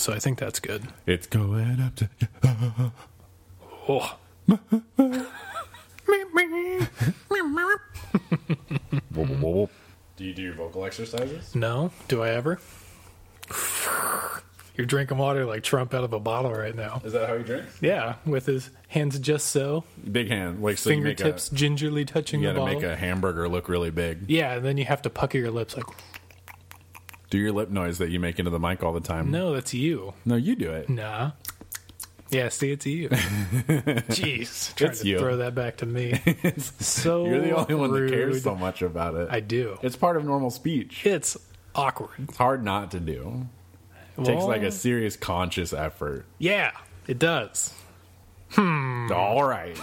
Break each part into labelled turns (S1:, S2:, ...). S1: So I think that's good.
S2: It's going up to.
S1: Oh,
S2: Do you do vocal exercises?
S1: no. Do I ever? You're drinking water like Trump out of a bottle right now.
S2: Is that how he drinks?
S1: Yeah, with his hands just so,
S2: Big hand, like so
S1: fingertips gingerly touching
S2: You,
S1: the
S2: make a, you gotta
S1: bottle.
S2: make a hamburger look really big.
S1: yeah, and then you have to pucker your lips like,
S2: Do your lip noise that you make into the mic all the time.
S1: no, that's you.
S2: no, you do it.
S1: Nah. Yeah, see, it's you. Jeez, trying
S2: It's
S1: to
S2: you.
S1: throw that back to me. so
S2: You're the only one that cares
S1: rude.
S2: so much about it.
S1: I do.
S2: it's part of normal speech.
S1: It's awkward.
S2: It's hard not to do. It takes like
S1: Oh.
S2: a serious conscious effort.
S1: yeah. It does. Mm.
S2: All right.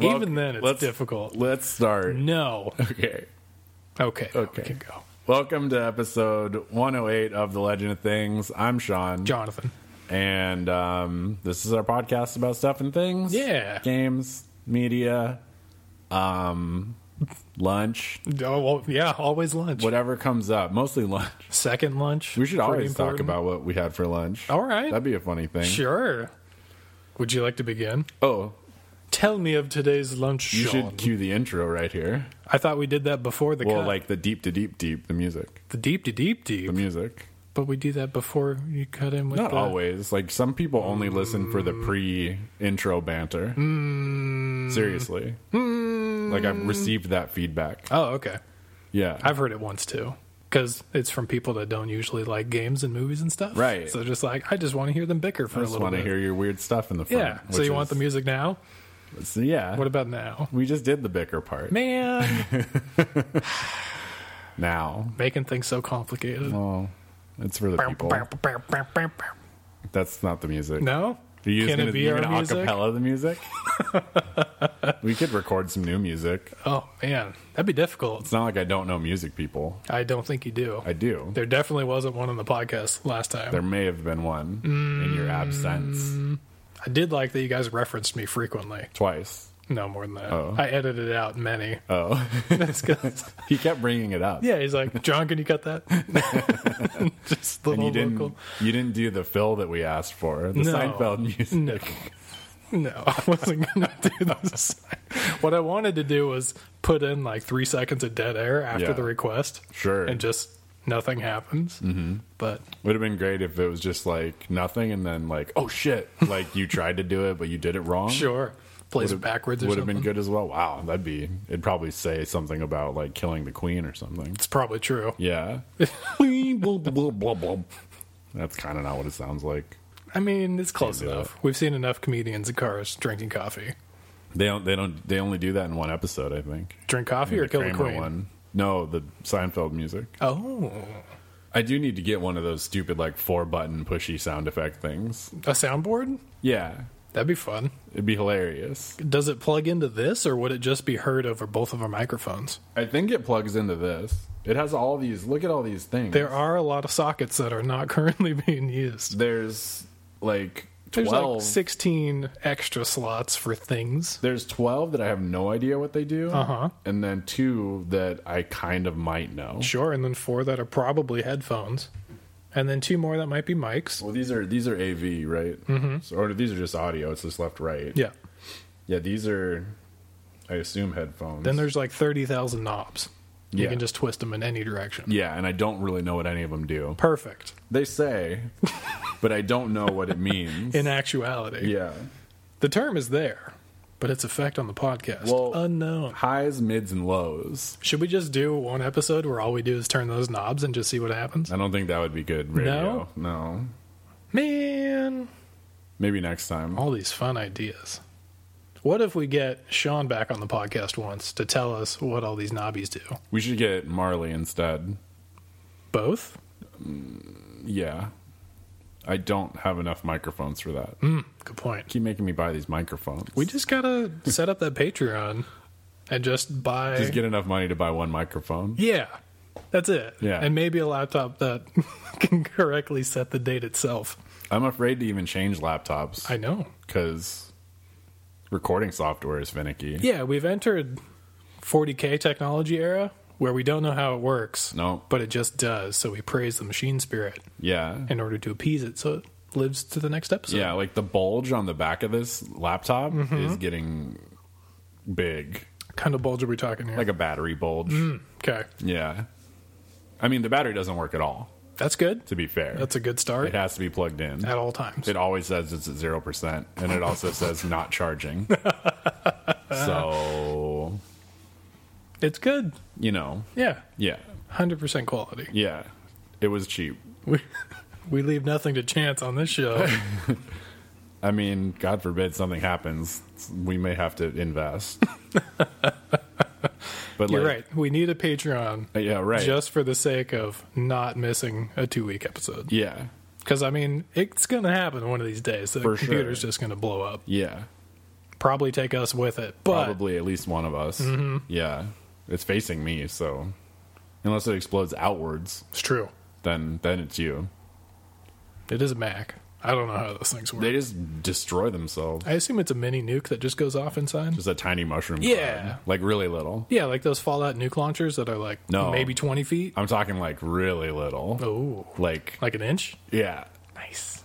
S1: Even then, it's
S2: let's-
S1: difficult.
S2: Let's start.
S1: No.
S2: Okay.
S1: Okay.
S2: Okay.
S1: Okay. We can go.
S2: Welcome to episode 108 of The Legend of Things. I'm Sean.
S1: Jonathan.
S2: And um, this is our podcast about stuff and things.
S1: Yeah.
S2: Games, media, um, lunch,
S1: Oh, well, yeah. Always lunch.
S2: whatever comes up. Mostly lunch.
S1: Second lunch.
S2: We should
S1: Pretty
S2: always talk
S1: important.
S2: about what we had for lunch.
S1: All right.
S2: That'd be a funny thing.
S1: Sure. Would you like to begin?
S2: Oh,
S1: Tell me of today's lunch,
S2: you
S1: Sean.
S2: should cue the intro right here.
S1: I thought we did that before the
S2: Well,
S1: cut.
S2: like the deep to deep deep, the music.
S1: the deep to deep
S2: The
S1: deep.
S2: music.
S1: But we do that before you cut Mm. in with
S2: Not
S1: the,
S2: always. Like some people only listen for the pre-intro banter.
S1: Mm.
S2: Seriously. Like I've received that feedback.
S1: Oh, okay.
S2: Yeah.
S1: I've heard it once too. Because it's from people that don't usually like games and movies and stuff.
S2: Right.
S1: So just like, I just want to hear them bicker for a
S2: I just
S1: little
S2: want
S1: bit.
S2: to hear your weird stuff in the front.
S1: yeah. So you want the music now?
S2: music? So yeah.
S1: What about now?
S2: we just did the bicker part.
S1: Man,
S2: Now.
S1: making things so complicated.
S2: Well, it's for the people. That's not the music.
S1: No?
S2: Are you just
S1: Can
S2: gonna,
S1: it be
S2: you're
S1: our
S2: gonna
S1: music?
S2: acapella the music? we could record some new music.
S1: Oh, man. That'd be difficult.
S2: It's not like I don't know music people.
S1: I don't think you do.
S2: I do.
S1: there definitely wasn't one on the podcast last time.
S2: There may have been one in your
S1: Mm.
S2: absence
S1: I did like that you guys referenced me frequently.
S2: twice.
S1: No, more than that.
S2: Oh.
S1: I edited out many.
S2: Oh,
S1: That's 'cause-
S2: he kept bringing it up.
S1: yeah, he's like, John, can you cut that? Just
S2: and
S1: little
S2: you didn't.
S1: local.
S2: You didn't do the fill that we asked for. The
S1: No.
S2: Seinfeld music.
S1: No. No, I wasn't going to do this. what I wanted to do was put in like three seconds of dead air after
S2: Yeah.
S1: the request.
S2: Sure.
S1: And just nothing happens. Mm-hmm. But
S2: Would have been great if it was just like nothing, and then like, oh shit, like you tried to do it but you did it wrong.
S1: sure, plays it backwards or
S2: Would have
S1: something.
S2: been good as well. Wow, that'd be. It'd probably say something about like killing the queen or something.
S1: It's probably true.
S2: Yeah. Queen, blah, blah, blah, blah. That's kind of not what it sounds like.
S1: I mean, it's close
S2: Can't do
S1: enough. We've seen enough comedians in cars drinking coffee.
S2: They don't. They don't. They only do that in one episode, I think.
S1: Drink coffee or
S2: The
S1: kill the
S2: Kramer
S1: queen?
S2: One. No, the Seinfeld music.
S1: Oh,
S2: I do need to get one of those stupid like four button pushy sound effect things.
S1: a soundboard?
S2: Yeah,
S1: That'd be fun.
S2: it'd be hilarious.
S1: Does it plug into this, or would it just be heard over both of our microphones?
S2: I think it plugs into this. It has all these. Look at all these things.
S1: There are a lot of sockets that are not currently being used.
S2: There's like
S1: There's
S2: twelve.
S1: like 16 extra slots for things.
S2: There's twelve that I have no idea what they do. Uh
S1: Uh-huh.
S2: And then two that I kind of might know.
S1: Sure, and then four that are probably headphones. And then two more that might be mics.
S2: Well, these are these are AV, right? Mm-hmm. So, or these are just audio. It's just left, right.
S1: Yeah.
S2: Yeah, these are, I assume, headphones.
S1: Then there's like 30,000 knobs. You
S2: Yeah.
S1: can just twist them in any direction.
S2: yeah, and I don't really know what any of them do.
S1: Perfect.
S2: They say, but I don't know what it means.
S1: In actuality,
S2: yeah,
S1: the term is there, but its effect on the podcast
S2: Well-
S1: unknown.
S2: highs, mids, and lows.
S1: Should we just do one episode where all we do is turn those knobs and just see what happens?
S2: I don't think that would be good radio. No,
S1: Man,
S2: maybe next time.
S1: all these fun ideas. What if we get Sean back on the podcast once to tell us what all these knobbies do?
S2: We should get Marley instead.
S1: Both?
S2: Yeah, I don't have enough microphones for that.
S1: Good point.
S2: Keep making me buy these microphones.
S1: Hmm. We just gotta set up that Patreon and just buy.
S2: just get enough money to buy one microphone.
S1: yeah, that's it.
S2: Yeah.
S1: and maybe a laptop that can correctly set the date itself.
S2: I'm afraid to even change laptops.
S1: I know.
S2: because recording software is finicky.
S1: Yeah, we've entered 40k technology era. where we don't know how it works,
S2: No.
S1: but it just does. So we praise the machine spirit
S2: Yeah.
S1: in order to appease it, so it lives to the next episode.
S2: Yeah, like the bulge on the back of this laptop
S1: Mm-hmm.
S2: is getting big,
S1: kind of bulge are we talking here?
S2: like a battery bulge.
S1: Mm. okay,
S2: Yeah. I mean, the battery doesn't work at all,
S1: that's good.
S2: to be fair.
S1: That's a good start
S2: it has to be plugged in.
S1: at all times.
S2: It always says it's at 0%, and it also says not charging. so,
S1: It's good.
S2: you know,
S1: Yeah,
S2: yeah.
S1: hundred percent quality.
S2: Yeah. It was cheap.
S1: We we leave nothing to chance on this show.
S2: I mean, God forbid something happens, we may have to invest. but
S1: You're
S2: like,
S1: right. We need a Patreon
S2: Yeah, right.
S1: just for the sake of not missing a two week episode.
S2: yeah.
S1: Because I mean, it's going to happen one of these days. The
S2: For
S1: computer's
S2: sure.
S1: just going to blow up.
S2: Yeah.
S1: Probably take us with it, but Mm-hmm.
S2: Probably at least one of us. Yeah. It's facing me, so unless it explodes outwards,
S1: it's true.
S2: then then it's you.
S1: It is a Mac. I don't know how those things work.
S2: They just destroy themselves.
S1: I assume it's a mini nuke that just goes off inside.
S2: Just a tiny mushroom.
S1: Yeah.
S2: cloud. Like really little.
S1: yeah, like those Fallout nuke launchers that are like
S2: No.
S1: maybe twenty feet.
S2: I'm talking like really little.
S1: Oh,
S2: Like
S1: like an inch.
S2: yeah.
S1: Nice.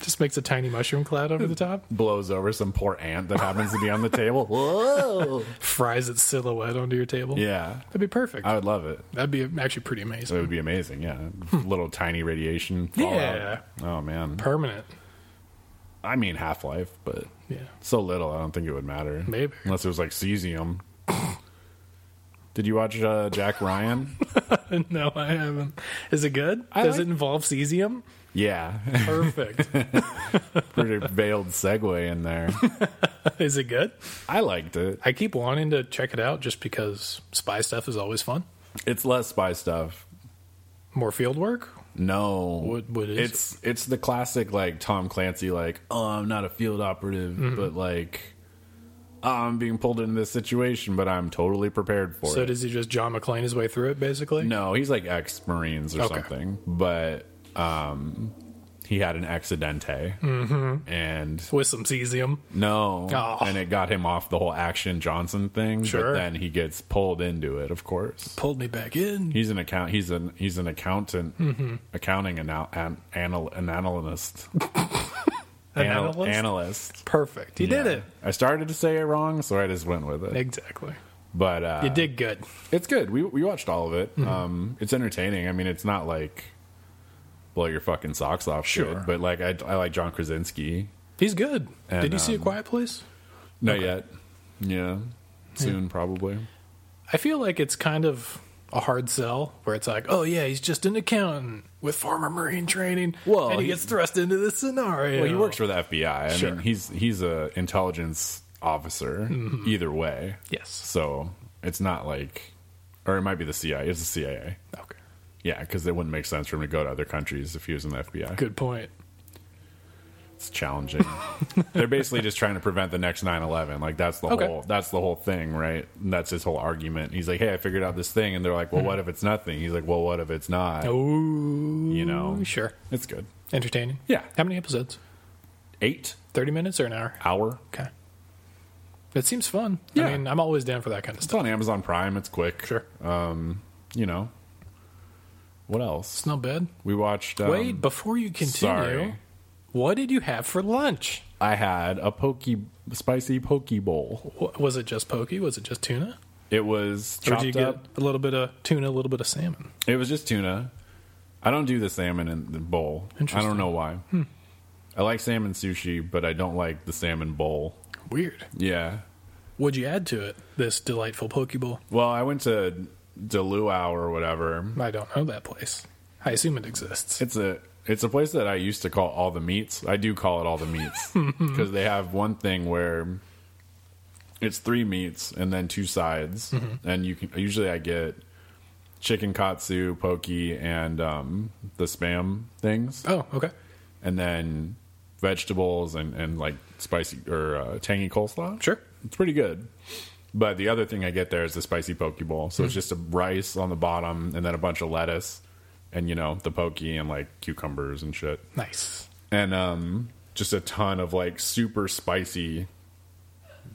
S1: Just makes a tiny mushroom cloud over the top,
S2: Blows over some poor ant that happens to be on the table. Whoa.
S1: fries its silhouette onto your table.
S2: Yeah.
S1: That'd be perfect.
S2: I would love it.
S1: That'd be actually pretty amazing.
S2: It would be amazing, yeah. Little tiny radiation. Fallout.
S1: Hmm. Yeah.
S2: Oh man.
S1: Permanent.
S2: I mean Half Life, but
S1: Yeah.
S2: So little, I don't think it would matter.
S1: Maybe.
S2: Unless it was like cesium. Did you watch uh, Jack Ryan?
S1: no, I haven't. Is it good?
S2: I
S1: Does
S2: like-
S1: it involve cesium?
S2: yeah.
S1: Perfect.
S2: Pretty veiled segue in there.
S1: is it good?
S2: I liked it.
S1: I keep wanting to check it out just because spy stuff is always fun.
S2: It's less spy stuff.
S1: More field work?
S2: No.
S1: What- what is
S2: it's it's the classic like Tom Clancy like, "Oh, I'm not a field operative,
S1: Mm-hmm.
S2: but like oh, I'm being pulled into this situation, but I'm totally prepared for
S1: So
S2: it."
S1: does he just John McClane his way through it, basically?
S2: No, he's like ex Marines or
S1: Okay.
S2: something, but um, he had an accidente, and
S1: With some cesium.
S2: no,
S1: Mm-hmm. Oh.
S2: and it got him off the whole Action Johnson thing.
S1: Sure.
S2: but then he gets pulled into it. Of course,
S1: Pulled me back in.
S2: he's an account. He's an he's an accountant, accounting anal, an, anal, an analyst,
S1: An
S2: Anal-
S1: analyst?
S2: analyst.
S1: Perfect. He did
S2: Yeah.
S1: it.
S2: I started to say it wrong, so I just went with it.
S1: Exactly.
S2: But uh,
S1: You Mm-hmm. did good.
S2: It's good. We we watched all of it. Um, it's entertaining. I mean, it's not like blow your fucking socks off,
S1: Sure.
S2: Shit, but like I I like John Krasinski.
S1: He's good.
S2: And,
S1: did you see A
S2: um,
S1: Quiet Place?
S2: Not yet. Yeah, soon probably.
S1: I feel like it's kind of a hard sell where it's like, oh yeah, he's just an accountant with former Marine training.
S2: Well,
S1: and he,
S2: he-
S1: gets thrust into this scenario.
S2: Well, he works for the FBI. I
S1: Sure.
S2: mean, he's he's a intelligence officer.
S1: Mm-hmm.
S2: Either way,
S1: Yes.
S2: so it's not like, or it might be the CIA. It's the CIA.
S1: Okay.
S2: Yeah, because it wouldn't make sense for him to go to other countries if he was in the FBI.
S1: Good point.
S2: It's challenging. They're basically just trying to prevent the next 9/11. Like that's the
S1: Okay.
S2: whole that's the whole thing, right? And that's his whole argument. He's like, "Hey, I figured out this thing." And they're like, "Well, what
S1: Hmm.
S2: if it's nothing?" He's like, "Well, what if it's not?"
S1: Oh,
S2: You know.
S1: Sure.
S2: It's good.
S1: Entertaining.
S2: Yeah.
S1: How many episodes?
S2: 8
S1: Thirty minutes or an hour?
S2: hour.
S1: Okay. That seems fun.
S2: Yeah.
S1: I mean, I'm always down for that kind of
S2: It's
S1: stuff.
S2: on Amazon Prime. It's quick.
S1: Sure.
S2: You know. What
S1: It's
S2: else?
S1: not bad.
S2: We watched um,
S1: Wait, before you continue,
S2: sorry.
S1: what did you have for lunch?
S2: I had a poke spicy poke bowl.
S1: Wh- Was it just pokey? Was it just tuna?
S2: It was
S1: Or did
S2: chopped
S1: you get
S2: up.
S1: a little bit of tuna, a little bit of salmon?
S2: It was just tuna. I don't do the salmon in the bowl. I
S1: Interesting.
S2: don't know why. I like salmon sushi, but I don't like the salmon bowl.
S1: Weird.
S2: Yeah.
S1: What'd you add to it? This delightful poke bowl.
S2: Well, I went to Duluau or whatever.
S1: I don't know that place. I assume it exists.
S2: It's a it's a place that I used to call all the meats. I do call it all the meats because they have one thing where it's three meats and then two sides, and you can usually I get chicken katsu, poke, and um, the spam things.
S1: Oh, okay.
S2: and then vegetables and, and like spicy or uh, tangy coleslaw.
S1: Sure.
S2: It's pretty good. But the other thing I get there is the spicy poke bowl. So it's just a rice on the bottom and then a bunch of lettuce and, you know, the poke and like cucumbers and shit.
S1: Nice.
S2: And um, just a ton of like super spicy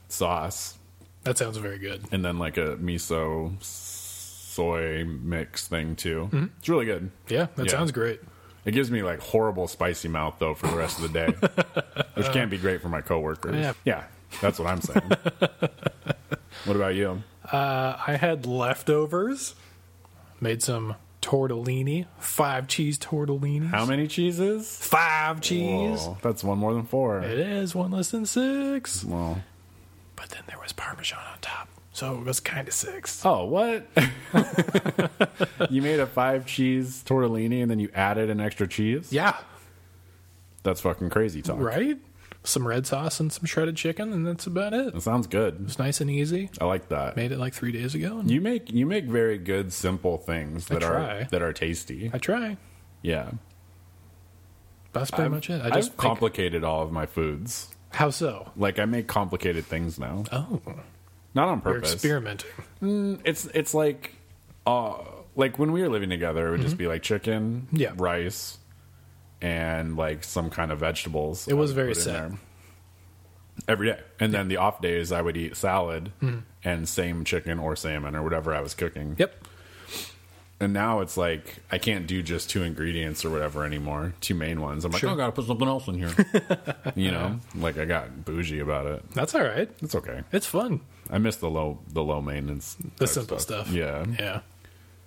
S2: sauce
S1: That sounds very good.
S2: and then like a miso soy mix thing too. It's really good.
S1: Yeah, that
S2: Yeah.
S1: sounds great.
S2: It gives me like horrible spicy mouth though for the rest of the day, which can't be great for my coworkers.
S1: Yeah.
S2: that's what I'm saying. what about you?
S1: Uh, I had leftovers. Made some tortellini, five cheese tortellinis.
S2: How many cheeses?
S1: Five cheese.
S2: Whoa, that's one more than four.
S1: It is one less than six.
S2: Well,
S1: But then there was parmesan on top, so it was kind of six.
S2: oh what? you made a five cheese tortellini and then you added an extra cheese.
S1: Yeah,
S2: that's fucking crazy talk.
S1: right. Some red sauce and some shredded chicken, and that's about it.
S2: That sounds good.
S1: It's nice and easy.
S2: I like that.
S1: Made it like three days ago, and
S2: You make you make very good simple things that
S1: try.
S2: are that are tasty.
S1: I try.
S2: Yeah.
S1: That's pretty much it. I
S2: I
S1: just
S2: just
S1: make-
S2: complicated all of my foods.
S1: how so?
S2: Like I make complicated things now.
S1: Oh,
S2: Not on
S1: you're
S2: purpose.
S1: experimenting.
S2: It's it's like uh like when we were living together it would just be like chicken,
S1: Mm-hmm. Yeah.
S2: rice, and like some kind of vegetables.
S1: It
S2: I
S1: was
S2: would
S1: very
S2: put in
S1: set.
S2: there. Every day. And then the off days I would eat salad and same chicken or salmon or whatever I was cooking.
S1: Mm-hmm. Yep.
S2: and now it's like I can't do just two ingredients or whatever anymore, two main ones. I'm like, "Oh,
S1: Sure.
S2: I gotta put something else in here. you know, like I got bougie about it.
S1: That's all right.
S2: It's okay.
S1: It's fun.
S2: I miss the low, the low maintenance,
S1: The
S2: type
S1: simple stuff.
S2: Yeah,
S1: Yeah.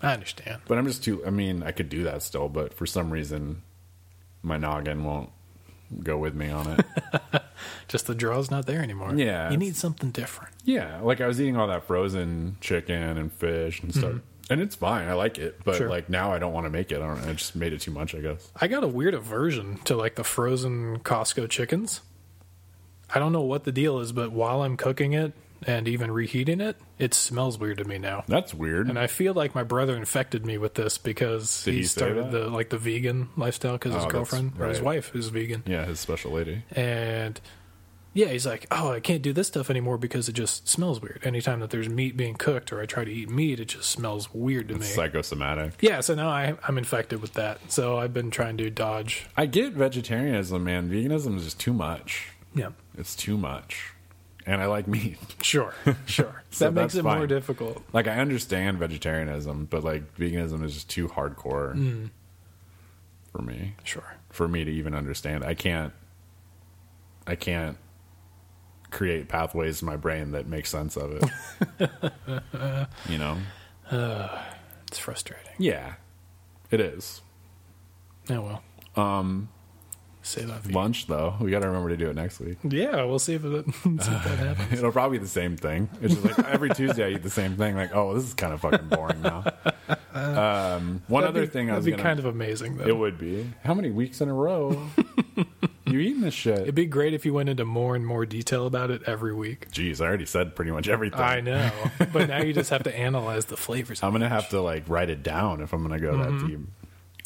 S1: I understand.
S2: but I'm just too. I mean, I could do that still, but for some reason, my noggin won't go with me on it.
S1: Just the draw's not there anymore.
S2: Yeah,
S1: You
S2: it's-
S1: need something different.
S2: yeah, like I was eating all that frozen chicken and fish and stuff. And it's fine, I like it, but
S1: Mm-hmm. Sure.
S2: like now I don't want to make it. I don't. I just made it too much, I guess.
S1: I got a weird aversion to like the frozen Costco chickens. I don't know what the deal is, but while I'm cooking it and even reheating it, it smells weird to me now.
S2: That's weird.
S1: And I feel like my brother infected me with this because
S2: Did
S1: he,
S2: he say
S1: started
S2: that?
S1: the like the vegan lifestyle because
S2: Oh,
S1: his
S2: that's
S1: girlfriend or his
S2: right.
S1: wife is vegan.
S2: yeah, his special lady.
S1: And yeah, he's like, "Oh, I can't do this stuff anymore because it just smells weird. Anytime that there's meat being cooked or I try to eat meat, it just smells weird to me."
S2: Psychosomatic.
S1: yeah, so now I, I'm infected with that. So I've been trying to dodge.
S2: I get vegetarianism, man. Veganism is just too much.
S1: Yeah,
S2: It's too much. And I like meat.
S1: sure, sure.
S2: So
S1: that makes it
S2: that's
S1: more
S2: fine.
S1: difficult.
S2: Like I understand vegetarianism, but like veganism is just too hardcore
S1: Mm.
S2: for me.
S1: Sure.
S2: For me to even understand. I can't I can't create pathways in my brain that make sense of it. you know?
S1: It's frustrating.
S2: Yeah. It is.
S1: Oh well. Um, say that.
S2: Lunch though. We gotta remember to do it next week.
S1: Yeah, we'll see if, it, see if that happens.
S2: It'll probably be the same thing. It's just like every Tuesday I eat the same thing. Like, oh, this is kind of fucking boring now. Um, one
S1: That'd
S2: other
S1: be-
S2: thing I
S1: that'd
S2: was
S1: be
S2: gonna,
S1: kind of amazing though.
S2: it would be how many weeks in a row you eating this shit?
S1: It'd be great if you went into more and more detail about it every week.
S2: Jeez, I already said pretty much everything.
S1: I
S2: I,
S1: know, but now you just have to analyze the flavors.
S2: am gonna have to like write it down if I'm gonna go
S1: Mm-hmm.
S2: that deep.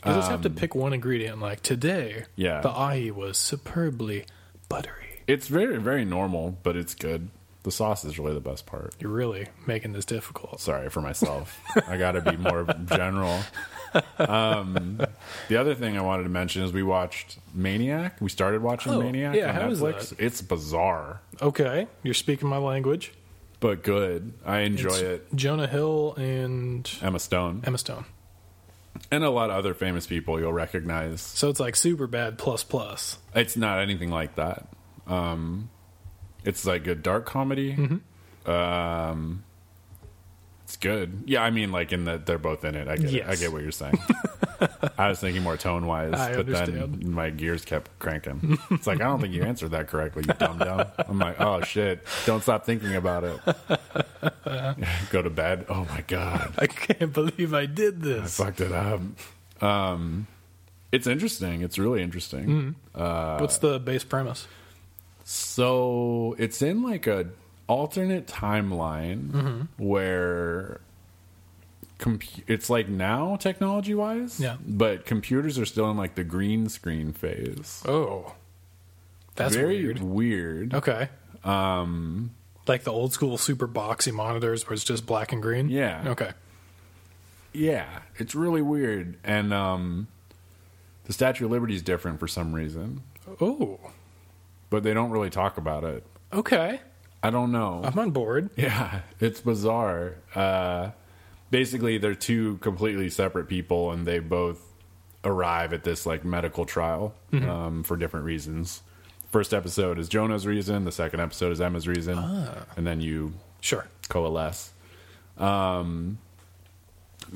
S1: You just have to pick one ingredient. Like today,
S2: um, Yeah.
S1: the ahi was superbly buttery.
S2: It's very very normal, but it's good. The sauce is really the best part.
S1: You're really making this difficult.
S2: Sorry for myself. I got to be more general. Um, the other thing I wanted to mention is we watched Maniac. We started watching
S1: Oh,
S2: Maniac
S1: yeah,
S2: on
S1: how is
S2: Netflix. It's bizarre,
S1: Okay, you're speaking my language.
S2: but good. I enjoy
S1: It's
S2: it.
S1: Jonah Hill and
S2: Emma Stone
S1: Emma Stone.
S2: and a lot of other famous people you'll recognize.
S1: So it's like super bad plus plus.
S2: It's not anything like that. Um, it's like a dark comedy. Um,
S1: Mm-hmm.
S2: it's good. Yeah, I mean, like in that they're both in it. I get it. I
S1: Yes.
S2: get what you're saying. I was thinking more tone wise,
S1: I
S2: but
S1: understand.
S2: then my gears kept cranking. It's like I don't think you answered that correctly. You dumb dumb. I'm like, oh shit! Don't stop thinking about it. Go to bed. Oh my god.
S1: I can't believe I did this.
S2: fucked it up. Um, it's interesting. It's really interesting.
S1: Mm-hmm. What's the base premise?
S2: So it's in like a alternate timeline
S1: Mm-hmm.
S2: where compu it's like now technology wise,
S1: Yeah.
S2: But computers are still in like the green screen phase.
S1: Oh, that's
S2: Very
S1: weird.
S2: weird. Um,
S1: Okay. Um, like the old school super boxy monitors where it's just black and green.
S2: Yeah.
S1: Okay.
S2: Yeah, it's really weird. And um, the Statue of Liberty is different for some reason,
S1: Oh.
S2: but they don't really talk about it.
S1: Okay.
S2: I don't know.
S1: I'm on board.
S2: Yeah, it's bizarre. Uh, basically, they're two completely separate people, and they both arrive at this like medical trial um, for different reasons. First episode is Jonah's reason. The second episode is Emma's reason, and then you
S1: Sure.
S2: coalesce. Um,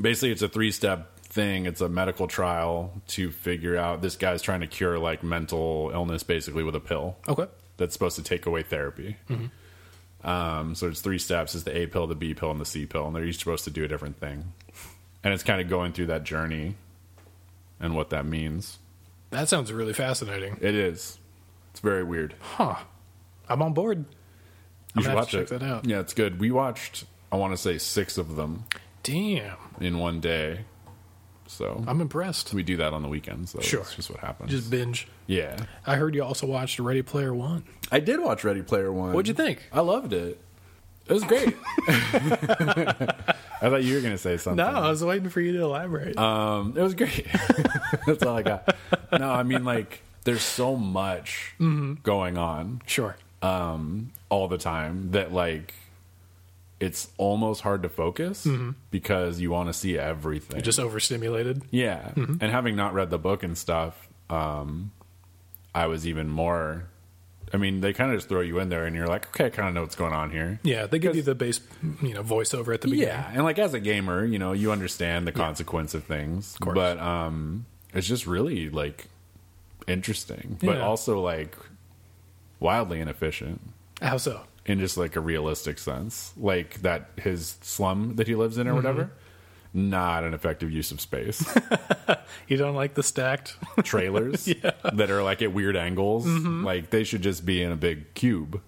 S2: basically, it's a three step thing. It's a medical trial to figure out this guy's trying to cure like mental illness basically with a pill
S1: Okay.
S2: that's supposed to take away therapy. Um, so there's three steps: is the A pill, the B pill, and the C pill, and they're each supposed to do a different thing. And it's kind of going through that journey and what that means.
S1: That sounds really fascinating.
S2: It is. It's very weird.
S1: Huh. I'm on board.
S2: You
S1: I'm gonna
S2: should
S1: have
S2: watch
S1: to
S2: it.
S1: check that out.
S2: Yeah, it's good. We watched. I want to say six of them
S1: Damn.
S2: in one day. So
S1: I'm impressed.
S2: we do that on the weekends. Though.
S1: Sure.
S2: It's just what happens.
S1: Just binge.
S2: yeah.
S1: I heard you also watched Ready Player One.
S2: I did watch Ready Player One.
S1: What'd you think?
S2: I loved it. It was great. I thought you were going to say something.
S1: No, I was waiting for you to elaborate.
S2: Um, it was great. That's all I got. No, I mean, like, there's so much going on
S1: sure.
S2: um, all the time that, like, it's almost hard to focus because you want to see everything.
S1: Just overstimulated.
S2: Yeah, and having not read the book and stuff, um, I was even more. I mean, they kind of just throw you in there, and you're like, okay, I kind of know what's going on here.
S1: Yeah, they give you the base, you know, voiceover at the beginning.
S2: Yeah, and like as a gamer, you know, you understand the consequence of things,
S1: course.
S2: but um, it's just really like interesting, but
S1: Yeah.
S2: also like wildly inefficient
S1: How so?
S2: in just like a realistic sense, like that his slum that he lives in or whatever. Not an effective use of space.
S1: You don't like the stacked?
S2: trailers that are like at weird angles. Like they should just be in a big cube.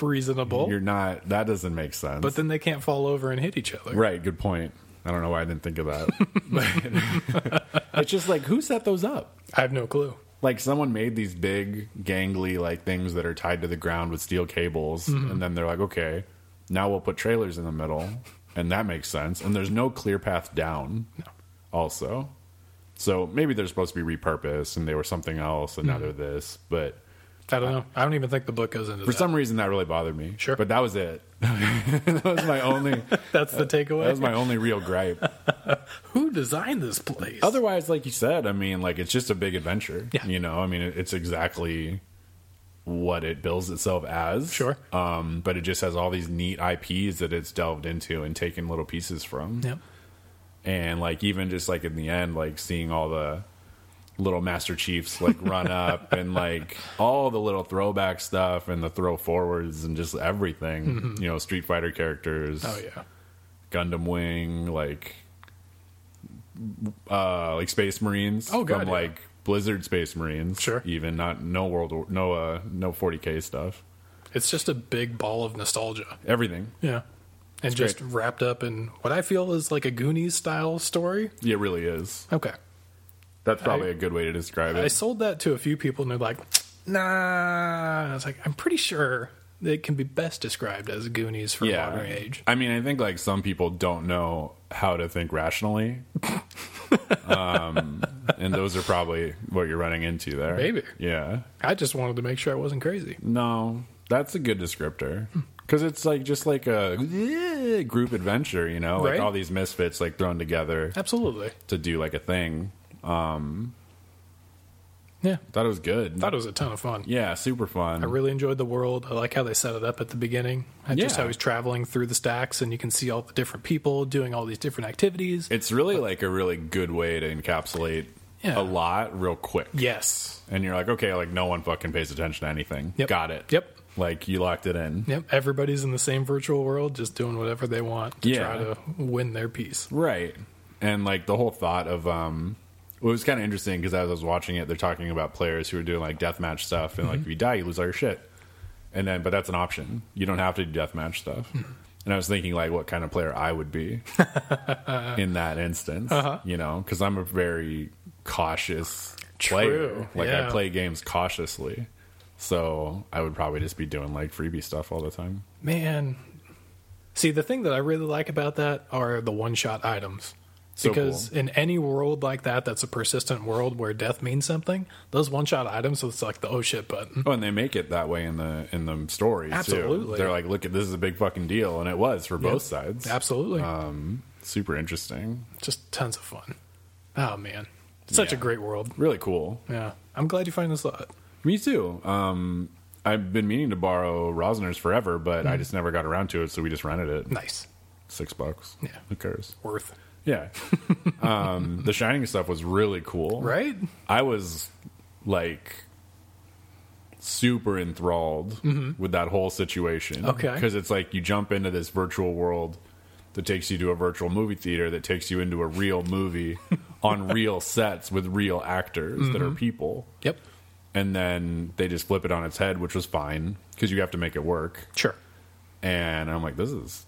S1: Reasonable.
S2: You're not. That doesn't make sense.
S1: but then they can't fall over and hit each other.
S2: right, good point. I don't know why I didn't think of that. But it's just like who set those up?
S1: I have no clue.
S2: Like someone made these big gangly like things that are tied to the ground with steel cables, and then they're like, okay, now we'll put trailers in the middle, and that makes sense. And there's no clear path down.
S1: No.
S2: also. So maybe they're supposed to be repurposed and they were something else and now they're this. But
S1: I don't know. I don't even think the book goes into
S2: Mm-hmm. for
S1: that.
S2: some reason that really bothered me.
S1: Sure.
S2: But that was it. that was my only that
S1: That's the takeaway.
S2: was my only real gripe.
S1: Who designed this place?
S2: Otherwise, like you said, I mean, like it's just a big adventure.
S1: Yeah.
S2: You know, I mean it- it's exactly what it bills itself as.
S1: Sure.
S2: Um, but it just has all these neat IPs that it's delved into and taken little pieces from.
S1: Yep.
S2: and like even just like in the end like seeing all the little master chiefs like run up and like all the little throwback stuff and the throw forwards and just everything you know street fighter characters
S1: Mm-hmm. Oh yeah.
S2: gundam wing like uh like space marines
S1: Oh, God,
S2: from
S1: yeah.
S2: like blizzard space marines
S1: Sure.
S2: even not no world War- no uh no 40k stuff
S1: It's just a big ball of nostalgia.
S2: everything
S1: Yeah. And just wrapped up in what I feel is like a Goonies style story.
S2: it really is
S1: Okay.
S2: that's probably a good way to describe
S1: I
S2: it
S1: sold that to a few people and they're like, nah. And I was like, I'm pretty sure that it can be best described as Goonies for modern age.
S2: I mean, I think like some people don't know how to think rationally. um, and those are probably what you're running into there.
S1: Maybe.
S2: Yeah.
S1: I just wanted to make sure I wasn't crazy.
S2: No, that's a good descriptor. Because it's like just like a eh, group adventure, you know, like
S1: Right.
S2: all these misfits like thrown together
S1: Absolutely.
S2: to do like a thing.
S1: Yeah.
S2: Thought it was good.
S1: Thought it was a ton of fun.
S2: yeah, super fun.
S1: I really enjoyed the world. I like how they set it up at the beginning. And Just
S2: Yeah.
S1: how he's traveling through the stacks and you can see all the different people doing all these different activities.
S2: it's really like a really good way to encapsulate
S1: Yeah.
S2: a lot real quick.
S1: yes.
S2: and you're like, okay, like no one fucking pays attention to anything.
S1: Yep.
S2: Got it.
S1: Yep.
S2: Like you locked it in.
S1: Yep. Everybody's in the same virtual world, just doing whatever they want to
S2: Yeah.
S1: try to win their piece.
S2: Right. And like the whole thought of um it was kind of interesting because as I was watching it, they're talking about players who are doing like deathmatch stuff and like
S1: Mm-hmm.
S2: if you die, you lose all your shit. And then but that's an option. You don't have to do deathmatch stuff. And I was thinking like what kind of player I would be in that instance,
S1: Uh-huh.
S2: you know, cuz I'm a very cautious player.
S1: True.
S2: Like
S1: Yeah.
S2: I play games cautiously. So, I would probably just be doing like freebie stuff all the time.
S1: Man. See, the thing that I really like about that are the one shot items.
S2: So
S1: because in any world like that, that's a persistent world where death means something. Those one shot items, it's like the oh shit button.
S2: Oh, and they make it that way in the in the story too.
S1: Absolutely.
S2: They're like, look at this is a big fucking deal, and it was for both sides.
S1: Absolutely,
S2: Um, super interesting,
S1: just tons of fun. Oh man, such a
S2: Yeah.
S1: great world.
S2: really cool.
S1: Yeah, I'm glad you find this uh, lot.
S2: Me too. Um, I've been meaning to borrow Rosner's forever, but
S1: Mm.
S2: I just never got around to it, so we just rented it.
S1: Nice,
S2: Six bucks.
S1: Mm. Yeah.
S2: who cares?
S1: worth
S2: Yeah. um, the Shining stuff was really cool.
S1: right?
S2: I was like super enthralled with that whole situation.
S1: Mm-hmm. Okay.
S2: Because it's like you jump into this virtual world that takes you to a virtual movie theater that takes you into a real movie on real sets with real actors that
S1: Mm-hmm.
S2: are people.
S1: Yep,
S2: And then they just flip it on its head, which was fine because you have to make it work.
S1: sure.
S2: And I'm like, this is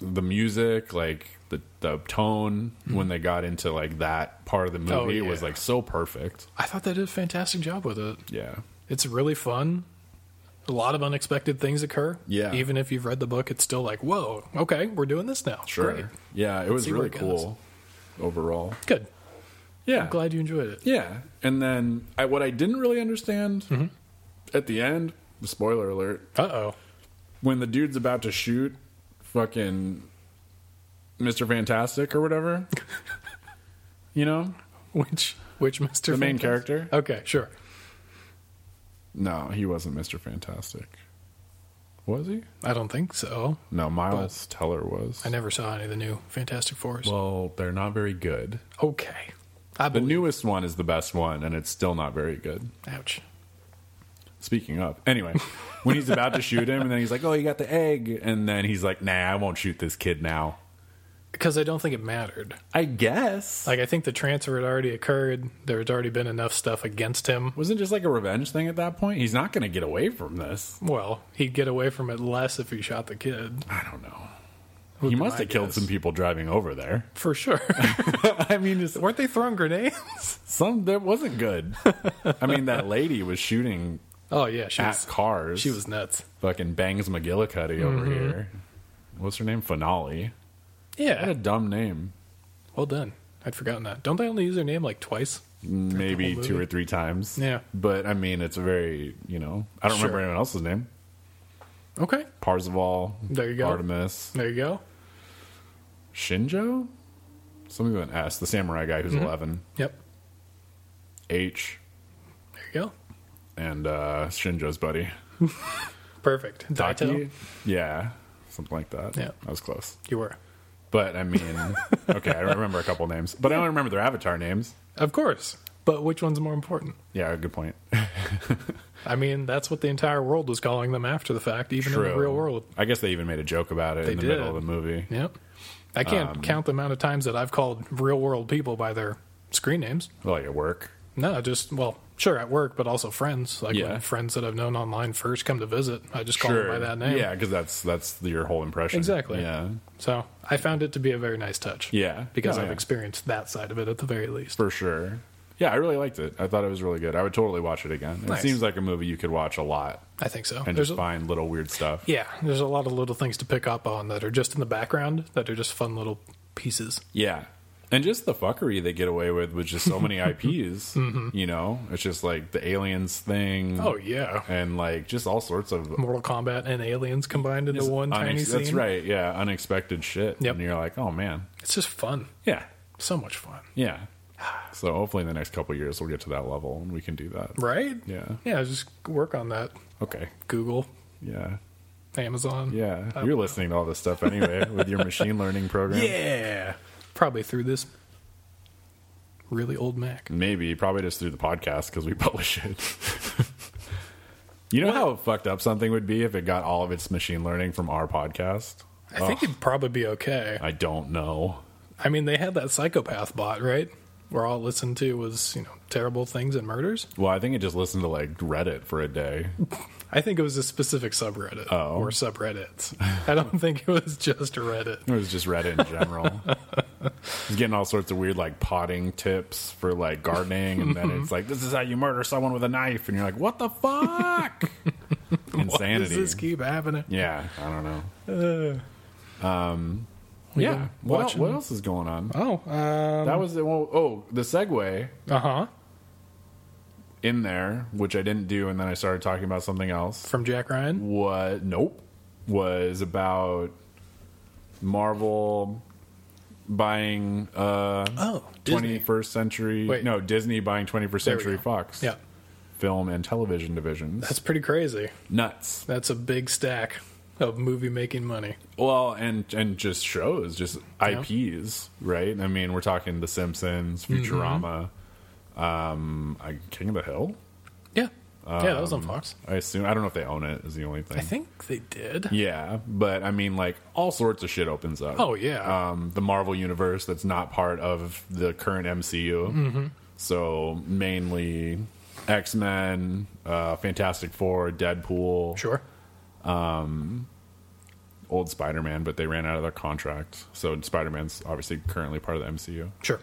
S2: the music, like the, the tone when they got into like that part of the movie
S1: Mm-hmm. Oh,
S2: was
S1: yeah.
S2: like so perfect.
S1: I thought they did a fantastic job with it.
S2: Yeah.
S1: It's really fun. A lot of unexpected things occur.
S2: Yeah.
S1: even if you've read the book, it's still like, whoa, okay, we're doing this now.
S2: Sure.
S1: Great.
S2: Yeah, it was
S1: see where
S2: really
S1: it goes.
S2: cool overall.
S1: good.
S2: Yeah.
S1: I'm glad you enjoyed it.
S2: Yeah. And then I, what I didn't really understand at the end, spoiler alert,
S1: Uh oh.
S2: when the dude's about to shoot fucking Mr. Fantastic or whatever, you know,
S1: Which which Mr.
S2: the main
S1: Fantastic?
S2: character?
S1: Okay, sure.
S2: No, he wasn't Mr. Fantastic. Was he?
S1: I don't think so.
S2: No, Miles Teller was.
S1: I never saw any of the new Fantastic Fours.
S2: Well, they're not very good.
S1: okay. I
S2: The
S1: believe.
S2: newest one is the best one, and it's still not very good.
S1: Ouch.
S2: Speaking of, anyway, when he's about to shoot him, and then he's like, "Oh, you got the egg," and then he's like, "Nah, I won't shoot this kid now."
S1: Because I don't think it mattered.
S2: I guess
S1: Like I think the transfer had already occurred. There had already been enough stuff against him.
S2: wasn't it just like a revenge thing at that point. He's not going to get away from this.
S1: Well, he'd get away from it less if he shot the kid,
S2: I don't know. he must
S1: my
S2: have killed
S1: guess?
S2: some people driving over there.
S1: for sure.
S2: I mean, it's-
S1: Weren't they throwing grenades?
S2: some that wasn't good. I mean, that lady was shooting
S1: Oh yeah, she
S2: at
S1: was.
S2: cars.
S1: She was Mm-hmm. nuts.
S2: fucking bangs McGillicuddy over here. What's her name? Finale. What a
S1: Yeah.
S2: dumb name.
S1: Well done. I'd forgotten that. Don't they only use their name like twice?
S2: maybe
S1: whole
S2: two
S1: movie.
S2: or three times.
S1: Yeah.
S2: But I mean, it's a very, you know, I don't remember
S1: Sure.
S2: anyone else's name.
S1: Okay.
S2: Parzival.
S1: There you go.
S2: Artemis.
S1: There you go.
S2: Shinjo? Something with an S. The samurai guy
S1: Mm-hmm.
S2: who's 11.
S1: Yep.
S2: H.
S1: There you go.
S2: And uh, Shinjo's buddy.
S1: Perfect. Daito.
S2: Daki? Yeah. Something like that.
S1: Yeah.
S2: I was close.
S1: You were.
S2: But I mean, okay, I remember a couple names. But I don't remember their avatar names.
S1: Of course. But which one's more important?
S2: Yeah, good point.
S1: I mean, that's what the entire world was calling them after the fact, even in the real world.
S2: I guess they even made a joke about it in the
S1: did.
S2: middle of the movie.
S1: Yep. I can't
S2: Um,
S1: count the amount of times that I've called real world people by their screen names.
S2: Well, like at work.
S1: No, just, well, sure, at work, but also friends. Like
S2: Yeah.
S1: when friends that I've known online first come to visit, I just call them by that name.
S2: Yeah, because that's that's your whole impression.
S1: Exactly.
S2: Yeah.
S1: So I found it to be a very nice touch.
S2: Yeah,
S1: Because
S2: No,
S1: I've
S2: yeah.
S1: experienced that side of it at the very least.
S2: for sure. Yeah, I really liked it. I thought it was really good. I would totally watch it again.
S1: Nice.
S2: It seems like a movie you could watch a lot
S1: I think so.
S2: and
S1: There's
S2: just
S1: a,
S2: find little weird stuff.
S1: yeah, there's a lot of little things to pick up on that are just in the background that are just fun little pieces.
S2: Yeah, and just the fuckery they get away with with just so many IPs. You know, it's just like the aliens thing.
S1: Mm-hmm. Oh, yeah.
S2: and like just all sorts of
S1: Mortal Kombat and Aliens combined into
S2: just
S1: one tiny
S2: unex-
S1: scene.
S2: That's right. Yeah, unexpected shit.
S1: Yep.
S2: and you're like, oh man.
S1: It's just fun.
S2: Yeah,
S1: So much fun.
S2: yeah. So hopefully in the next couple years we'll get to that level and we can do that.
S1: Right?
S2: Yeah.
S1: Yeah, just work on that.
S2: Okay.
S1: Google,
S2: Yeah.
S1: Amazon.
S2: Yeah. You're listening to all this stuff anyway with your machine learning program.
S1: Yeah. Probably through this really old Mac.
S2: Maybe probably just through the podcast because we publish it. you know how fucked up something would be if it got all of its machine learning from our podcast.
S1: I think it'd probably be okay.
S2: I don't know.
S1: I mean, they had that psychopath bot, right? Where all it listened to was, you know, terrible things and murders.
S2: Well, I think it just listened to like Reddit for a day.
S1: I think it was a specific subreddit
S2: Oh.
S1: or subreddits. I don't think it was just Reddit.
S2: It was just Reddit in general. it's getting all sorts of weird like potting tips for like gardening, and then it's like this is how you murder someone with a knife, and you're like, what the fuck?
S1: Why
S2: Insanity.
S1: does this keep happening?
S2: Yeah, I don't know. um,
S1: We've
S2: yeah.
S1: been
S2: What,
S1: Uh.
S2: el-
S1: watching-
S2: what else is going on?
S1: Oh, um,
S2: that was the well, oh the segue
S1: uh huh.
S2: in there, which I didn't do, and then I started talking about something else.
S1: From Jack Ryan.
S2: What? Nope. Was about Marvel buying uh
S1: Oh,
S2: twenty
S1: Disney.
S2: first century
S1: Wait.
S2: no Disney buying twenty first
S1: There we
S2: century
S1: go.
S2: Fox
S1: Yeah,
S2: film and television divisions.
S1: that's pretty crazy.
S2: Nuts.
S1: That's a big stack of movie making money.
S2: Well, and and just shows, just IPs, right? I mean, we're talking The Simpsons, Futurama, um, I, King of the Hill.
S1: Yeah, yeah, that was
S2: Um,
S1: on Fox.
S2: I assume I don't know if they own it. Is the only thing.
S1: I think they did.
S2: Yeah, but I mean, like all sorts of shit opens up.
S1: Oh, yeah.
S2: um, the Marvel universe that's not part of the current MCU.
S1: Mm-hmm.
S2: So mainly X Men, uh, Fantastic Four, Deadpool,
S1: Sure.
S2: old Spider Man, but they ran out of their contract. So Spider Man's obviously currently part of the MCU.
S1: Sure.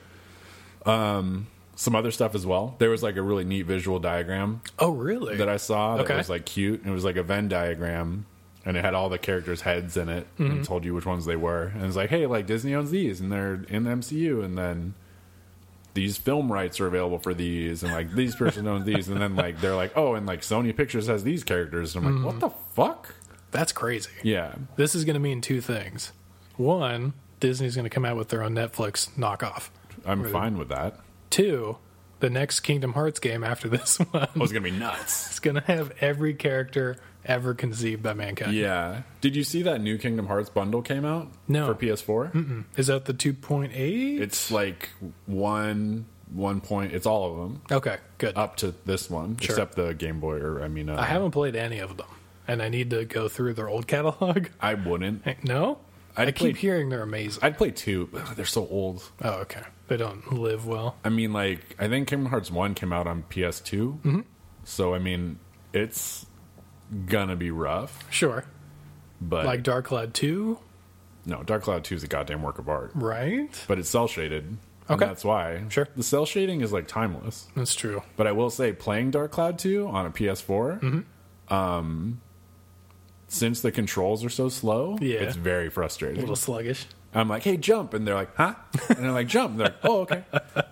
S2: Some other stuff as well. There was like a really neat visual diagram
S1: Oh, really?
S2: that I saw that
S1: Okay.
S2: was like cute. It was like a Venn diagram, and it had all the characters' heads in it, and told you which ones they were. And it's like, hey, like Disney owns these, and they're in the MCU, and then these film rights are available for these, and like these person owns these, and then like they're like, oh, and like Sony Pictures has these characters. And I'm like, what the fuck?
S1: That's crazy.
S2: Yeah,
S1: This is going to mean two things. One, Disney's going to come out with their own Netflix knockoff.
S2: I'm fine with that.
S1: Two, the next Kingdom Hearts game after this one
S2: Oh, it's gonna be nuts.
S1: is going to have every character ever conceived by mankind.
S2: Yeah. Did you see that new Kingdom Hearts bundle came out?
S1: No.
S2: For PS4?
S1: Is that the 2.8?
S2: It's like one, one point, it's all of them.
S1: Okay, good.
S2: up to this one,
S1: Sure.
S2: except the Game Boy. Or I mean, uh,
S1: I haven't played any of them, and I need to go through their old catalog.
S2: I wouldn't.
S1: Hey, No? i
S2: I'd
S1: keep
S2: played-
S1: hearing they're amazing.
S2: I'd play two, but they're so old.
S1: Oh, okay. They don't live well.
S2: I mean, like I think Kingdom Hearts One came out on PS2,
S1: Mm-hmm.
S2: so I mean, it's gonna be rough.
S1: Sure.
S2: But
S1: Like Dark Cloud 2,
S2: no, Dark Cloud Two is a goddamn work of art,
S1: right?
S2: but it's cell shaded.
S1: Okay.
S2: that's why.
S1: Sure.
S2: the cell shading is like timeless.
S1: That's true.
S2: But I will say, playing Dark Cloud 2 on a PS4,
S1: Mm-hmm.
S2: um, since the controls are so slow,
S1: Yeah.
S2: it's very
S1: A
S2: frustrating.
S1: little sluggish.
S2: I'm like, hey, jump. And they're like, huh? And I'm like, jump. And they're like, oh, okay.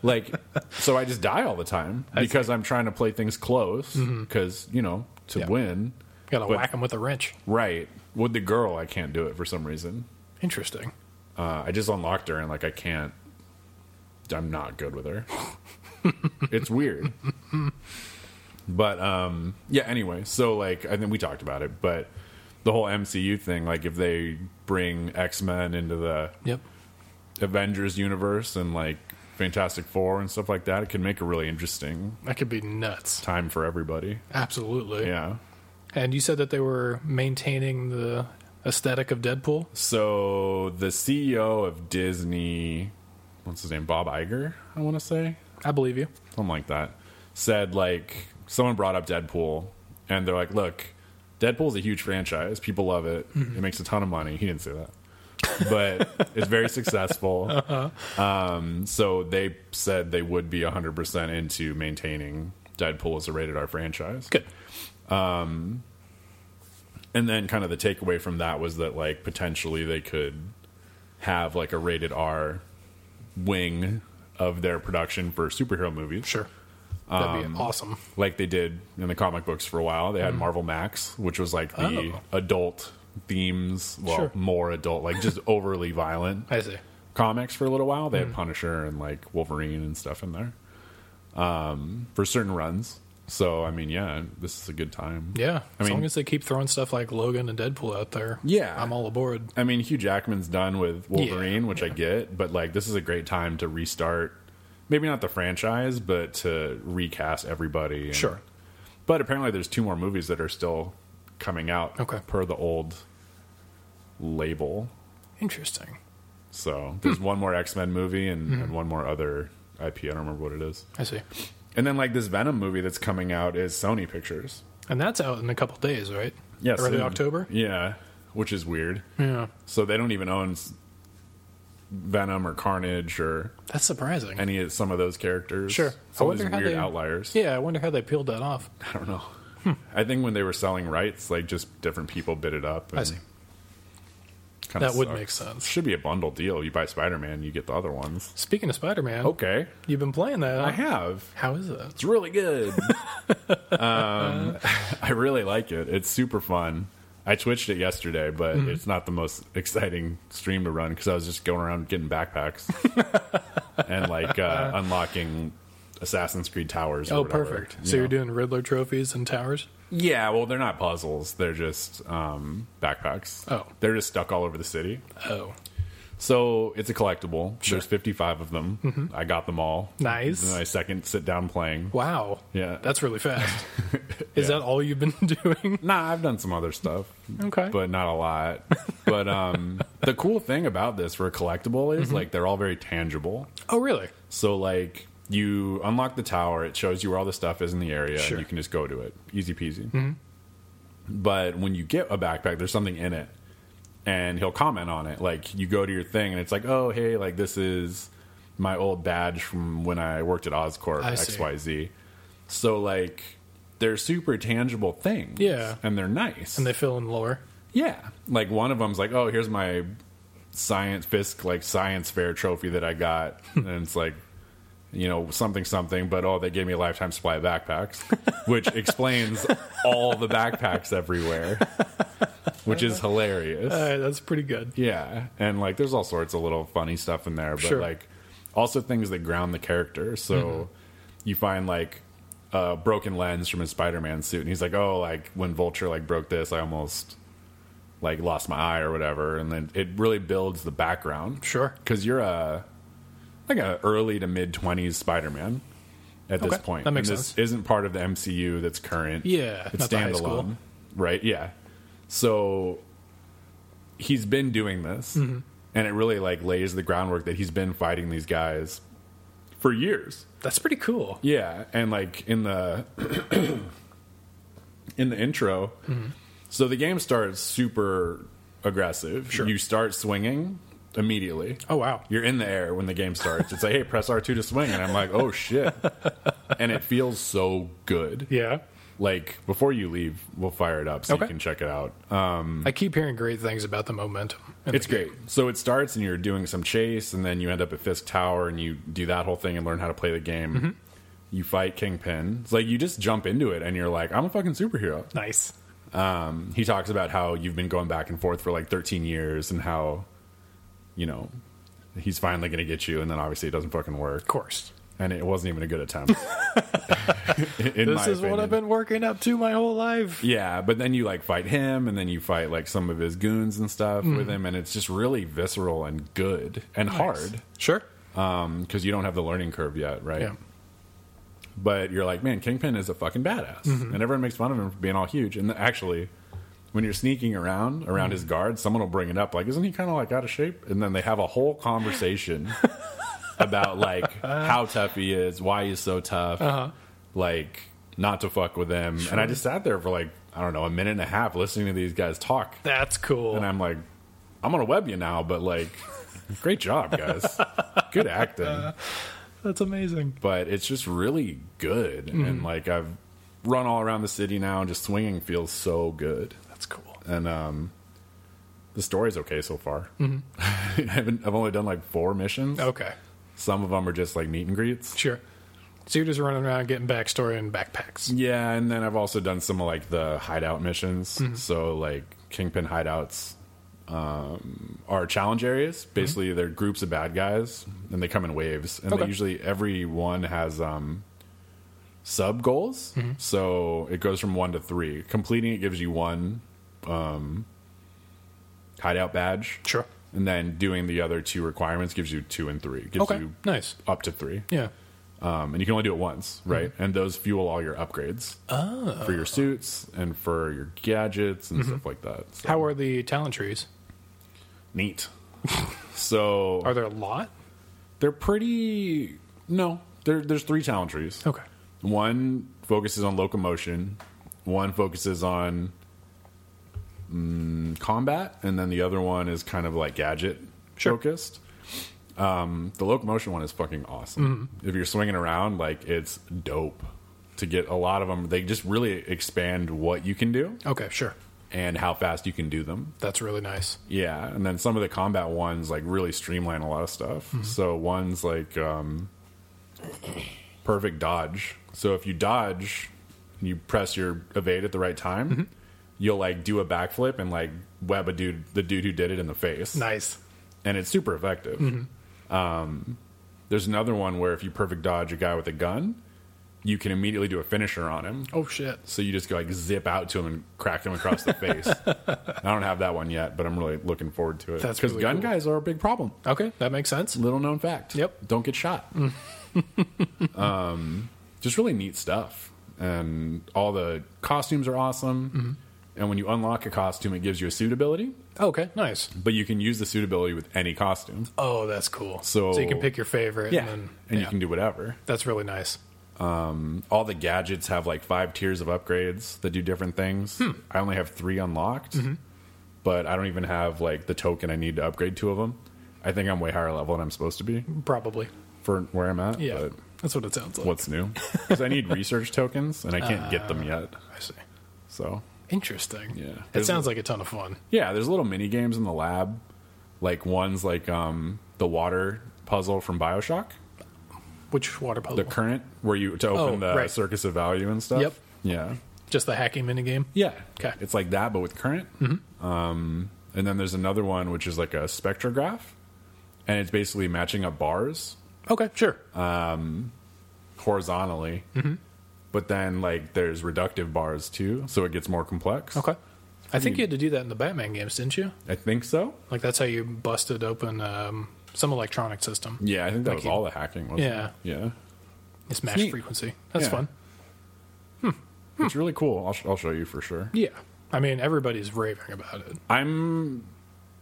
S2: Like, so I just die all the time because I'm trying to play things close because, you know, to
S1: Yeah.
S2: win.
S1: Gotta 'em
S2: But-
S1: whack them with a wrench.
S2: Right. With the girl, I can't do it for some reason.
S1: Interesting.
S2: Uh, I just unlocked her and, like, I can't. I'm not good with her. it's weird. But, um, yeah, anyway. So, like, I think we talked about it, but the whole MCU thing, like, if they bring X Men into the
S1: Yep.
S2: Avengers universe and like Fantastic Four and stuff like that, it could make a really interesting
S1: That could be nuts.
S2: time for everybody.
S1: Absolutely.
S2: Yeah.
S1: And you said that they were maintaining the aesthetic of Deadpool.
S2: So the CEO of Disney, what's his name? Bob Iger, I want to say.
S1: I believe you.
S2: something like that, said like someone brought up Deadpool, and they're like, "Look, Deadpool's a huge franchise. People love it. It makes a ton of money." He didn't say that, but it's very successful. Um, so they said they would be hundred percent into maintaining Deadpool as a rated R franchise.
S1: Good.
S2: And then, kind of the takeaway from that was that like potentially they could have like a rated R wing of their production for superhero movies.
S1: Sure. That'd
S2: Um,
S1: be awesome.
S2: like they did in the comic books for a while. They had
S1: Mm-hmm.
S2: Marvel Max, which was like the adult themes, well,
S1: Oh. Sure.
S2: more adult, like just overly violent
S1: I see.
S2: comics for a little while.
S1: Mm.
S2: They had Punisher and like Wolverine and stuff in there um, for certain runs. So, I mean, yeah, this is a good time.
S1: Yeah.
S2: I
S1: as
S2: mean-
S1: long as they keep throwing stuff like Logan and Deadpool out there.
S2: Yeah.
S1: I'm all aboard.
S2: I mean, Hugh Jackman's done with Wolverine, which I get, but like this is a great time to restart. Maybe not the franchise, but to recast everybody. and-
S1: Sure.
S2: But apparently, there's two more movies that are still coming out.
S1: Okay.
S2: Per the old label,
S1: Interesting.
S2: so
S1: Hmm.
S2: there's one more X Men movie and, and one more other IP. I don't remember what it is.
S1: I see.
S2: And then like this Venom movie that's coming out is Sony Pictures.
S1: And that's out in a couple days, right?
S2: Yes. Mm.
S1: Early October?
S2: Yeah, which is weird.
S1: Yeah.
S2: So they don't even own s- Venom or Carnage or
S1: That's surprising.
S2: any of some of those characters.
S1: Sure.
S2: Some
S1: I
S2: of these
S1: wonder how
S2: weird
S1: they-
S2: outliers.
S1: yeah, I wonder how they peeled that off.
S2: I don't know. I think when they were selling rights, like just different people bid it up. And
S1: see.
S2: kind
S1: That would make sense.
S2: Should be a bundle deal. You buy Spider Man, you get the other ones.
S1: Speaking of Spider Man,
S2: Okay,
S1: you've been playing that.
S2: Oh. I
S1: huh?
S2: have.
S1: How is that?
S2: It's really good. um, I really like it. It's super fun. I twitched it yesterday, but
S1: Mm-hmm.
S2: it's not the most exciting stream to run because I was just going around getting backpacks and like uh, unlocking Assassin's Creed towers. or
S1: Oh,
S2: whatever,
S1: perfect.
S2: you
S1: So you're
S2: know?
S1: doing Riddler trophies and towers?
S2: Yeah, well, they're not puzzles. They're just um, backpacks.
S1: Oh.
S2: They're just stuck all over the city.
S1: Oh,
S2: So it's a collectible. There's 55 of them. I got them all.
S1: Mm-hmm. Nice.
S2: This is my second sit down playing.
S1: wow.
S2: Yeah.
S1: That's really fast. Is
S2: Yeah.
S1: that all you've been doing?
S2: Nah, I've done some other stuff,
S1: Okay.
S2: but not a lot. But um, the cool thing about this for a collectible
S1: Mm-hmm.
S2: is like they're all very tangible.
S1: oh, really?
S2: So like you unlock the tower, it shows you where all the stuff is in the area,
S1: Sure. Mm-hmm.
S2: and you can just go to it, easy peasy. But when you get a backpack, there's something in it, and he'll comment on it. Like you go to your thing, and it's like, oh hey, like this is my old badge from when I worked at Oscorp
S1: I see.
S2: X Y Z. So like they're super tangible things,
S1: Yeah.
S2: and they're nice,
S1: And they fill in lore.
S2: yeah. Like one of them's like, oh, here's my science Fisk like science fair trophy that I got, and it's like, you know, something something. But oh, they gave me a lifetime supply of backpacks, which explains all the backpacks everywhere, which is hilarious.
S1: All right, Uh, that's pretty good.
S2: Yeah, and like there's all sorts of little funny stuff in there, but
S1: Sure.
S2: like also things that ground the character. So you find like a broken lens from his Spider-Man suit, and he's like, "Oh, like when Vulture like broke this, I almost like lost my eye or whatever." And then it really builds the background
S1: Sure.
S2: because you're a like a early to mid twenties Spider-Man at this
S1: Okay,
S2: point.
S1: that makes
S2: and this
S1: sense.
S2: Isn't part of the MCU that's current.
S1: Yeah,
S2: it's
S1: not the high school.
S2: standalone, right? Yeah. So he's been doing this,
S1: Mm-hmm.
S2: and it really like lays the groundwork that he's been fighting these guys for years.
S1: That's pretty cool.
S2: Yeah, and like in the in the intro,
S1: Mm-hmm.
S2: so the game starts super aggressive. Sure. You start swinging immediately
S1: Oh, wow.
S2: you're in the air when the game starts. It's like, hey, press R2 to swing. And I'm like, oh, shit. and it feels so good.
S1: Yeah.
S2: Like, before you leave, we'll fire it up so
S1: Okay.
S2: you can check it out.
S1: I keep hearing great things about the momentum. And
S2: Hmm. It's great. So it starts and you're doing some chase, and then you end up at Fisk Tower and you do that whole thing and learn how to play the game.
S1: Mm-hmm.
S2: You fight Kingpin. It's like you just jump into it and you're like, I'm a fucking superhero.
S1: nice.
S2: He talks about how you've been going back and forth for like 13 years and how, you know, he's finally going to get you. And then obviously it doesn't fucking work.
S1: Of course.
S2: and it wasn't even a good attempt. In
S1: This
S2: my
S1: is what
S2: opinion.
S1: I've been working up to my whole life.
S2: Yeah, but then you like fight him, and then you fight like some of his goons and stuff
S1: Mm.
S2: with him, and it's just really visceral and good and hard
S1: Sure.
S2: because you don't have the learning curve yet, right?
S1: Yeah.
S2: But you're like, man, Kingpin is a fucking badass, and everyone makes fun of him for being all huge. And actually, when you're sneaking around around his guards, someone will bring it up, like, isn't he kind of like out of shape? And then they have a whole conversation about like how tough he is, why he's so tough, like not to fuck with him. And I just sat there for like I don't know a minute and a half listening to these guys talk,
S1: That's cool.
S2: and I'm like, I'm gonna web you now, but like, great job, guys, good acting
S1: That's amazing.
S2: but it's just really good. And like I've run all around the city now, and just swinging feels so good.
S1: That's cool.
S2: And um, the story's okay so far. I haven't, I've only done like four missions.
S1: Okay.
S2: Some of them are just like meet and greets.
S1: Sure. So you're just running around getting backstory and backpacks.
S2: Yeah, and then I've also done some of like the hideout missions.
S1: Mm-hmm.
S2: So like Kingpin hideouts um, are challenge areas.
S1: Mm-hmm.
S2: Basically, they're groups of bad guys, and they come in waves. And
S1: Okay.
S2: they usually every one has um, sub goals.
S1: Mm-hmm.
S2: So it goes from one to three. Completing it gives you one um, hideout badge,
S1: Sure.
S2: and then doing the other two requirements gives you two and three. Gives
S1: Okay.
S2: you
S1: Nice.
S2: up to three
S1: Yeah.
S2: um, and you can only do it once, right? And those fuel all your upgrades for your suits and for your gadgets and stuff like that. So-
S1: How are the talent trees?
S2: neat. so
S1: Are there a lot?
S2: they're pretty. No, there, there's three talent trees.
S1: Okay.
S2: One focuses on locomotion. One focuses on mm, combat, and then the other one is kind of like gadget
S1: Sure.
S2: focused. Um, the locomotion one is fucking awesome. If you're swinging around, like it's dope to get a lot of them. They just really expand what you can do,
S1: Okay. Sure.
S2: and how fast you can do them.
S1: That's really nice.
S2: Yeah, and then some of the combat ones like really streamline a lot of stuff. So ones like um, perfect dodge. So if you dodge, you press your evade at the right time, you'll like do a backflip and like web a dude, the dude who did it in the face,
S1: Nice.
S2: and it's super effective. Um, there's another one where if you perfect dodge a guy with a gun, you can immediately do a finisher on him.
S1: Oh shit.
S2: So you just go like zip out to him and crack him across the face. I don't have that one yet, but I'm really looking forward to it.
S1: That's
S2: because
S1: really
S2: gun
S1: cool.
S2: guys are a big problem.
S1: Okay, that makes sense.
S2: Little known fact.
S1: Yep. Mm.
S2: Don't get shot. um, just really neat stuff, and all the costumes are awesome.
S1: Mm-hmm.
S2: And when you unlock a costume, it gives you a suitability,
S1: Okay, nice.
S2: but you can use the suitability with any costume.
S1: Oh, that's cool.
S2: So-
S1: you can pick your favorite.
S2: Yeah,
S1: and, then,
S2: and
S1: yeah.
S2: you can do whatever.
S1: That's really nice.
S2: all the gadgets have like five tiers of upgrades that do different things.
S1: Hmm.
S2: I only have three unlocked,
S1: Mm-hmm.
S2: but I don't even have like the token I need to upgrade two of them. I think I'm way higher level than I'm supposed to be
S1: Probably.
S2: for where I'm at.
S1: Yeah,
S2: But
S1: that's what it sounds like.
S2: what's new? Because I need research tokens and I can't get
S1: Uh.
S2: them yet.
S1: I see.
S2: So
S1: Interesting.
S2: Yeah.
S1: it
S2: There's-
S1: sounds like a ton of fun.
S2: yeah, there's little mini games in the lab, like ones like um, the water puzzle from Bioshock.
S1: Which water
S2: The
S1: puzzle?
S2: current where you to open
S1: Oh,
S2: the
S1: right.
S2: circus of value and stuff.
S1: Yep.
S2: Yeah.
S1: Just the hacking minigame.
S2: Yeah.
S1: Okay. Mm-hmm.
S2: It's like that, but with current. Um, and then there's another one, which is like a spectrograph. And it's basically matching up bars
S1: Okay, sure.
S2: Uh, horizontally.
S1: Mm-hmm.
S2: But then, like, there's reductive bars too. So it gets more complex.
S1: okay. I think you had to do that in the Batman games, didn't you?
S2: I think so.
S1: Like that's how you busted open um, some electronic system.
S2: Yeah. I think that was
S1: you-
S2: all the hacking was.
S1: Yeah.
S2: Yeah.
S1: It's match
S2: neat.
S1: frequency. That's
S2: Yeah.
S1: fun.
S2: It's really cool. I'll, sh- I'll show you for sure.
S1: Hmm. Yeah. I mean, everybody's raving about it.
S2: I'm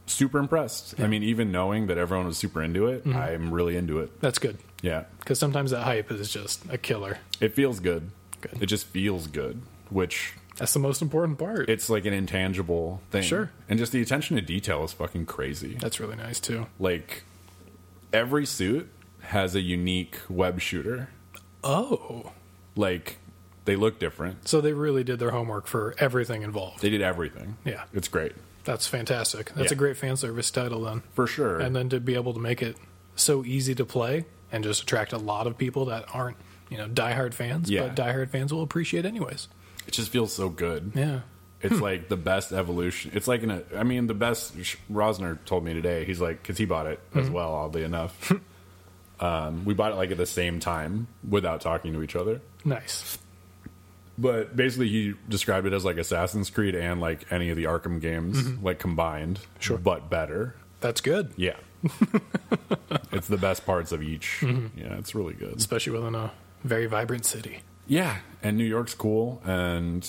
S2: super impressed. I mean, even knowing that everyone was super into it,
S1: Mm-hmm.
S2: I'm really into it.
S1: That's good
S2: Yeah.
S1: because sometimes that hype is just a killer.
S2: It feels good.
S1: Good.
S2: It just feels good, which
S1: That's the most important part.
S2: it's like an intangible thing.
S1: Sure.
S2: And just the attention to detail is fucking crazy.
S1: That's really nice too.
S2: Like every suit has a unique web shooter.
S1: Oh,
S2: Like they look different.
S1: so they really did their homework for everything involved.
S2: They did everything.
S1: Yeah,
S2: It's great.
S1: that's fantastic. That's a
S2: Yeah.
S1: great fan service title then.
S2: For sure.
S1: And then to be able to make it so easy to play and just attract a lot of people that aren't, you know, diehard fans,
S2: Yeah.
S1: but diehard fans will appreciate anyways.
S2: it just feels so good.
S1: Yeah. Hmm.
S2: It's like the best evolution. It's like an. I mean, the best. Rosner told me today. He's like, because he bought it as
S1: Hmm.
S2: well. Oddly enough, um, we bought it like at the same time without talking to each other.
S1: Nice.
S2: But basically, he described it as like Assassin's Creed and like any of the Arkham games,
S1: Mm-hmm.
S2: like combined, sure, but better.
S1: That's good.
S2: Yeah, it's the best parts of each.
S1: Mm-hmm.
S2: Yeah, it's really good.
S1: Especially within a very vibrant city.
S2: Yeah, and New York's cool, and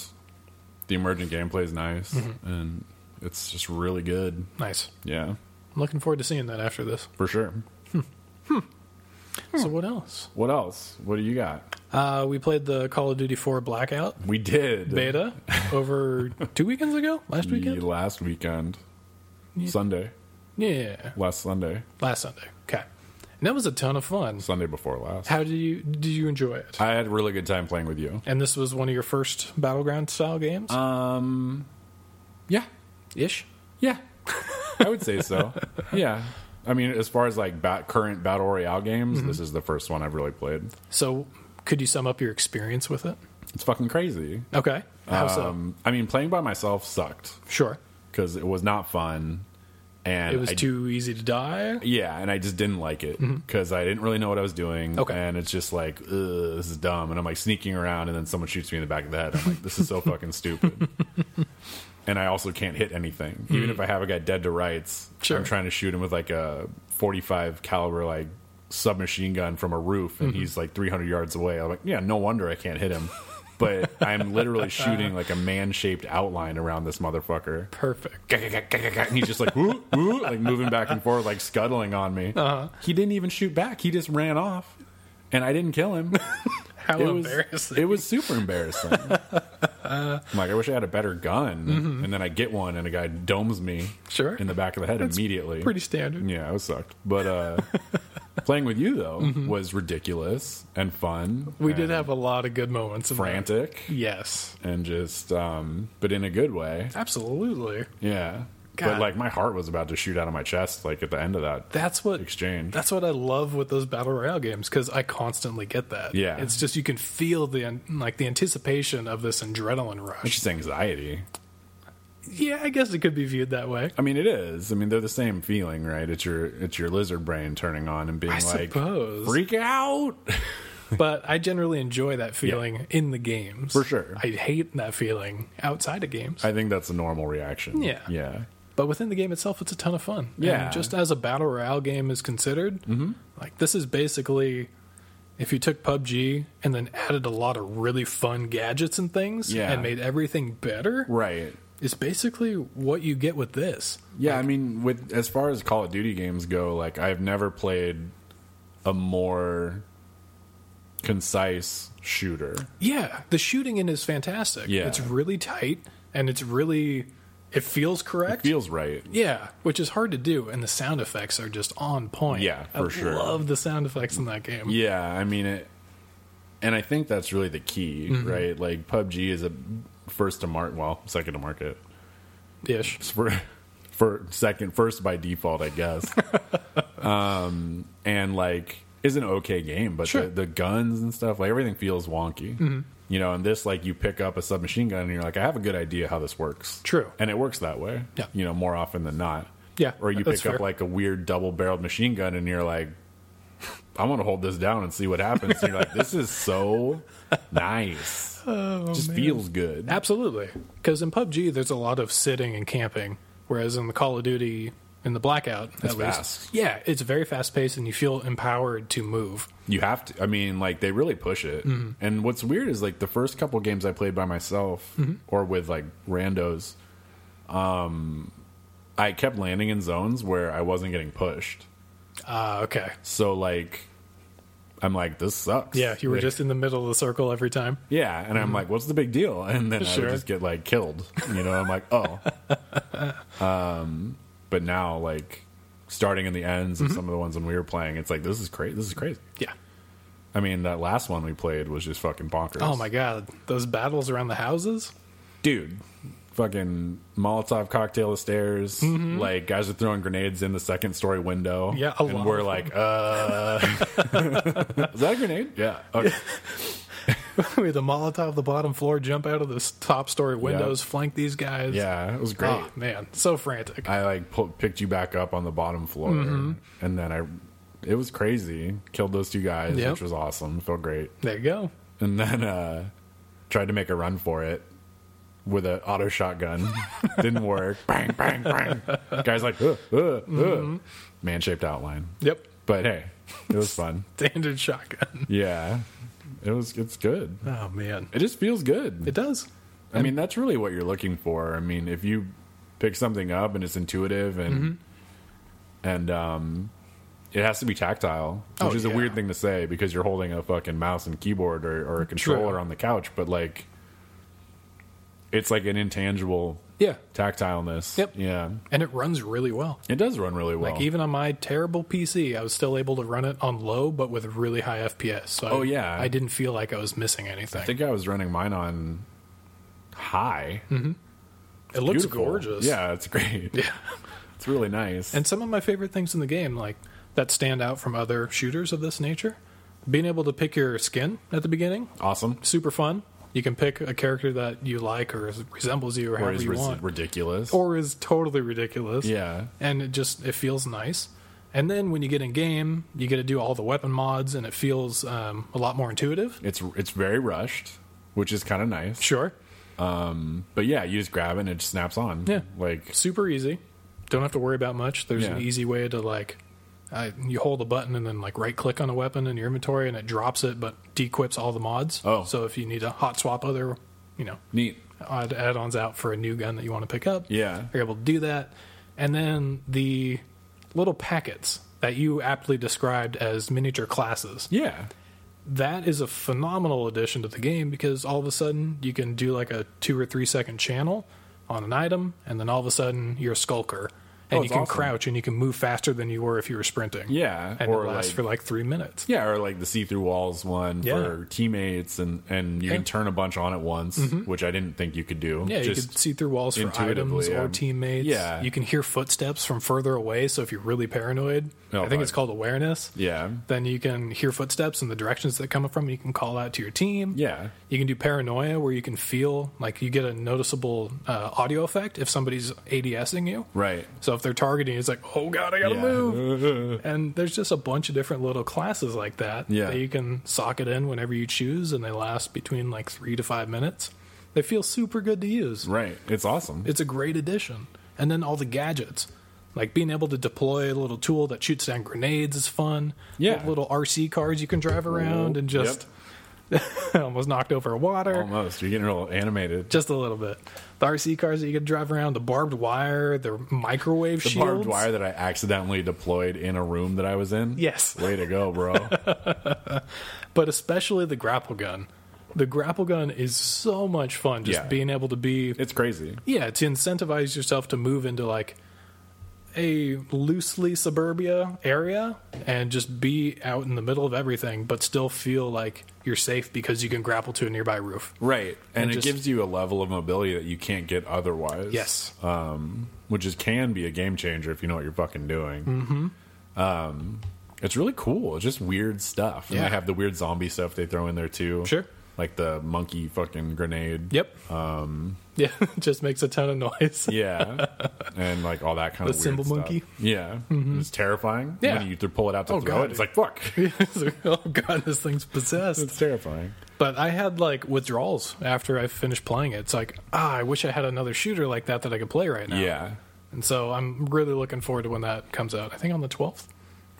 S2: the emergent gameplay is nice,
S1: Mm-hmm.
S2: and it's just really good.
S1: Nice.
S2: Yeah,
S1: I'm looking forward to seeing that after this.
S2: for sure.
S1: So what else?
S2: What else? What do you got?
S1: Uh, we played the Call of Duty 4 Blackout
S2: We did
S1: beta over two weekends ago? Last
S2: Ye-
S1: weekend?
S2: last weekend, Sunday,
S1: Yeah.
S2: last Sunday,
S1: Last Sunday. Okay. And that was a ton of fun.
S2: Sunday before last.
S1: How do you did you enjoy it?
S2: I had a really good time playing with you.
S1: And this was one of your first battleground style games?
S2: Um, Yeah,
S1: Ish.
S2: Yeah, I would say so. yeah, I mean, as far as like bat- current battle royale games,
S1: Mm-hmm.
S2: this is the first one I've really played.
S1: So, could you sum up your experience with it?
S2: It's fucking crazy.
S1: Okay. How so?
S2: Um, I mean, playing by myself sucked
S1: Sure.
S2: because it was not fun, and
S1: It was
S2: I-
S1: too easy to die.
S2: yeah, and I just didn't like it because I didn't really know what I was doing.
S1: Mm-hmm. Okay.
S2: and it's just like Ugh, this is dumb, and I'm like sneaking around, and then someone shoots me in the back of the head. I'm like, this is so fucking stupid. And I also can't hit anything, even if I have a guy dead to rights.
S1: Mm-hmm. Sure.
S2: I'm trying to shoot him with like a 45 caliber like submachine gun from a roof,
S1: Mm-hmm.
S2: and he's like 300 yards away. I'm like, yeah, no wonder I can't hit him. But I'm literally shooting like a man shaped outline around this motherfucker
S1: Perfect.
S2: and he's just like woo, woo, like moving back and forth, like scuttling on me.
S1: Uh-huh.
S2: He didn't even shoot back; he just ran off, and I didn't kill him.
S1: How
S2: It was
S1: embarrassing.
S2: it was super embarrassing. I'm like, I wish I had a better gun, and then I get one, and a guy domes me
S1: Mm-hmm. Sure.
S2: in the back of the head immediately.
S1: Pretty standard.
S2: yeah, I was sucked, but uh, Playing with you though was ridiculous and fun.
S1: Mm-hmm. We
S2: and
S1: did have a lot of good moments. in that.
S2: frantic
S1: Yes.
S2: and just um but in a good way.
S1: Absolutely.
S2: Yeah. But
S1: God.
S2: like my heart was about to shoot out of my chest like at the end of that
S1: That's what
S2: exchange.
S1: that's what I love with those battle royale games because I constantly get that.
S2: Yeah.
S1: It's just you can feel the like the anticipation of this adrenaline
S2: It's
S1: rush.
S2: just anxiety.
S1: Yeah, I guess it could be viewed that way.
S2: I mean, it is. I mean, they're the same feeling, right? It's your it's your lizard brain turning on and being
S1: I
S2: like,
S1: suppose.
S2: freak out.
S1: but I generally enjoy that feeling in the games.
S2: For sure.
S1: I hate that feeling outside of games.
S2: I think that's a normal reaction.
S1: Yeah.
S2: yeah,
S1: but within the game itself, it's a ton of fun. And
S2: Yeah. Mm-hmm.
S1: just as a battle royale game is considered, like this is basically if you took PUBG and then added a lot of really fun gadgets and things
S2: Yeah.
S1: and made everything better,
S2: right.
S1: is basically what you get with this.
S2: Yeah, I mean, with as far as Call of Duty games go, like I've never played a more concise shooter.
S1: Yeah, the shooting in is fantastic.
S2: Yeah.
S1: It's really tight and it's really it feels correct.
S2: Feels right.
S1: yeah, which is hard to do and the sound effects are just on point.
S2: Yeah, for
S1: I
S2: sure.
S1: love the sound effects in that game.
S2: Yeah, I mean it, and I think that's really the key, right? Like PUBG is a first to market, well, second to market.
S1: Ish.
S2: for for second first by default, I guess. um, and like is an okay game, but
S1: Sure. Mm-hmm.
S2: the, the guns and stuff, like everything feels wonky. You know, and this like you pick up a submachine gun and you're like, I have a good idea how this works.
S1: True.
S2: and it works that way.
S1: Yeah.
S2: you know, more often than not.
S1: Yeah,
S2: or you pick
S1: that's
S2: up
S1: fair.
S2: like a weird double-barreled machine gun and you're like. I want to hold this down and see what happens. And you're like, this is so nice.
S1: Oh,
S2: Just feels good.
S1: Absolutely. Cuz in PUBG there's a lot of sitting and camping whereas in the Call of Duty in the blackout
S2: It's
S1: at least
S2: fast.
S1: yeah it's very fast paced and you feel empowered to move
S2: You have to. I mean, like they really push it.
S1: Mm-hmm.
S2: And what's weird is like the first couple games I played by myself
S1: Mm-hmm.
S2: or with like randos, um, I kept landing in zones where I wasn't getting pushed.
S1: ah okay
S2: So like, I'm like, this sucks.
S1: yeah you were
S2: Like,
S1: just in the middle of the circle every time
S2: yeah. And I'm like, what's the big deal? And then I
S1: Sure.
S2: would just get like killed. You know, I'm like, oh. um, but now like starting in the ends
S1: Mm-hmm.
S2: of some of the ones when we were playing, it's like this is crazy. This is crazy.
S1: yeah
S2: I mean, that last one we played was just fucking bonkers.
S1: Oh my god, those battles around the houses?
S2: dude fucking molotov cocktail of stairs like guys are throwing grenades in the second story window
S1: Mm-hmm. Yeah, a
S2: and
S1: lot
S2: we're
S1: of
S2: like uh is that a grenade yeah okay.
S1: we had the Molotov, the bottom floor, jump out of the s- top story windows, flank these guys.
S2: yeah it was great
S1: Oh man, so frantic.
S2: i like pu- picked you back up on the bottom floor
S1: Mm-hmm.
S2: and then i it was crazy killed those two guys
S1: Yep.
S2: which was awesome felt great
S1: there you go.
S2: and then uh tried to make a run for it with an auto shotgun didn't work bang bang bang guys like uh, uh, uh.
S1: Mm-hmm.
S2: man-shaped outline
S1: Yep.
S2: But hey, it was fun.
S1: Standard shotgun.
S2: yeah, it was. It's good.
S1: Oh man.
S2: It just feels good.
S1: It does.
S2: I mean, that's really what you're looking for. I mean, if you pick something up and it's intuitive and
S1: Mm-hmm.
S2: and um, it has to be tactile, which
S1: Oh,
S2: is a
S1: yeah.
S2: weird thing to say because you're holding a fucking mouse and keyboard or, or a controller on the couch, but like. It's like an intangible
S1: Yeah.
S2: tactileness.
S1: Yep.
S2: Yeah.
S1: And it runs really well.
S2: It does run really well.
S1: Like even on my terrible PC, I was still able to run it on low but with really high FPS. So
S2: Oh,
S1: I,
S2: yeah.
S1: I didn't feel like I was missing anything.
S2: I think I was running mine on high.
S1: it looks
S2: beautiful.
S1: gorgeous.
S2: Yeah, it's great. Yeah. It's really nice.
S1: And some of my favorite things in the game, like that stand out from other shooters of this nature, being able to pick your skin at the beginning,
S2: awesome.
S1: super fun. You can pick a character that you like or is- resembles you or
S2: Or
S1: however
S2: is
S1: you
S2: ris-
S1: want,
S2: ridiculous.
S1: or is totally ridiculous.
S2: yeah.
S1: and it just it feels nice. And then when you get in game, you get to do all the weapon mods, and it feels um, a lot more intuitive.
S2: It's it's very rushed, which is kind of nice.
S1: Sure,
S2: But yeah, you just grab it and it just snaps on.
S1: Yeah.
S2: Like
S1: super easy. Don't have to worry about much. There's an
S2: Yeah.
S1: easy way to like, uh, you hold a button and then like right click on a weapon in your inventory, and it drops it, but dequips all the mods.
S2: Oh.
S1: so if you need to hot swap other, you know,
S2: neat.
S1: add add-ons out for a new gun that you want to pick up.
S2: Yeah.
S1: you're able to do that. And then the little packets that you aptly described as miniature classes.
S2: Yeah.
S1: That is a phenomenal addition to the game because all of a sudden you can do like a two or three second channel on an item, and then all of a sudden you're a skulker. and
S2: Oh,
S1: you
S2: it's
S1: can
S2: awesome.
S1: crouch and you can move faster than you were if you were sprinting.
S2: Yeah,
S1: and
S2: or
S1: it lasts
S2: like-
S1: for like three minutes.
S2: Yeah, or like the see-through walls one
S1: Yeah.
S2: for teammates, and and you can turn a bunch on at once, which I didn't think you could do.
S1: Mm-hmm. Yeah, you could see through walls for items
S2: intuitively,
S1: or
S2: yeah.
S1: teammates.
S2: Yeah.
S1: you can hear footsteps from further away. So if you're really paranoid,
S2: Oh,
S1: I think
S2: right.
S1: it's called awareness.
S2: yeah,
S1: Then you can hear footsteps in the directions that come from. You can call out to your team.
S2: yeah,
S1: You can do paranoia where you can feel like you get a noticeable uh, audio effect if somebody's ADSing you.
S2: right.
S1: So if they're targeting, you, it's like, oh god, I gotta
S2: Yeah.
S1: move. And there's just a bunch of different little classes like that
S2: Yeah.
S1: that you can socket in whenever you choose, and they last between like three to five minutes. They feel super good to use.
S2: Right, it's awesome.
S1: It's a great addition. And then all the gadgets, like being able to deploy a little tool that shoots down grenades is fun.
S2: Yeah.
S1: little RC cars you can drive around and
S2: Yep.
S1: just almost knocked over water.
S2: Almost, you're getting real animated.
S1: Just a little bit. The RC cars that you can drive around, the barbed wire, the microwave
S2: The
S1: shields.
S2: barbed wire that I accidentally deployed in a room that I was in.
S1: Yes.
S2: way to go, bro.
S1: but especially the grapple gun. The grapple gun is so much fun. Just
S2: Yeah.
S1: being able to be,
S2: it's crazy.
S1: yeah, to incentivize yourself to move into like a loosely suburbia area and just be out in the middle of everything, but still feel like you're safe because you can grapple to a nearby roof.
S2: Right, and,
S1: And
S2: it
S1: just-
S2: gives you a level of mobility that you can't get otherwise.
S1: Yes.
S2: Uh, which is can be a game changer if you know what you're fucking doing. Mm-hmm. Um, it's really cool. It's just weird stuff. And
S1: Yeah.
S2: they have the weird zombie stuff they throw in there too.
S1: Sure.
S2: Like the monkey fucking grenade.
S1: Yep. Um. Yeah, it just makes a ton of noise.
S2: Yeah. and like all that kind
S1: The
S2: of weird
S1: symbol
S2: stuff.
S1: monkey. Mm-hmm.
S2: Yeah. It's terrifying.
S1: Yeah.
S2: When you th- pull it out to throw
S1: God.
S2: it, it's like, fuck.
S1: oh god, this thing's possessed.
S2: It's terrifying.
S1: But I had like withdrawals after I finished playing it. It's like, ah, I wish I had another shooter like that that I could play right now.
S2: Yeah.
S1: And so I'm really looking forward to when that comes out. I think on the 12th.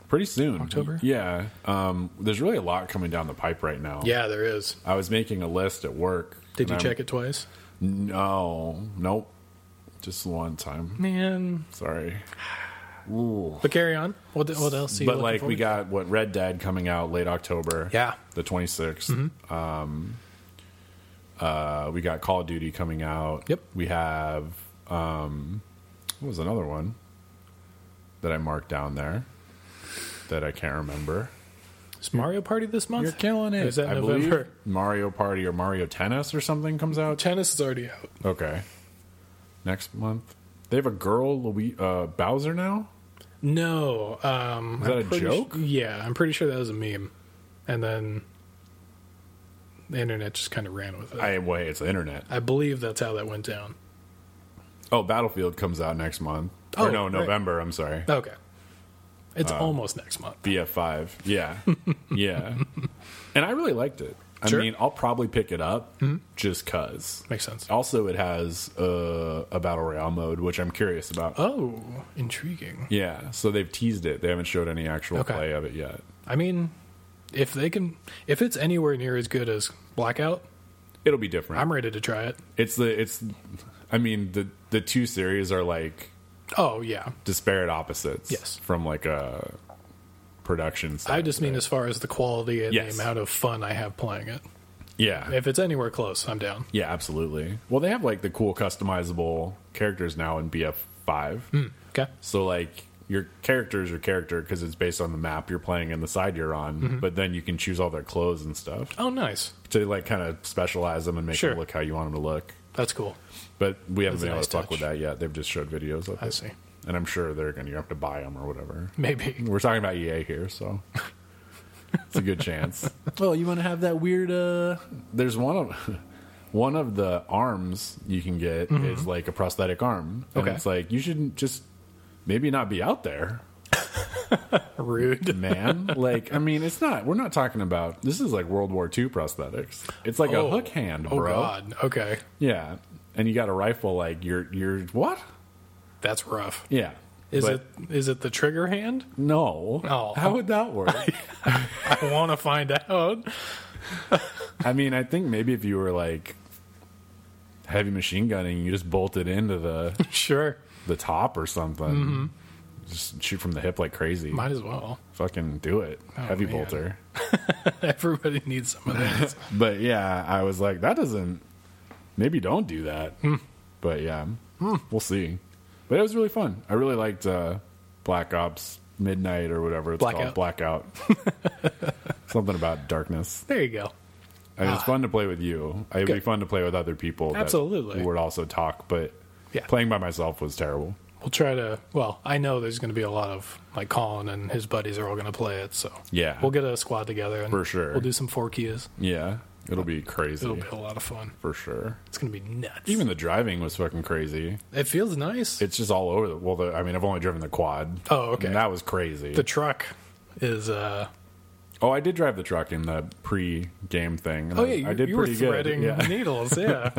S2: Pretty soon.
S1: October?
S2: Yeah. Um, there's really a lot coming down the pipe right now.
S1: Yeah, there is.
S2: I was making a list at work.
S1: Did you
S2: and I'm-
S1: check it twice?
S2: No. Nope. Just one time.
S1: Man.
S2: Sorry. Ooh.
S1: But carry on. What, what else? Are you
S2: But
S1: looking
S2: like we
S1: forward to?
S2: got what Red Dead coming out late October.
S1: Yeah. Mm-hmm.
S2: The 26th. Um uh we got Call of Duty coming out.
S1: Yep.
S2: We have um what was another one that I marked down there that I can't remember.
S1: Is Mario Party this month? Or Is that
S2: I believe
S1: November?
S2: Mario Party or Mario Tennis or something comes out.
S1: Tennis is already out.
S2: Okay. Next month. They have a girl Louis uh Bowser now?
S1: No. Um,
S2: Is that
S1: I'm
S2: a
S1: pretty
S2: joke?
S1: su- yeah, I'm pretty sure that was a meme. And then the internet just kind of ran with it.
S2: I wait, it's the internet.
S1: I believe that's how that went down.
S2: Oh, Battlefield comes out next month.
S1: Oh,
S2: or no,
S1: right.
S2: November. I'm sorry.
S1: Okay. It's
S2: Uh,
S1: almost next month.
S2: BF5. Yeah, yeah. And I really liked it. I
S1: Sure. Mm-hmm.
S2: mean, I'll probably pick it up just cause.
S1: Makes sense.
S2: Also, it has uh, a battle royale mode, which I'm curious about.
S1: Oh, intriguing.
S2: Yeah, so they've teased it. They haven't showed any actual
S1: Okay.
S2: play of it yet.
S1: I mean, if they can, if it's anywhere near as good as Blackout,
S2: It'll be different.
S1: I'm ready to try it.
S2: it's the it's. I mean, the the two series are like
S1: Oh yeah,
S2: disparate opposites.
S1: Yes.
S2: from like a production.
S1: I
S2: side.
S1: just mean as far as the quality and
S2: Yes.
S1: the amount of fun I have playing it.
S2: yeah,
S1: If it's anywhere close, I'm down.
S2: Yeah, absolutely. Well, they have like the cool customizable characters now in BF5.
S1: Okay,
S2: So like your character is your character because it's based on the map you're playing and the side you're on,
S1: Mm-hmm.
S2: but then you can choose all their clothes and stuff
S1: oh nice,
S2: to like kind of specialize them and make
S1: Sure.
S2: them look how you want them to look.
S1: that's cool.
S2: But we haven't
S1: That's a
S2: been able
S1: nice
S2: to fuck with
S1: touch.
S2: that yet. They've just showed videos of
S1: I
S2: it.
S1: see.
S2: And I'm sure they're going to have to buy them or whatever.
S1: Maybe
S2: We're talking about EA here, so it's a good chance. well, you want to have that weird. uh There's one of one of the arms you can get is like a prosthetic arm, and
S1: Mm-hmm. Okay.
S2: it's like you shouldn't just maybe not be out there,
S1: rude.
S2: man. like, I mean, it's not. We're not talking about this is like World War II prosthetics. It's like
S1: Oh.
S2: a hook hand,
S1: Oh
S2: bro.
S1: god. Okay,
S2: Yeah, and you got a rifle. Like you're you're what?
S1: that's rough.
S2: Yeah.
S1: Is
S2: But
S1: it is it the trigger hand?
S2: no?
S1: Oh.
S2: How would that work?
S1: I want to find out.
S2: I mean, I think maybe if you were like heavy machine gunning, you just bolt it into the
S1: Sure,
S2: the top or something. Just shoot from the hip like crazy.
S1: might as well.
S2: Fucking do it, heavy
S1: man.
S2: bolter.
S1: Everybody needs some of that.
S2: But yeah, I was like, that doesn't. Maybe don't do that. But yeah, we'll see. But it was really fun. I really liked uh, Black Ops Midnight or whatever it's called. Blackout. Something about darkness.
S1: There you go.
S2: I mean, it's fun to play with you. It would be
S1: Ah. Good.
S2: fun to play with other people. that
S1: Absolutely.
S2: would also talk, but
S1: Yeah.
S2: playing by myself was terrible.
S1: We'll try to. Well, I know there's going to be a lot of like Colin and his buddies are all going to play it, so
S2: Yeah.
S1: we'll get a squad together and
S2: For sure.
S1: We'll do some four keys.
S2: Yeah. It'll be crazy.
S1: It'll be a lot of fun.
S2: For sure.
S1: It's going to be nuts.
S2: Even the driving was fucking crazy.
S1: it feels nice.
S2: It's just all over. The, well, the, I mean, I've only driven the quad.
S1: Oh, okay.
S2: And that was crazy.
S1: the truck is. uh
S2: oh, I did drive the truck in the pre-game thing. and
S1: Oh
S2: I,
S1: yeah, you,
S2: I did
S1: you were
S2: pretty
S1: threading
S2: good. Yeah.
S1: needles. Yeah,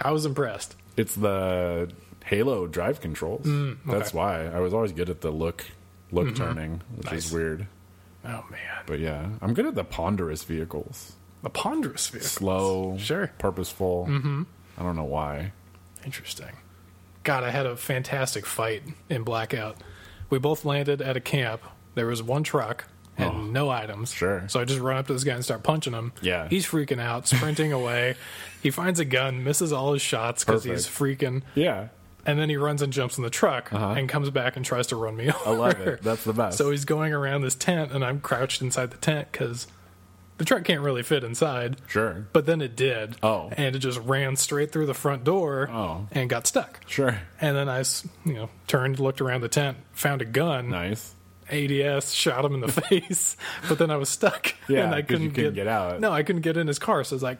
S1: I was impressed.
S2: It's the Halo drive controls.
S1: Mm,
S2: That's why I was always good at the look, look turning, which
S1: Mm-hmm. Nice.
S2: is weird.
S1: Oh man,
S2: But yeah, I'm good at the ponderous vehicles.
S1: a ponderous vehicle.
S2: Slow,
S1: Sure.
S2: purposeful. Mm-hmm. I don't know why.
S1: Interesting. God, I had a fantastic fight in Blackout. We both landed at a camp. There was one truck and no items.
S2: Oh, Sure.
S1: So I just run up to this guy and start punching him.
S2: Yeah.
S1: He's freaking out, sprinting away. He finds a gun, misses all his shots because he's freaking.
S2: Yeah,
S1: And then he runs and jumps in the truck and comes back and tries to run me over.
S2: Uh-huh. I love it. That's the best.
S1: So he's going around this tent, and I'm crouched inside the tent because the truck can't really fit inside.
S2: sure,
S1: But then it did.
S2: Oh.
S1: And it just ran straight through the front door
S2: Oh.
S1: and got stuck.
S2: sure,
S1: And then I, s- you know, turned, looked around the tent, found a gun,
S2: nice.
S1: ADS, shot him in the face. But then I was stuck.
S2: Yeah,
S1: and I
S2: 'cause you couldn't get out.
S1: No, I couldn't get in his car. So I was like,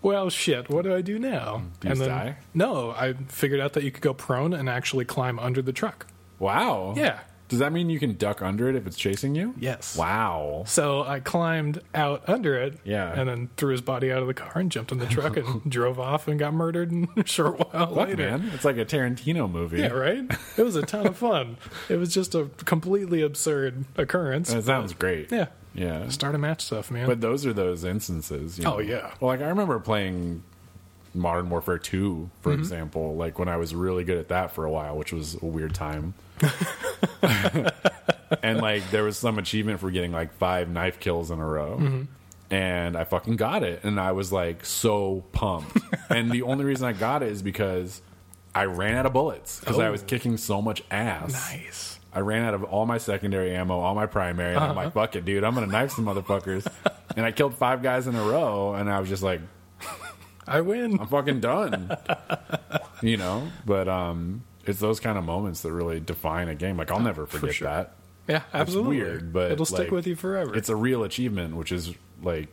S1: well, shit, what do I do now?
S2: Do you
S1: and then,
S2: die?
S1: No, I figured out that you could go prone and actually climb under the truck.
S2: Wow.
S1: Yeah.
S2: Does that mean you can duck under it if it's chasing you?
S1: Yes.
S2: Wow.
S1: So I climbed out under it,
S2: Yeah.
S1: and then threw his body out of the car and jumped in the truck and drove off and got murdered in a short while
S2: Fuck,
S1: later.
S2: man. It's like a Tarantino movie.
S1: Yeah, right. It was a ton of fun. It was just a completely absurd occurrence.
S2: That sounds great.
S1: Yeah,
S2: Yeah.
S1: start a match stuff, man.
S2: Uh, But those are those instances. You know?
S1: Oh, yeah.
S2: Well, like I remember playing Modern Warfare 2, for
S1: Mm-hmm.
S2: example, like when I was really good at that for a while, which was a weird time. and like there was some achievement for getting like five knife kills in a row.
S1: Mm-hmm.
S2: And I fucking got it. And I was like so pumped. and the only reason I got it is because I ran out of bullets because I
S1: Oh.
S2: was kicking so much ass.
S1: nice.
S2: I ran out of all my secondary ammo, all my primary, and I'm like,
S1: Uh-huh.
S2: fuck it, dude, I'm gonna knife some motherfuckers. and I killed five guys in a row, and I was just like,
S1: I win.
S2: I'm fucking done. you know? But um it's those kind of moments that really define a game. Like I'll never forget
S1: sure.
S2: that.
S1: yeah, absolutely.
S2: weird, but,
S1: it'll stick
S2: like,
S1: with you forever.
S2: It's a real achievement, which is like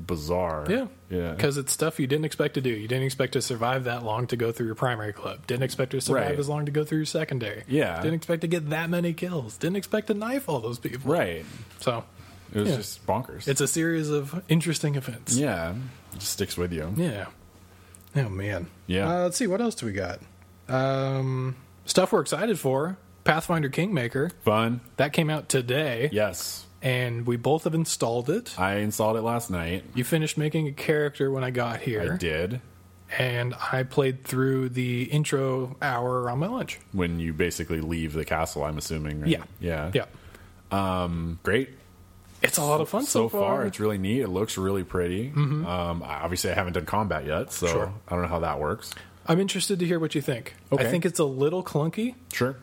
S2: bizarre.
S1: yeah,
S2: Yeah.
S1: Because it's stuff you didn't expect to do. You didn't expect to survive that long to go through your primary club. Didn't expect to survive
S2: Right.
S1: as long to go through your secondary.
S2: Yeah.
S1: Didn't expect to get that many kills. Didn't expect to knife all those people.
S2: Right.
S1: So
S2: It was
S1: Yeah.
S2: just bonkers.
S1: it's a series of interesting events.
S2: yeah. It just sticks with you.
S1: Yeah. Oh man.
S2: Yeah.
S1: Uh, let's see what else do we got. Um, stuff we're excited for. Pathfinder Kingmaker
S2: Fun.
S1: that came out today,
S2: Yes.
S1: and we both have installed it.
S2: I installed it last night.
S1: You finished making a character when I got here,
S2: I did.
S1: and I played through the intro hour on my lunch.
S2: When you basically leave the castle, I'm assuming, right?
S1: Yeah.
S2: Yeah.
S1: Yeah,
S2: Great.
S1: it's a lot of fun so, Mm-hmm.
S2: so far, it's really neat. It looks really pretty. Um, I- obviously, I haven't done combat yet, so
S1: Sure.
S2: I don't know how that works.
S1: I'm interested to hear what you think. I
S2: Okay.
S1: think it's a little clunky.
S2: Sure.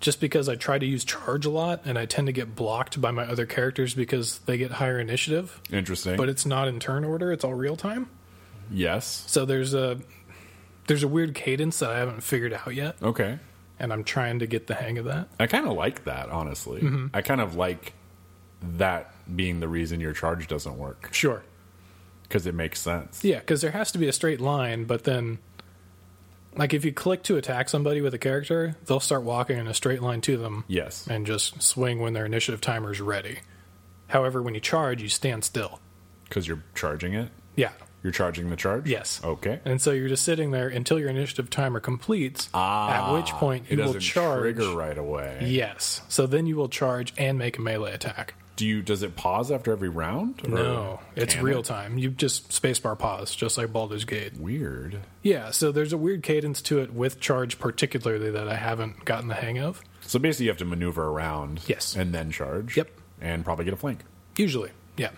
S1: just because I try to use charge a lot and I tend to get blocked by my other characters because they get higher initiative,
S2: Interesting.
S1: but it's not in turn order, it's all real time.
S2: yes.
S1: So there's a there's a weird cadence that I haven't figured out yet,
S2: Okay.
S1: and I'm trying to get the hang of that.
S2: I kind of like that, honestly.
S1: Mm-hmm.
S2: I kind of like that being the reason your charge doesn't work
S1: Sure.
S2: because it makes sense.
S1: Yeah, cuz there has to be a straight line, but then like if you click to attack somebody with a character, they'll start walking in a straight line to them
S2: Yes.
S1: and just swing when their initiative timer's ready. However, when you charge, you stand still.
S2: Because you're charging it.
S1: Yeah.
S2: You're charging the charge.
S1: Yes.
S2: Okay.
S1: And so you're just sitting there until your initiative timer completes,
S2: Ah,
S1: at which point you
S2: it
S1: will
S2: doesn't
S1: charge.
S2: trigger right away.
S1: Yes. So then you will charge and make a melee attack.
S2: Do you? Does it pause after every round? or
S1: No, it's
S2: can
S1: real
S2: it?
S1: time. You just spacebar pause, just like Baldur's Gate.
S2: Weird.
S1: Yeah, so there's a weird cadence to it with charge, particularly that I haven't gotten the hang of.
S2: So basically, you have to maneuver around.
S1: Yes.
S2: And then charge.
S1: Yep.
S2: And probably get a flank.
S1: Usually, yeah.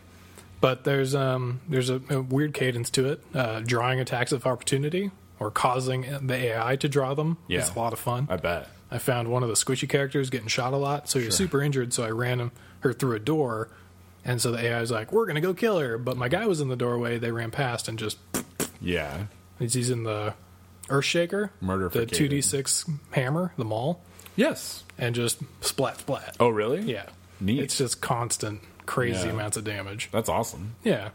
S1: But there's um there's a, a weird cadence to it, uh, drawing attacks of opportunity, or causing the AI to draw them.
S2: Yeah.
S1: It's a lot of fun.
S2: I bet.
S1: I found one of the squishy characters getting shot a lot, so he was
S2: Sure.
S1: super injured. So I ran him her through a door, and so the AI was like, "We're gonna go kill her," but my guy was in the doorway. They ran past and just
S2: Yeah.
S1: he's using the Earthshaker, the
S2: Murderificated.
S1: two d six hammer, the maul,
S2: Yes.
S1: and just splat splat.
S2: Oh, really?
S1: Yeah,
S2: Neat.
S1: It's just constant, crazy
S2: Yeah.
S1: amounts of damage.
S2: That's awesome.
S1: Yeah,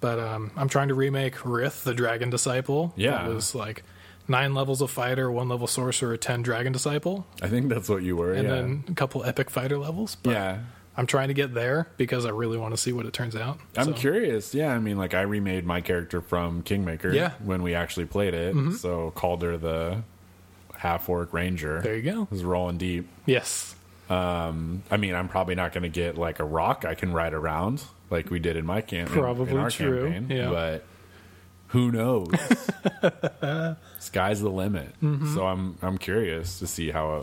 S1: but um, I'm trying to remake Rith, the Dragon Disciple.
S2: Yeah.
S1: it was like nine levels of fighter, one level sorcerer, ten Dragon Disciple,
S2: I think that's what you were.
S1: and
S2: yeah.
S1: then a couple epic fighter levels. But
S2: yeah.
S1: I'm trying to get there because I really want to see what it turns out.
S2: I'm
S1: So,
S2: curious. Yeah, I mean, like I remade my character from Kingmaker.
S1: Yeah. Mm-hmm.
S2: When we actually played it, so called her the half orc ranger.
S1: There you go.
S2: It was rolling deep.
S1: Yes.
S2: I mean, I'm probably not going to get like a rock I can ride around like we did in my camp. in-
S1: Probably
S2: in our
S1: true,
S2: Campaign,
S1: yeah.
S2: But who knows? Sky's the limit.
S1: Mm-hmm.
S2: So I'm I'm curious to see how a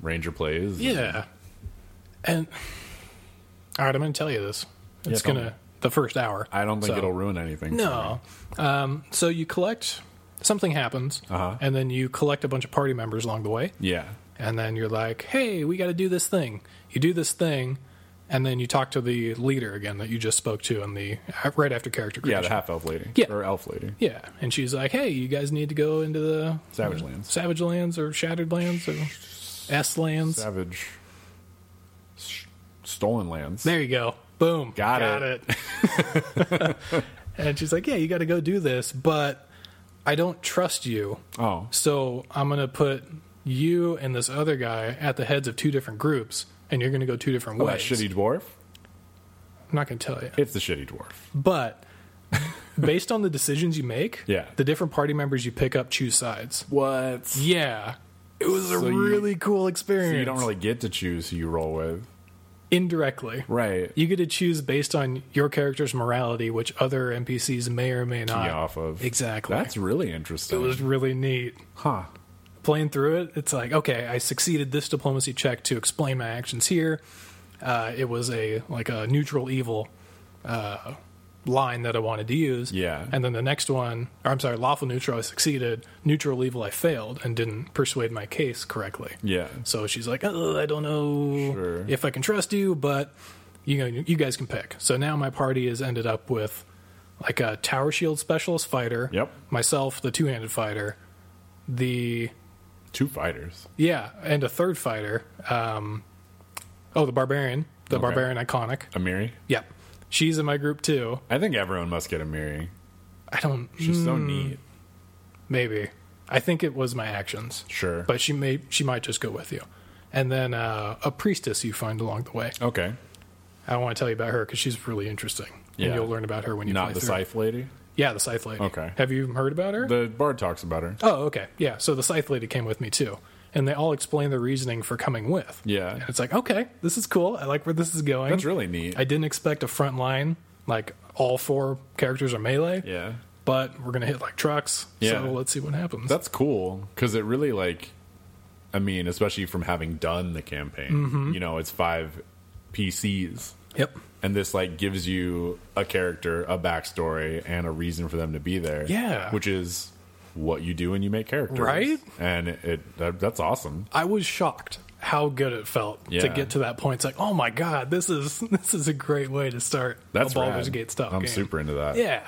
S2: ranger plays.
S1: Yeah. And all right, I'm going to tell you this. It's
S2: tell
S1: going
S2: me.
S1: to the first hour.
S2: I don't think
S1: So-
S2: it'll ruin anything.
S1: No. Um, so you collect something happens,
S2: Uh-huh.
S1: and then you collect a bunch of party members along the way,
S2: Yeah.
S1: and then you're like, "Hey, we got to do this thing." You do this thing, and then you talk to the leader again that you just spoke to in the right after character
S2: Yeah,
S1: creation.
S2: the half elf lady.
S1: Yeah.
S2: Or elf lady.
S1: Yeah, and she's like, "Hey, you guys need to go into the
S2: Savage lands.
S1: Savage Lands or Shattered Lands or S Lands."
S2: Savage. S- Stolen lands.
S1: There you go. Boom.
S2: Got
S1: it. and she's like, "Yeah, you got to go do this, but I don't trust you.
S2: Oh.
S1: So I'm going to put you and this other guy at the heads of two different groups, and you're going to go two different
S2: Oh, that
S1: ways."
S2: shitty dwarf?
S1: I'm not going to tell you,
S2: It's the shitty dwarf.
S1: but based on the decisions you make,
S2: Yeah.
S1: the different party members you pick up choose sides.
S2: What?
S1: Yeah. It was a
S2: So you-
S1: really cool experience.
S2: You don't really get to choose who you roll with.
S1: indirectly.
S2: Right.
S1: You get to choose based on your character's morality, which other NPCs may or may not.
S2: me off of.
S1: Uh, Exactly.
S2: That's really
S1: it
S2: interesting.
S1: was really neat.
S2: huh.
S1: Playing through it, it's like, okay, I succeeded this diplomacy check to explain my actions here. Uh, it was a like a neutral evil uh, line that I wanted to use.
S2: Yeah.
S1: And then the next one, or I'm sorry, lawful neutral, I succeeded. Neutral evil, I failed and didn't persuade my case correctly.
S2: Yeah.
S1: So she's like, oh, I don't know
S2: Sure.
S1: if I can trust you, but you know, you guys can pick. So now my party has ended up with like a tower shield specialist fighter,
S2: Yep.
S1: myself, the two handed fighter, the
S2: Two fighters.
S1: yeah, and a third fighter. Um, oh, the barbarian, the
S2: Okay.
S1: barbarian iconic.
S2: Amiri.
S1: Yep, she's in my group too.
S2: I think everyone must get Amiri.
S1: I don't
S2: She's so neat.
S1: maybe. I think it was my actions,
S2: Sure.
S1: but she may she might just go with you. And then uh, a priestess you find along the way.
S2: okay.
S1: I want to tell you about her because she's really interesting,
S2: Yeah.
S1: and you'll learn about her when you play
S2: Not the
S1: through.
S2: scythe lady.
S1: Yeah, the scythe lady.
S2: Okay.
S1: Have you heard about her?
S2: The bard talks about her.
S1: oh, okay. Yeah. So the scythe lady came with me too, and they all explain their reasoning for coming with.
S2: Yeah.
S1: And it's like, okay, this is cool. I like where this is going.
S2: That's really neat.
S1: I didn't expect a front line like all four characters are melee,
S2: yeah.
S1: but we're gonna hit like trucks.
S2: Yeah.
S1: So let's see what happens.
S2: That's cool because it really like, I mean, especially from having done the campaign. You know, it's five PCs,
S1: yep.
S2: and this like gives you a character, a backstory, and a reason for them to be there.
S1: Yeah.
S2: which is what you do when you make characters,
S1: Right?
S2: And it that, that's awesome.
S1: I was shocked how good it felt
S2: Yeah.
S1: to get to that point. It's like, oh my god, this is this is a great way to start
S2: That's
S1: a Baldur's
S2: rad.
S1: Gate stuff.
S2: I'm
S1: game.
S2: super into that.
S1: Yeah.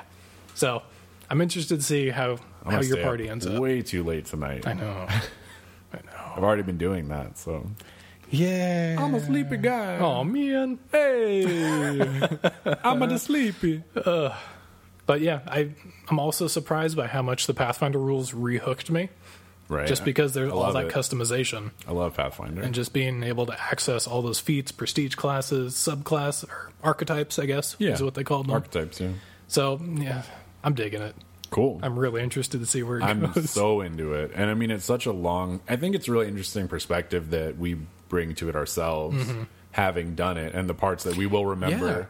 S1: So I'm interested to see how how
S2: I'm gonna
S1: your
S2: stay
S1: party
S2: up
S1: ends up.
S2: Way too late tonight.
S1: I know. I know.
S2: I've already been doing that, so
S1: Yeah.
S2: a sleepy guy.
S1: Oh man.
S2: Hey, I'm a sleepy.
S1: But yeah, I I'm also surprised by how much the Pathfinder rules rehooked me.
S2: Right.
S1: Just because there's
S2: I
S1: all
S2: love
S1: that
S2: it.
S1: customization
S2: I love Pathfinder.
S1: and just being able to access all those feats, prestige classes, subclass or archetypes, I guess
S2: Yeah.
S1: is what they called them.
S2: Archetypes, yeah.
S1: so yeah, I'm digging it.
S2: Cool.
S1: I'm really interested to see where it
S2: I'm
S1: goes.
S2: so into it. And I mean, it's such a long, I think it's a really interesting perspective that we bring to it ourselves,
S1: Mm-hmm.
S2: having done it, and the parts that we will remember.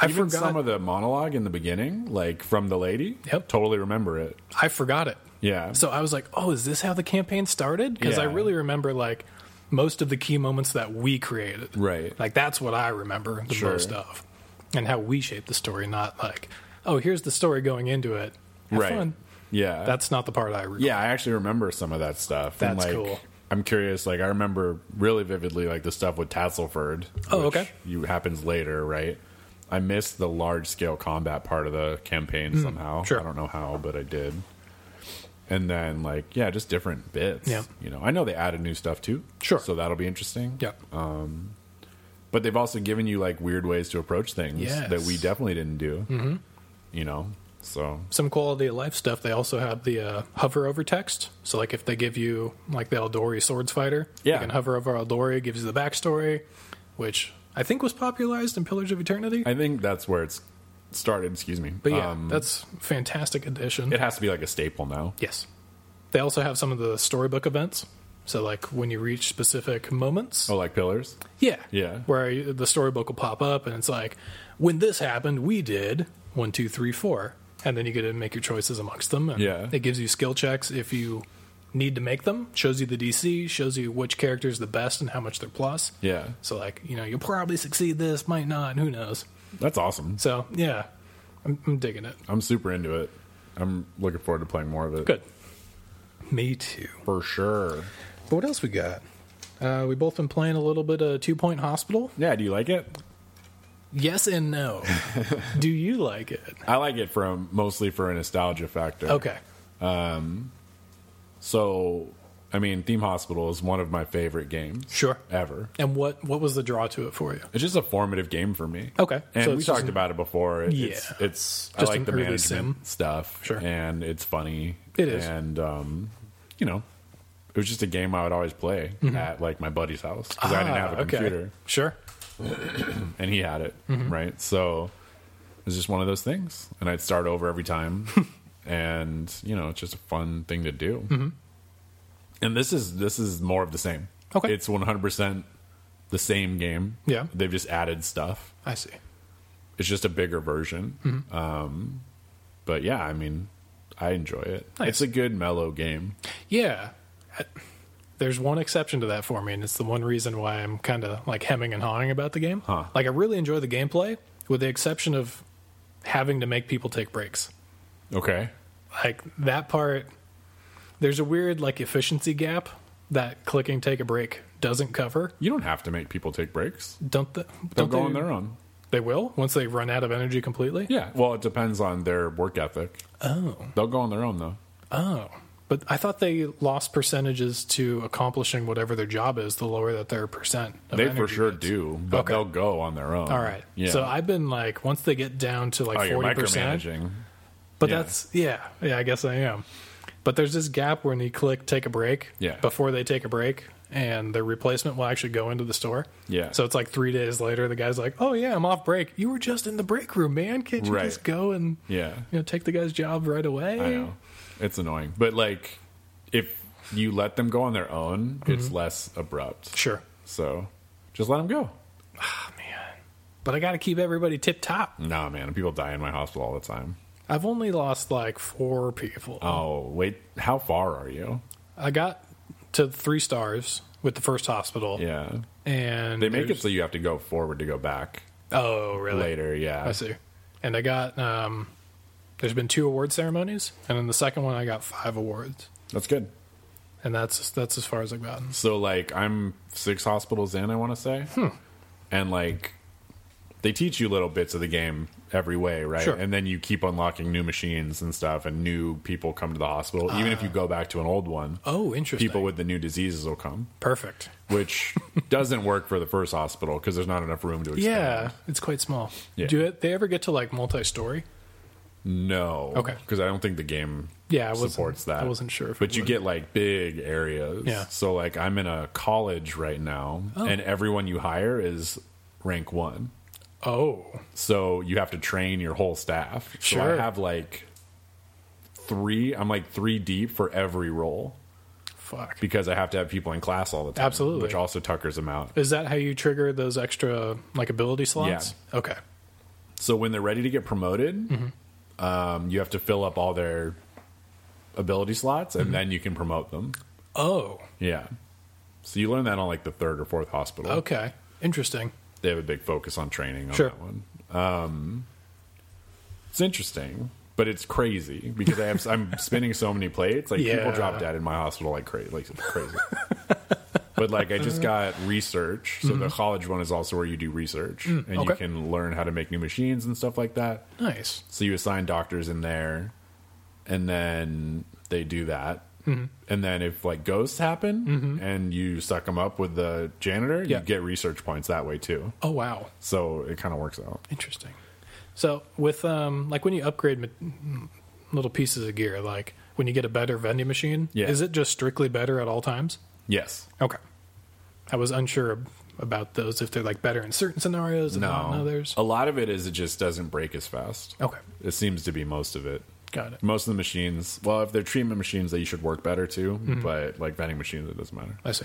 S1: I
S2: Even
S1: forgot.
S2: some of the monologue in the beginning, like from the lady,
S1: Yep.
S2: totally remember it.
S1: I forgot it.
S2: Yeah.
S1: So I was like, oh, is this how the campaign started? Because I
S2: Yeah.
S1: really remember like most of the key moments that we created.
S2: Right.
S1: Like that's what I remember the
S2: Sure.
S1: most of, and how we shaped the story. Not like, oh, here's the story going into it. Have
S2: Right.
S1: fun.
S2: Yeah.
S1: That's not the part I remember.
S2: yeah, I actually remember some of that stuff. and,
S1: That's
S2: like,
S1: cool.
S2: I'm curious. Like, I remember really vividly, like the stuff with Tasselford.
S1: Oh,
S2: which
S1: okay.
S2: You happens later, right? I missed the large scale combat part of the campaign somehow.
S1: Hmm. sure.
S2: I don't know how, but I did. And then, like, yeah, just different bits.
S1: Yeah.
S2: You know, I know they added new stuff too.
S1: Sure.
S2: So that'll be interesting.
S1: Yeah.
S2: But they've also given you like weird ways to approach things
S1: Yes.
S2: that we definitely didn't do. Mm-hmm. You know, so
S1: Some quality of life stuff. They also have the uh, hover over text. So, like, if they give you, like, the Eldori Swords Fighter,
S2: Yeah.
S1: you can hover over Eldori, it gives you the backstory, which I think was popularized in Pillars of Eternity.
S2: I think that's where it's started. Excuse me.
S1: but yeah,
S2: Um,
S1: that's fantastic addition.
S2: it has to be like a staple now.
S1: Yes. They also have some of the storybook events. So, like, when you reach specific moments.
S2: Oh, like pillars?
S1: Yeah.
S2: Yeah.
S1: Where you- the storybook will pop up and it's like, when this happened, we did one, two, three, four. And then you get to make your choices amongst them. And
S2: Yeah.
S1: It gives you skill checks if you need to make them, shows you the DC, shows you which character is the best and how much they're plus.
S2: Yeah.
S1: So, like, you know, you'll probably succeed this, might not, who knows.
S2: That's awesome.
S1: So, yeah, I'm, I'm digging it.
S2: I'm super into it. I'm looking forward to playing more of it.
S1: Good. Me too.
S2: For sure.
S1: But what else we got? Uh, we both been playing a little bit of Two Point Hospital.
S2: Yeah, do you like it?
S1: Yes and no. Do you like it?
S2: I like it from mostly for a nostalgia factor.
S1: Okay.
S2: So, I mean, Theme Hospital is one of my favorite games.
S1: Sure.
S2: Ever.
S1: And what what was the draw to it for you?
S2: It's just a formative game for me.
S1: Okay.
S2: And
S1: So
S2: we
S1: it's just
S2: talked
S1: an-
S2: about it before. It- It's,
S1: Yeah.
S2: it's I
S1: Just
S2: like
S1: an
S2: the
S1: early sim.
S2: management stuff.
S1: Sure.
S2: And it's funny.
S1: It is.
S2: And, um, you know, it was just a game I would always play at like my buddy's house because I didn't
S1: Mm-hmm. Ah,
S2: have a
S1: okay. Mm-hmm.
S2: computer.
S1: Sure.
S2: and he had it right so it was just one of those things and i'd start over every time and you know it's just a fun thing to do
S1: Mm-hmm.
S2: and this is this is more of the same
S1: Okay.
S2: it's 100% the same game
S1: Yeah.
S2: they've just added stuff
S1: I see.
S2: it's just a bigger version
S1: Mm-hmm.
S2: um but yeah i mean i enjoy it
S1: Nice.
S2: it's a good mellow game
S1: Yeah. I- There's one exception to that for me, and it's the one reason why I'm kind of like hemming and hawing about the game.
S2: Huh.
S1: Like I really enjoy the gameplay, with the exception of having to make people take breaks.
S2: okay
S1: like that part there's a weird like efficiency gap that clicking take a break doesn't cover
S2: you don't have to make people take breaks
S1: don't, th-
S2: they'll
S1: don't
S2: go
S1: they
S2: on their own
S1: they will once they run out of energy completely
S2: yeah well it depends on their work ethic
S1: oh
S2: they'll go on their own though
S1: oh but i thought they lost percentages to accomplishing whatever their job is the lower that their percent of
S2: They for
S1: energy
S2: sure
S1: is.
S2: do, but
S1: Okay.
S2: they'll go on their own.
S1: all right
S2: Yeah.
S1: so i've been like once they get down to
S2: oh,
S1: like
S2: you're
S1: 40%
S2: micromanaging.
S1: But
S2: Yeah.
S1: that's yeah, yeah. I guess I am. But there's this gap when you click take a break.
S2: Yeah.
S1: Before they take a break, and the replacement will actually go into the store.
S2: Yeah.
S1: So it's like three days later, the guy's like, "Oh yeah, I'm off break. You were just in the break room, man. Can't you
S2: Right.
S1: just go and
S2: Yeah.
S1: you know take the guy's job right away?"
S2: I know. It's annoying. But like if you let them go on their own, it's
S1: Mm-hmm.
S2: less abrupt.
S1: Sure.
S2: So just let them go.
S1: But I got to keep everybody tip top.
S2: Nah, man. People die in my hospital all the time.
S1: I've only lost like four people.
S2: Oh, wait. How far are you?
S1: I got to three stars with the first hospital,
S2: Yeah.
S1: and
S2: They make it
S1: there's-
S2: so you have to go forward to go back
S1: Oh, really?
S2: later. Yeah.
S1: I see. And I got um there's been two award ceremonies and then the second one I got five awards.
S2: That's good.
S1: And that's that's as far as I've gotten.
S2: So like I'm six hospitals in, I want to say,
S1: Hmm.
S2: and like they teach you little bits of the game every way, right?
S1: Sure.
S2: And then you keep unlocking new machines and stuff, and new people come to the hospital. Even if you go back to an old one,
S1: Oh, interesting.
S2: people with the new diseases will come,
S1: perfect.
S2: which doesn't work for the first hospital because there's not enough room to expand.
S1: Yeah, it's quite small.
S2: Yeah.
S1: Do it, they ever get to like multi-story?
S2: No.
S1: Okay.
S2: Because I don't think the game
S1: Yeah, I wasn't-
S2: supports that.
S1: I wasn't sure if
S2: but
S1: it
S2: you
S1: would.
S2: get like big areas.
S1: Yeah.
S2: So like I'm in a college right now, and everyone you hire is rank one.
S1: Oh,
S2: So you have to train your whole staff. So
S1: Sure.
S2: I have like three. I'm like three deep for every role
S1: fuck.
S2: because I have to have people in class all the time.
S1: Absolutely.
S2: Which also tuckers them out.
S1: Is that how you trigger those extra like ability slots? Okay.
S2: So when they're ready to get promoted,
S1: Mm-hmm.
S2: um, you have to fill up all their ability slots,
S1: Mm-hmm.
S2: and then you can promote them.
S1: Oh,
S2: Yeah. So you learn that on like the third or fourth hospital.
S1: okay. Interesting.
S2: They have a big focus on training on
S1: Sure.
S2: that one. Um, it's interesting. But it's crazy because I have I'm spinning so many plates. Like
S1: Yeah.
S2: people drop dead in my hospital like crazy, like crazy. but like I just got research. So the college one is also where you do research and
S1: Mm-hmm. Mm, okay.
S2: you can learn how to make new machines and stuff like that.
S1: Nice.
S2: So you assign doctors in there, and then they do that.
S1: Mm-hmm.
S2: And then if like ghosts happen and you suck them up with the janitor,
S1: Yeah.
S2: you get research points that way too.
S1: Oh wow.
S2: So it kind of works out.
S1: Interesting. So with um, like when you upgrade ma- little pieces of gear, like when you get a better vending machine,
S2: Yeah.
S1: is it just strictly better at all times?
S2: Yes.
S1: Okay. I was unsure ab- about those if they're like better in certain scenarios and not in
S2: No.
S1: others.
S2: A lot of it is it just doesn't break as fast.
S1: Okay,
S2: It seems to be most of it.
S1: got it.
S2: Most of the machines, well, if they're treatment machines, they should work better too.
S1: Mm-hmm.
S2: But like vending machines, it doesn't matter.
S1: I see.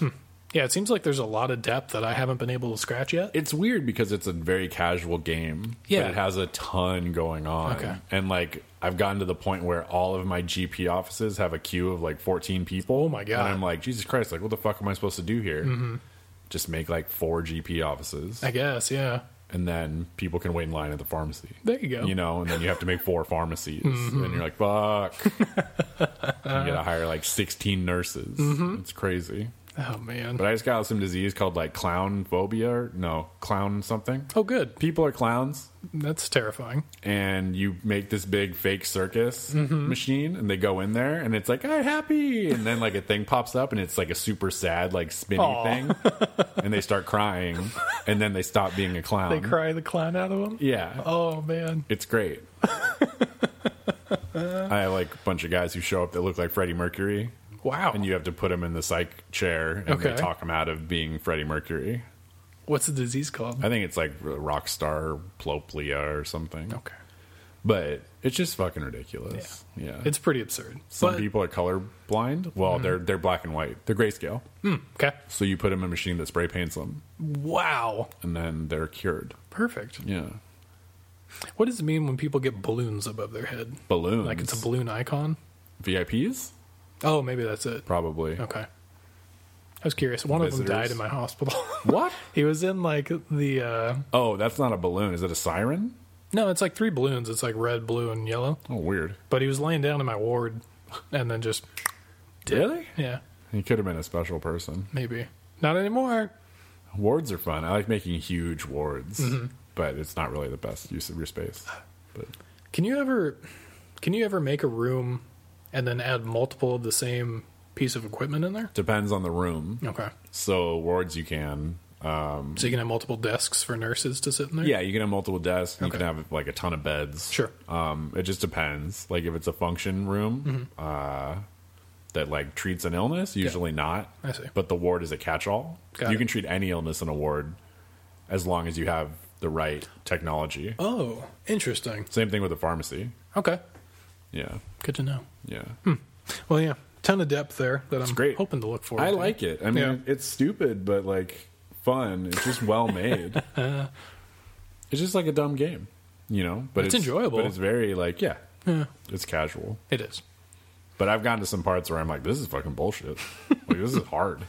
S1: Hmm. Yeah, it seems like there's a lot of depth that I haven't been able to scratch yet.
S2: it's weird because it's a very casual game.
S1: Yeah.
S2: But it has a ton going on.
S1: Okay.
S2: And like I've gotten to the point where all of my GP offices have a queue of like 14 people.
S1: Oh my God. Mm-hmm.
S2: And I'm like, Jesus Christ, like what the fuck am I supposed to do here? Just make like four GP offices
S1: I guess, yeah.
S2: and then people can wait in line at the pharmacy.
S1: There you go.
S2: You know, and then you have to make four pharmacies,
S1: Mm-hmm.
S2: and you're like, "Fuck!" And you gotta hire like 16 nurses.
S1: Mm-hmm.
S2: It's crazy.
S1: oh man.
S2: But I just got some disease called like clown phobia, or no, clown something
S1: oh good.
S2: people are clowns
S1: That's terrifying.
S2: and you make this big fake circus
S1: Mm-hmm.
S2: machine and they go in there and it's like i'm happy and then like a thing pops up and it's like a super sad like spinny
S1: Aw.
S2: thing and they start crying and then they stop being a clown
S1: They cry the clown out of them.
S2: yeah
S1: Oh man.
S2: it's great i have like a bunch of guys who show up that look like freddie mercury
S1: Wow.
S2: and you have to put them in the psych chair and
S1: Okay.
S2: they talk them out of being freddie mercury
S1: What's the disease called?
S2: i think it's like rock star ploplia or something
S1: Okay.
S2: but it's just fucking ridiculous. Yeah,
S1: It's pretty absurd.
S2: some
S1: But- Mm-hmm.
S2: people are colorblind. Well, they're they're black and white. They're grayscale.
S1: Okay.
S2: So you put them in a machine that spray paints them,
S1: Wow.
S2: and then they're cured.
S1: Perfect.
S2: Yeah,
S1: What does it mean when people get balloons above their head?
S2: balloons.
S1: Like it's a balloon icon?
S2: VIPs
S1: Oh, maybe that's it.
S2: probably.
S1: Okay. I was curious. One of
S2: Visitors.
S1: them died in my hospital.
S2: What?
S1: he was in like the uh
S2: Oh, that's not a balloon. Is it a siren?
S1: no, it's like three balloons. It's like red, blue, and yellow.
S2: Oh, weird.
S1: But he was laying down in my ward and then just
S2: Really?
S1: yeah,
S2: He could have been a special person.
S1: maybe. Not anymore.
S2: Wards are fun. I like making huge wards,
S1: Mm-hmm.
S2: but it's not really the best use of your space. But
S1: Can you ever can you ever make a room and then add multiple of the same piece of equipment in there?
S2: depends on the room.
S1: Okay.
S2: So wards you can.
S1: So you can have multiple desks for nurses to sit in there?
S2: Yeah, you can have multiple desks. and You
S1: Okay.
S2: can have like a ton of beds.
S1: Sure.
S2: Um, it just depends. Like if it's a function
S1: Mm-hmm.
S2: room uh, that like treats an illness, usually not.
S1: I see.
S2: But the ward is a catch-all.
S1: Got
S2: you
S1: it.
S2: can treat any illness in a ward as long as you have the right technology.
S1: Oh, interesting.
S2: Same thing with the pharmacy.
S1: Okay.
S2: Yeah,
S1: Good to know.
S2: yeah.
S1: Well, yeah, ton of depth there that I'm
S2: great.
S1: hoping to look for.
S2: I like it. I mean,
S1: Yeah.
S2: it's stupid, but like fun. It's just well made. it's just like a dumb game, you know. But
S1: It's enjoyable.
S2: But it's very like yeah,
S1: Yeah,
S2: it's casual.
S1: it is.
S2: But I've gotten to some parts where I'm like, this is fucking bullshit. Like, this is hard.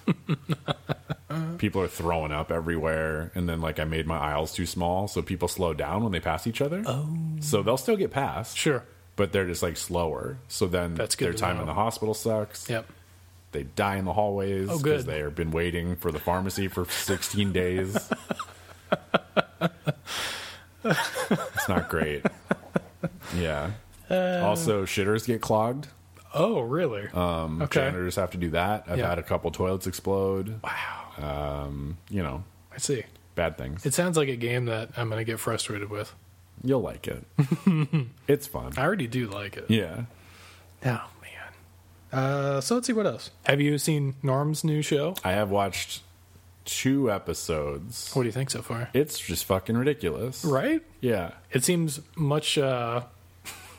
S2: people are throwing up everywhere. And then, like, I made my aisles too small. So people slow down when they pass each other. Oh. So they'll still get past.
S1: Sure.
S2: But they're just, like, slower. So then
S1: That's good
S2: their
S1: to
S2: time
S1: know.
S2: in the hospital sucks.
S1: Yep.
S2: They die in the hallways
S1: Oh, good.
S2: they have been waiting for the pharmacy for 16 days. it's not great. Yeah.
S1: Uh,
S2: also, shitters get clogged.
S1: Oh, really? Um, okay.
S2: Janitors have to do that. I've
S1: Yeah.
S2: had a couple toilets explode.
S1: Wow.
S2: Um, you know,
S1: I see.
S2: bad things.
S1: It sounds like a game that I'm going to get frustrated with.
S2: You'll like it. it's fun.
S1: I already do like it.
S2: Yeah.
S1: Oh man. Uh, so let's see what else. Have you seen Norm's new show?
S2: I have watched two episodes.
S1: What do you think so far?
S2: It's just fucking ridiculous.
S1: Oh, Right?
S2: Yeah.
S1: It seems much uh,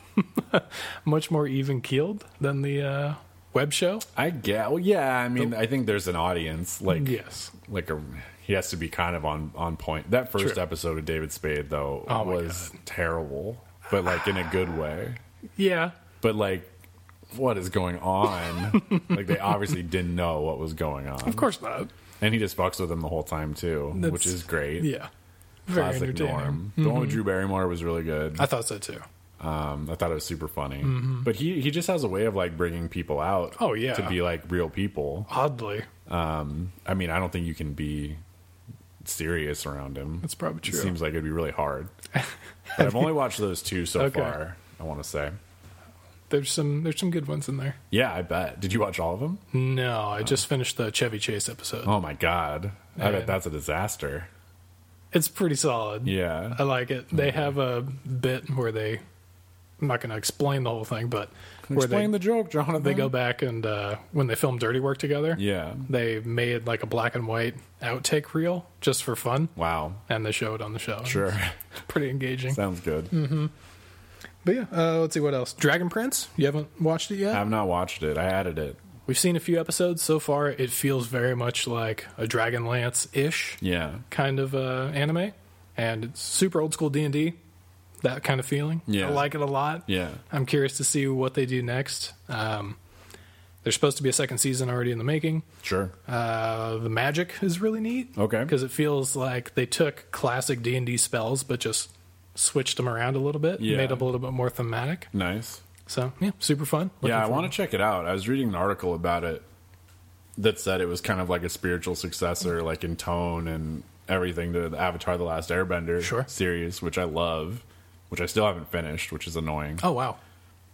S1: much more even keeled than the uh, web show.
S2: I get. Well, yeah. I mean, I think there's an audience. Like,
S1: Yes.
S2: like a he has to be kind of on on point. That first
S1: True.
S2: episode of David Spade though
S1: Oh, my
S2: was terrible, but like in a good way.
S1: Yeah.
S2: But like. What is going on? like they obviously didn't know what was going on.
S1: Of course not.
S2: And he just fucks with them the whole time too,
S1: That's-
S2: which is great.
S1: Yeah. Very
S2: Classic
S1: entertaining. Mm-hmm.
S2: norm. The one with Drew Barrymore was really good.
S1: I thought so too.
S2: Um, I thought it was super funny, but he he just has a way of like bringing people out.
S1: Oh, yeah.
S2: to be like real people.
S1: Oddly,
S2: Um, I mean, I don't think you can be serious around him.
S1: That's probably
S2: It
S1: true.
S2: seems like it'd be really hard. But I've only watched those two so
S1: Okay.
S2: far. I want to say,
S1: there's some there's some good ones in there.
S2: yeah, I bet. Did you watch all of them?
S1: No, I just finished the Chevy Chase episode.
S2: Uh. Oh my god, I
S1: Yeah.
S2: bet that's a disaster.
S1: It's pretty solid.
S2: Yeah, Mm-hmm.
S1: I like it. They have a bit where they. I'm not going to explain the whole thing, but where they,
S2: explain the joke, Jonathan.
S1: they go back and uh, when they film Dirty Work together,
S2: Yeah.
S1: they made like a black and white outtake reel just for fun,
S2: Wow.
S1: and they show it on the show.
S2: Sure.
S1: It's pretty engaging.
S2: Sounds good.
S1: Mm-hmm. But yeah, uh, let's see what else. Dragon Prince. You haven't watched it yet.
S2: I've not watched it. I added it.
S1: Uh, We've seen a few episodes so far. It feels very much like a Dragonlance ish
S2: Yeah.
S1: kind of uh, anime, and it's super old school D and D. That kind of feeling.
S2: Yeah.
S1: I like it a lot.
S2: Yeah.
S1: I'm curious to see what they do next. Um, there's supposed to be a second season already in the making.
S2: Sure.
S1: Uh, the magic is really neat.
S2: Okay.
S1: because it feels like they took classic D and D spells, but just switched them around a little bit,
S2: Yeah.
S1: made them a little bit more thematic.
S2: Nice.
S1: So yeah, super fun.
S2: yeah, I
S1: Looking
S2: want to check it out. I was reading an article about it that said it was kind of like a spiritual successor, like in tone and everything to the Avatar: The Last Airbender
S1: Sure.
S2: series, which I love, which I still haven't finished, which is annoying.
S1: forward. Oh wow,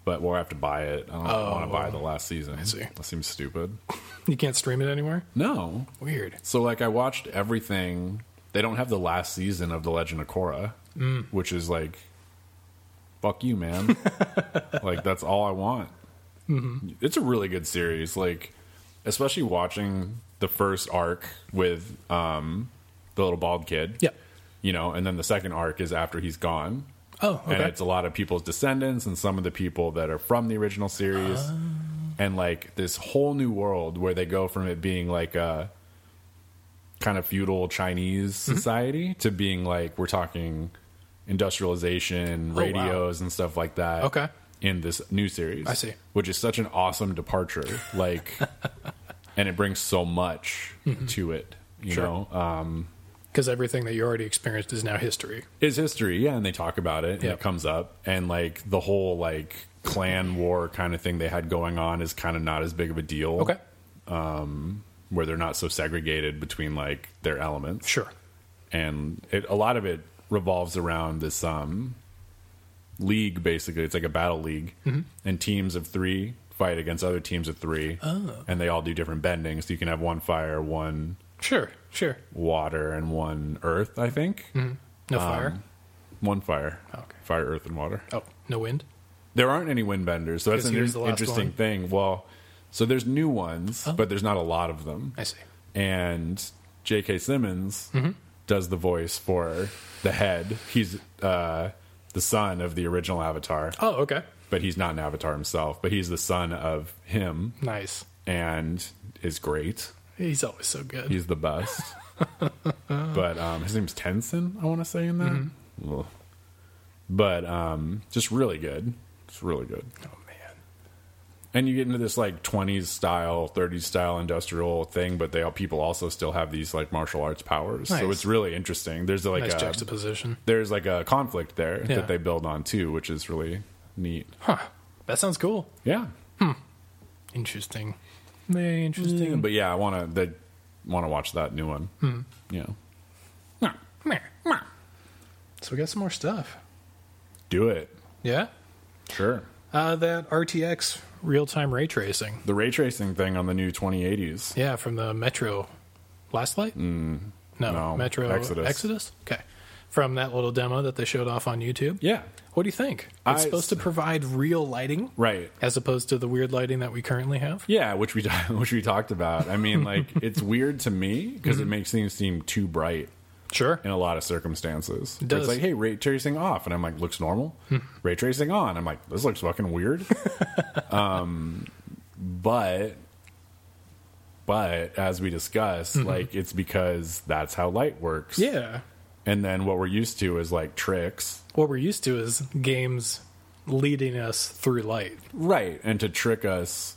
S2: But we'll have to buy it. I don't want
S1: Oh.
S2: to buy the last season. I
S1: see.
S2: That seems stupid.
S1: you can't stream it anywhere.
S2: No.
S1: Weird.
S2: So like I watched everything. They don't have the last season of The Legend of Korra, which is like, fuck you, man. like that's all I want. It's a really good series. Like, especially watching the first arc with um the little bald kid.
S1: Yeah.
S2: You know, and then the second arc is after he's gone.
S1: Oh
S2: And
S1: okay.
S2: it's a lot of people's descendants and some of the people that are from the original series.
S1: Ah.
S2: And like this whole new world where they go from it being like a kind of feudal Chinese
S1: Mm-hmm.
S2: society to being like we're talking industrialization,
S1: Oh, wow.
S2: radios and stuff like that.
S1: Okay.
S2: In this new series.
S1: I see.
S2: Which is such an awesome departure. Like and it brings so much to it. You
S1: Mm-hmm. Sure.
S2: know? Um
S1: Because everything that you already experienced is now history.
S2: is history, yeah, and they talk about it and
S1: Yeah.
S2: it comes up and like the whole like clan war kind of thing they had going on is kind of not as big of a deal.
S1: Okay.
S2: Where they're not so segregated between like their elements.
S1: Sure.
S2: And it a lot of it revolves around this um league basically. It's like a battle league
S1: Mm-hmm.
S2: and teams of 3 fight against other teams of 3
S1: Oh.
S2: and they all do different bendings. So you can have one fire, one
S1: Sure. Sure.
S2: water and one earth, I think.
S1: No
S2: Um,
S1: fire.
S2: One fire.
S1: Mm-hmm. Okay.
S2: Fire, earth and water.
S1: Oh, no wind.
S2: There aren't any windbenders, so that's
S1: 'Cause
S2: an
S1: he was the last
S2: interesting
S1: one.
S2: thing. Well, so there's new ones, but there's not a lot of them.
S1: I see.
S2: And J.K. Simmons
S1: Mm-hmm.
S2: does the voice for the head. He's uh, the son of the original Avatar,
S1: Oh okay.
S2: but he's not an Avatar himself. But he's the son of him,
S1: Nice.
S2: and is great.
S1: He's always so good.
S2: He's the best. but um, his name's Tenson, I want to say in that.
S1: Mm-hmm.
S2: Ugh. But um, just really good. It's really good.
S1: oh man.
S2: and you get into this like 20s style 30s style industrial thing but they all people also still have these like martial arts powers so
S1: Nice.
S2: it's really interesting there's like
S1: Nice
S2: a
S1: juxtaposition.
S2: there's like a conflict there
S1: Yeah.
S2: that they build on too which is really neat
S1: Huh. That sounds cool.
S2: yeah
S1: Interesting. Very interesting.
S2: but yeah i want to they want to watch that new one
S1: Hmm.
S2: yeah
S1: So we got some more stuff.
S2: do it
S1: Yeah.
S2: sure
S1: Uh, that RTX real time ray tracing.
S2: the ray tracing thing on the new 2080s
S1: Yeah, from the Metro Last Light? Mm, no,
S2: no,
S1: Metro
S2: Exodus.
S1: Exodus. Okay. From that little demo that they showed off on YouTube.
S2: yeah
S1: What do you think? It's
S2: I-
S1: supposed to provide real lighting
S2: right
S1: as opposed to the weird lighting that we currently have.
S2: Yeah, which we which we talked about. I mean, like it's weird to me because
S1: Mm-hmm.
S2: it makes things seem too bright
S1: Sure.
S2: in a lot of circumstances. Where
S1: does. Hmm.
S2: It's like, hey, ray tracing off, and I'm like, looks normal. ray tracing on, I'm like, this looks fucking weird. um, but but as we discussed, like it's because that's how light works.
S1: Mm-hmm. Yeah.
S2: And then what we're used to is like tricks,
S1: What we're used to is games leading us through light.
S2: right? And to trick us.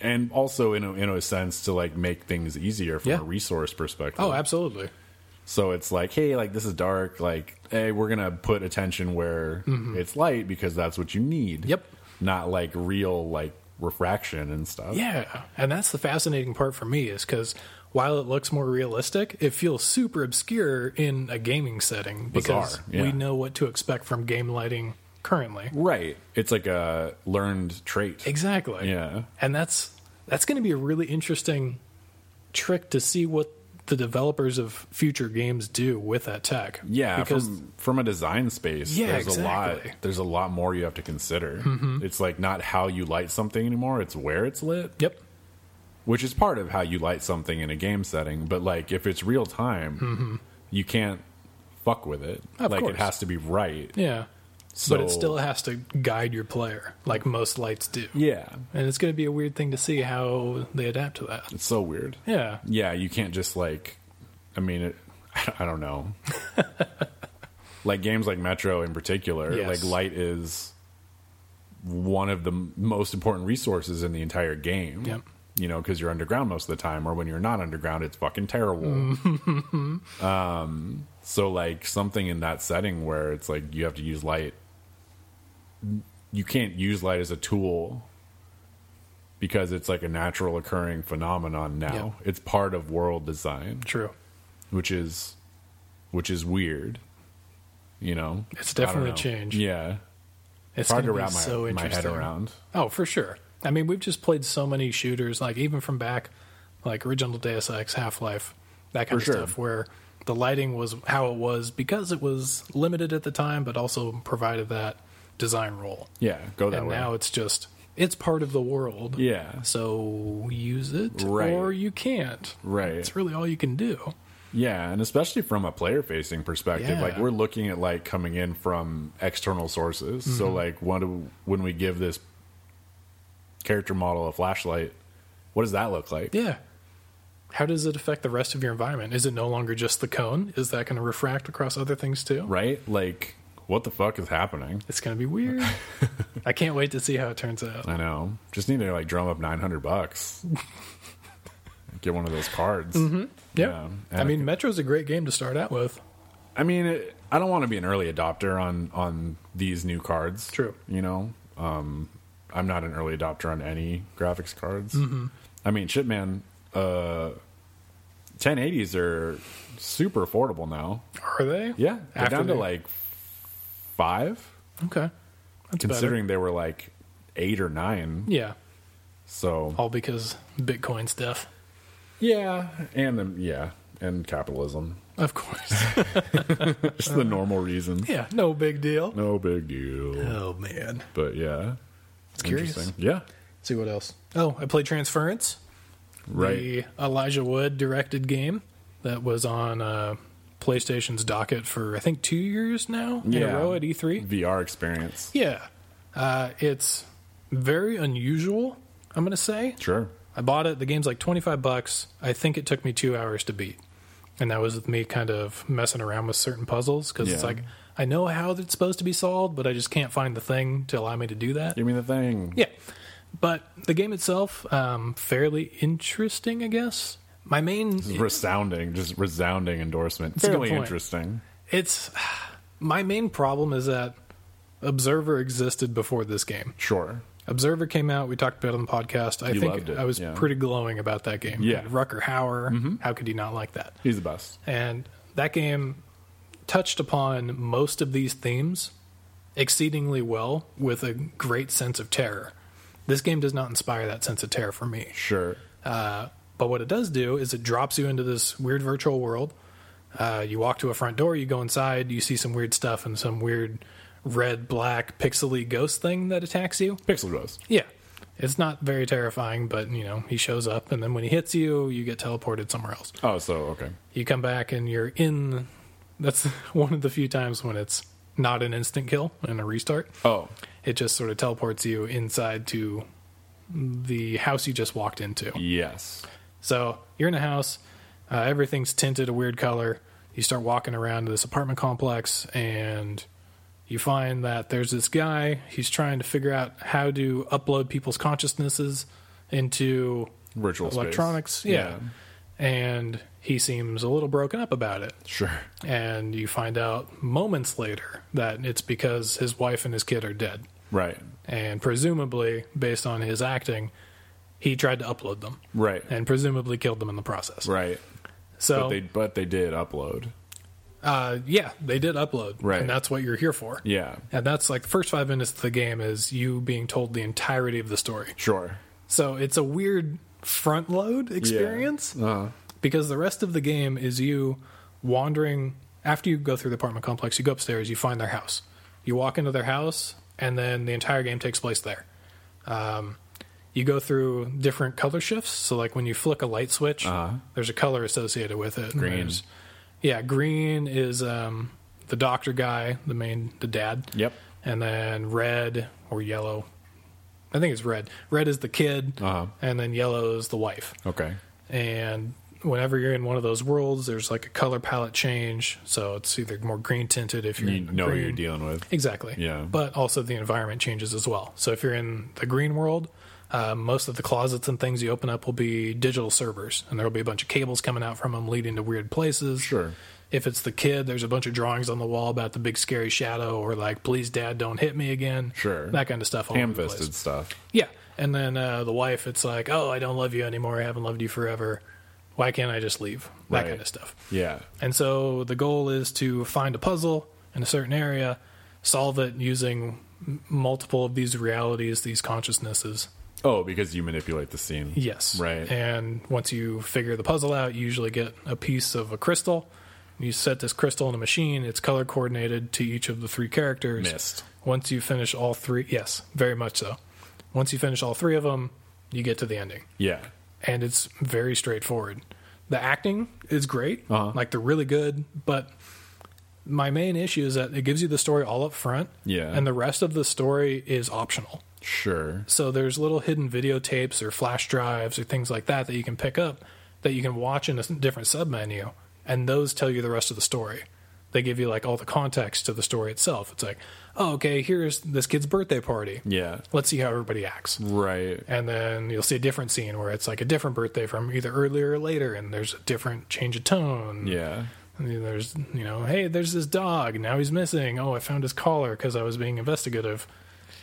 S2: And also, in a, in a sense, to like make things easier from
S1: Yeah.
S2: a resource perspective.
S1: Oh, absolutely.
S2: So it's like, hey, like this is dark. Like, hey, we're gonna put attention where it's light because that's what you need.
S1: Mm-hmm. Yep.
S2: Not like real like refraction and stuff.
S1: Yeah, and that's the fascinating part for me is because while it looks more realistic, it feels super obscure in a gaming setting because
S2: Bizarre, yeah.
S1: we know what to expect from game lighting currently.
S2: Right. It's like a learned trait.
S1: Exactly.
S2: Yeah.
S1: and that's that's going to be a really interesting trick to see what the developers of future games do with that tech.
S2: Yeah,
S1: because
S2: from from a design space,
S1: Yeah,
S2: there's a
S1: exactly. Mm-hmm.
S2: lot there's a lot more you have to consider. It's like not how you light something anymore, it's where it's lit,
S1: yep,
S2: which is part of how you light something in a game setting, but like if it's real time, you can't fuck with it.
S1: Mm-hmm. Of
S2: like
S1: course.
S2: it has to be right.
S1: yeah,
S2: So
S1: but it still has to guide your player like most lights do.
S2: Yeah.
S1: And it's going to be a weird thing to see how they adapt to that.
S2: It's so weird.
S1: Yeah.
S2: Yeah, you can't just like I mean, it, I don't know. like games like Metro in particular,
S1: Yes.
S2: like light is one of the m- most important resources in the entire game.
S1: Yep.
S2: You know, because you're underground most of the time, or when you're not underground, it's fucking terrible. um,
S1: Mm-hmm.
S2: so like something in that setting where it's like you have to use light. You can't use light as a tool because it's like a natural occurring phenomenon now. It's part of world design,
S1: True.
S2: which is which is weird. You know,
S1: It's
S2: I don't
S1: definitely
S2: know.
S1: changed.
S2: Yeah,
S1: It's
S2: hard to
S1: gonna be
S2: wrap my,
S1: so
S2: my head
S1: interesting.
S2: around.
S1: Oh, for sure. I mean, we've just played so many shooters, like even from back, like original Deus Ex, Half Life, that kind
S2: For
S1: of
S2: sure.
S1: stuff, where the lighting was how it was because it was limited at the time, but also provided that design role.
S2: Yeah, go that
S1: and
S2: way.
S1: now it's just it's part of the world.
S2: yeah,
S1: So use it,
S2: Right.
S1: or you can't.
S2: right.
S1: It's really all you can do.
S2: Yeah, and especially from a player-facing perspective,
S1: Yeah.
S2: like we're looking at like coming in from external sources. So
S1: Mm-hmm.
S2: like, what do, when we give this character model a flashlight, what does that look like?
S1: Yeah. How does it affect the rest of your environment? Is it no longer just the cone? Is that going to refract across other things too?
S2: Right? Like, what the fuck is happening?
S1: It's going to be weird. I can't wait to see how it turns out.
S2: I know. Just need to like drum up nine hundred bucks, get one of those cards.
S1: Mm-hmm. Yeah.
S2: Yeah.
S1: I mean, Metro's a great game to start out with.
S2: I mean, it, I don't want to be an early adopter on on these new cards.
S1: True.
S2: You know, um, I'm not an early adopter on any graphics cards.
S1: Mm-hmm.
S2: I mean, shit, man, uh, 1080s are super affordable now.
S1: Are they?
S2: Yeah, they're
S1: After
S2: down to
S1: they-
S2: like five,
S1: Okay. That's better.
S2: considering they were like eight or nine.
S1: Yeah.
S2: So
S1: All because Bitcoin's death.
S2: yeah, and um, yeah, and capitalism,
S1: Of course.
S2: just the normal reason.
S1: Uh, yeah. No big deal.
S2: No big deal.
S1: Oh, man.
S2: But yeah,
S1: It's curious.
S2: Interesting. Yeah,
S1: See what else. Oh, I played Transference.
S2: right.
S1: the Elijah Wood directed game that was on uh, PlayStation's docket for I think two years now in
S2: Yeah.
S1: a row at E3.
S2: VR experience.
S1: Yeah, uh, it's very unusual. I'm gonna say
S2: Sure.
S1: I bought it. The game's like 25 bucks. I think it took me two hours to beat, and that was with me kind of messing around with certain puzzles because it's
S2: Yeah.
S1: like I know how it's supposed to be solved, but I just can't find the thing to allow me to do that.
S2: Give me the thing.
S1: Yeah. But the game itself, um, fairly interesting, I guess. My main
S2: Resounding, just resounding endorsement.
S1: a good
S2: Fairly
S1: point.
S2: interesting.
S1: it's my main problem is that Observer existed before this game.
S2: Sure.
S1: Observer came out, we talked about it on the podcast. I
S2: You
S1: think
S2: loved it,
S1: I was
S2: yeah.
S1: pretty glowing about that game.
S2: Yeah. Mm-hmm.
S1: Rucker Hauer, how could you not like that?
S2: He's the best.
S1: And that game touched upon most of these themes exceedingly well with a great sense of terror. This game does not inspire that sense of terror for me.
S2: Sure.
S1: Uh, but what it does do is it drops you into this weird virtual world. Uh, you walk to a front door, you go inside, you see some weird stuff and some weird red, black, pixely ghost thing that attacks you.
S2: Pixel Ghost.
S1: Yeah. It's not very terrifying, but you know, he shows up and then when he hits you, you get teleported somewhere else.
S2: Oh, so okay.
S1: You come back and you're in that's one of the few times when it's not an instant kill and a restart.
S2: Oh,
S1: It just sort of teleports you inside to the house you just walked into.
S2: yes.
S1: So you're in a house, uh, everything's tinted a weird color. You start walking around this apartment complex, and you find that there's this guy. He's trying to figure out how to upload people's consciousnesses into
S2: Virtual space.
S1: electronics. Yeah. and he seems a little broken up about it.
S2: Sure.
S1: And you find out moments later that it's because his wife and his kid are dead.
S2: Right.
S1: And presumably, based on his acting, he tried to upload them
S2: Right.
S1: and presumably killed them in the process.
S2: right.
S1: So,
S2: But they but they did upload.
S1: uh, yeah, they did upload.
S2: Right.
S1: And that's what you're here for.
S2: Yeah.
S1: And that's like the first five minutes of the game is you being told the entirety of the story.
S2: Sure.
S1: So it's a weird front load experience
S2: Uh,
S1: because the rest of the game is you wandering. After you go through the apartment complex, you go upstairs, you find their house. You walk into their house, and then the entire game takes place there. Um, you go through different color shifts. So, like when you flick a light switch,
S2: Uh-huh.
S1: there's a color associated with it. and
S2: Green.
S1: there's- Yeah, green is um, the doctor guy, the main, the dad
S2: yep.
S1: and then red or yellow. I think it's red. Red is the kid,
S2: Uh-huh.
S1: and then yellow is the wife.
S2: Okay.
S1: And whenever you're in one of those worlds, there's like a color palette change, so it's either more green tinted if you're
S2: You
S1: in
S2: know what
S1: green.
S2: you're dealing with.
S1: Exactly.
S2: Yeah.
S1: But also the environment changes as well. So if you're in the green world, uh, most of the closets and things you open up will be digital servers, and there will be a bunch of cables coming out from them leading to weird places.
S2: Sure.
S1: If it's the kid, there's a bunch of drawings on the wall about the big scary shadow, or like, please, dad, don't hit me again.
S2: Sure.
S1: That kind of stuff. all over
S2: Ham
S1: the place.
S2: fisted stuff.
S1: Yeah. And then uh, the wife, it's like, oh, I don't love you anymore. I haven't loved you forever. Why can't I just leave? That
S2: Right.
S1: kind of stuff.
S2: Yeah.
S1: And so the goal is to find a puzzle in a certain area, solve it using m- multiple of these realities, these consciousnesses.
S2: Oh, because you manipulate the scene.
S1: Yes.
S2: Right.
S1: And once you figure the puzzle out, you usually get a piece of a crystal. You set this crystal in a machine, it's color coordinated to each of the three characters.
S2: Missed.
S1: Once you finish all three, yes, very much so. Once you finish all three of them, you get to the ending
S2: Yeah.
S1: and it's very straightforward. The acting is great,
S2: Uh-huh.
S1: like they're really good, but my main issue is that it gives you the story all up front,
S2: Yeah.
S1: and the rest of the story is optional.
S2: Sure.
S1: So there's little hidden videotapes or flash drives or things like that that you can pick up that you can watch in a s- different submenu, and those tell you the rest of the story. They give you like all the context to the story itself. It's like, oh, okay, here's this kid's birthday party.
S2: Yeah.
S1: Let's see how everybody acts
S2: Right.
S1: and then you'll see a different scene where it's like a different birthday from either earlier or later and there's a different change of tone
S2: Yeah.
S1: and then there's you know hey there's this dog now he's missing oh i found his collar because i was being investigative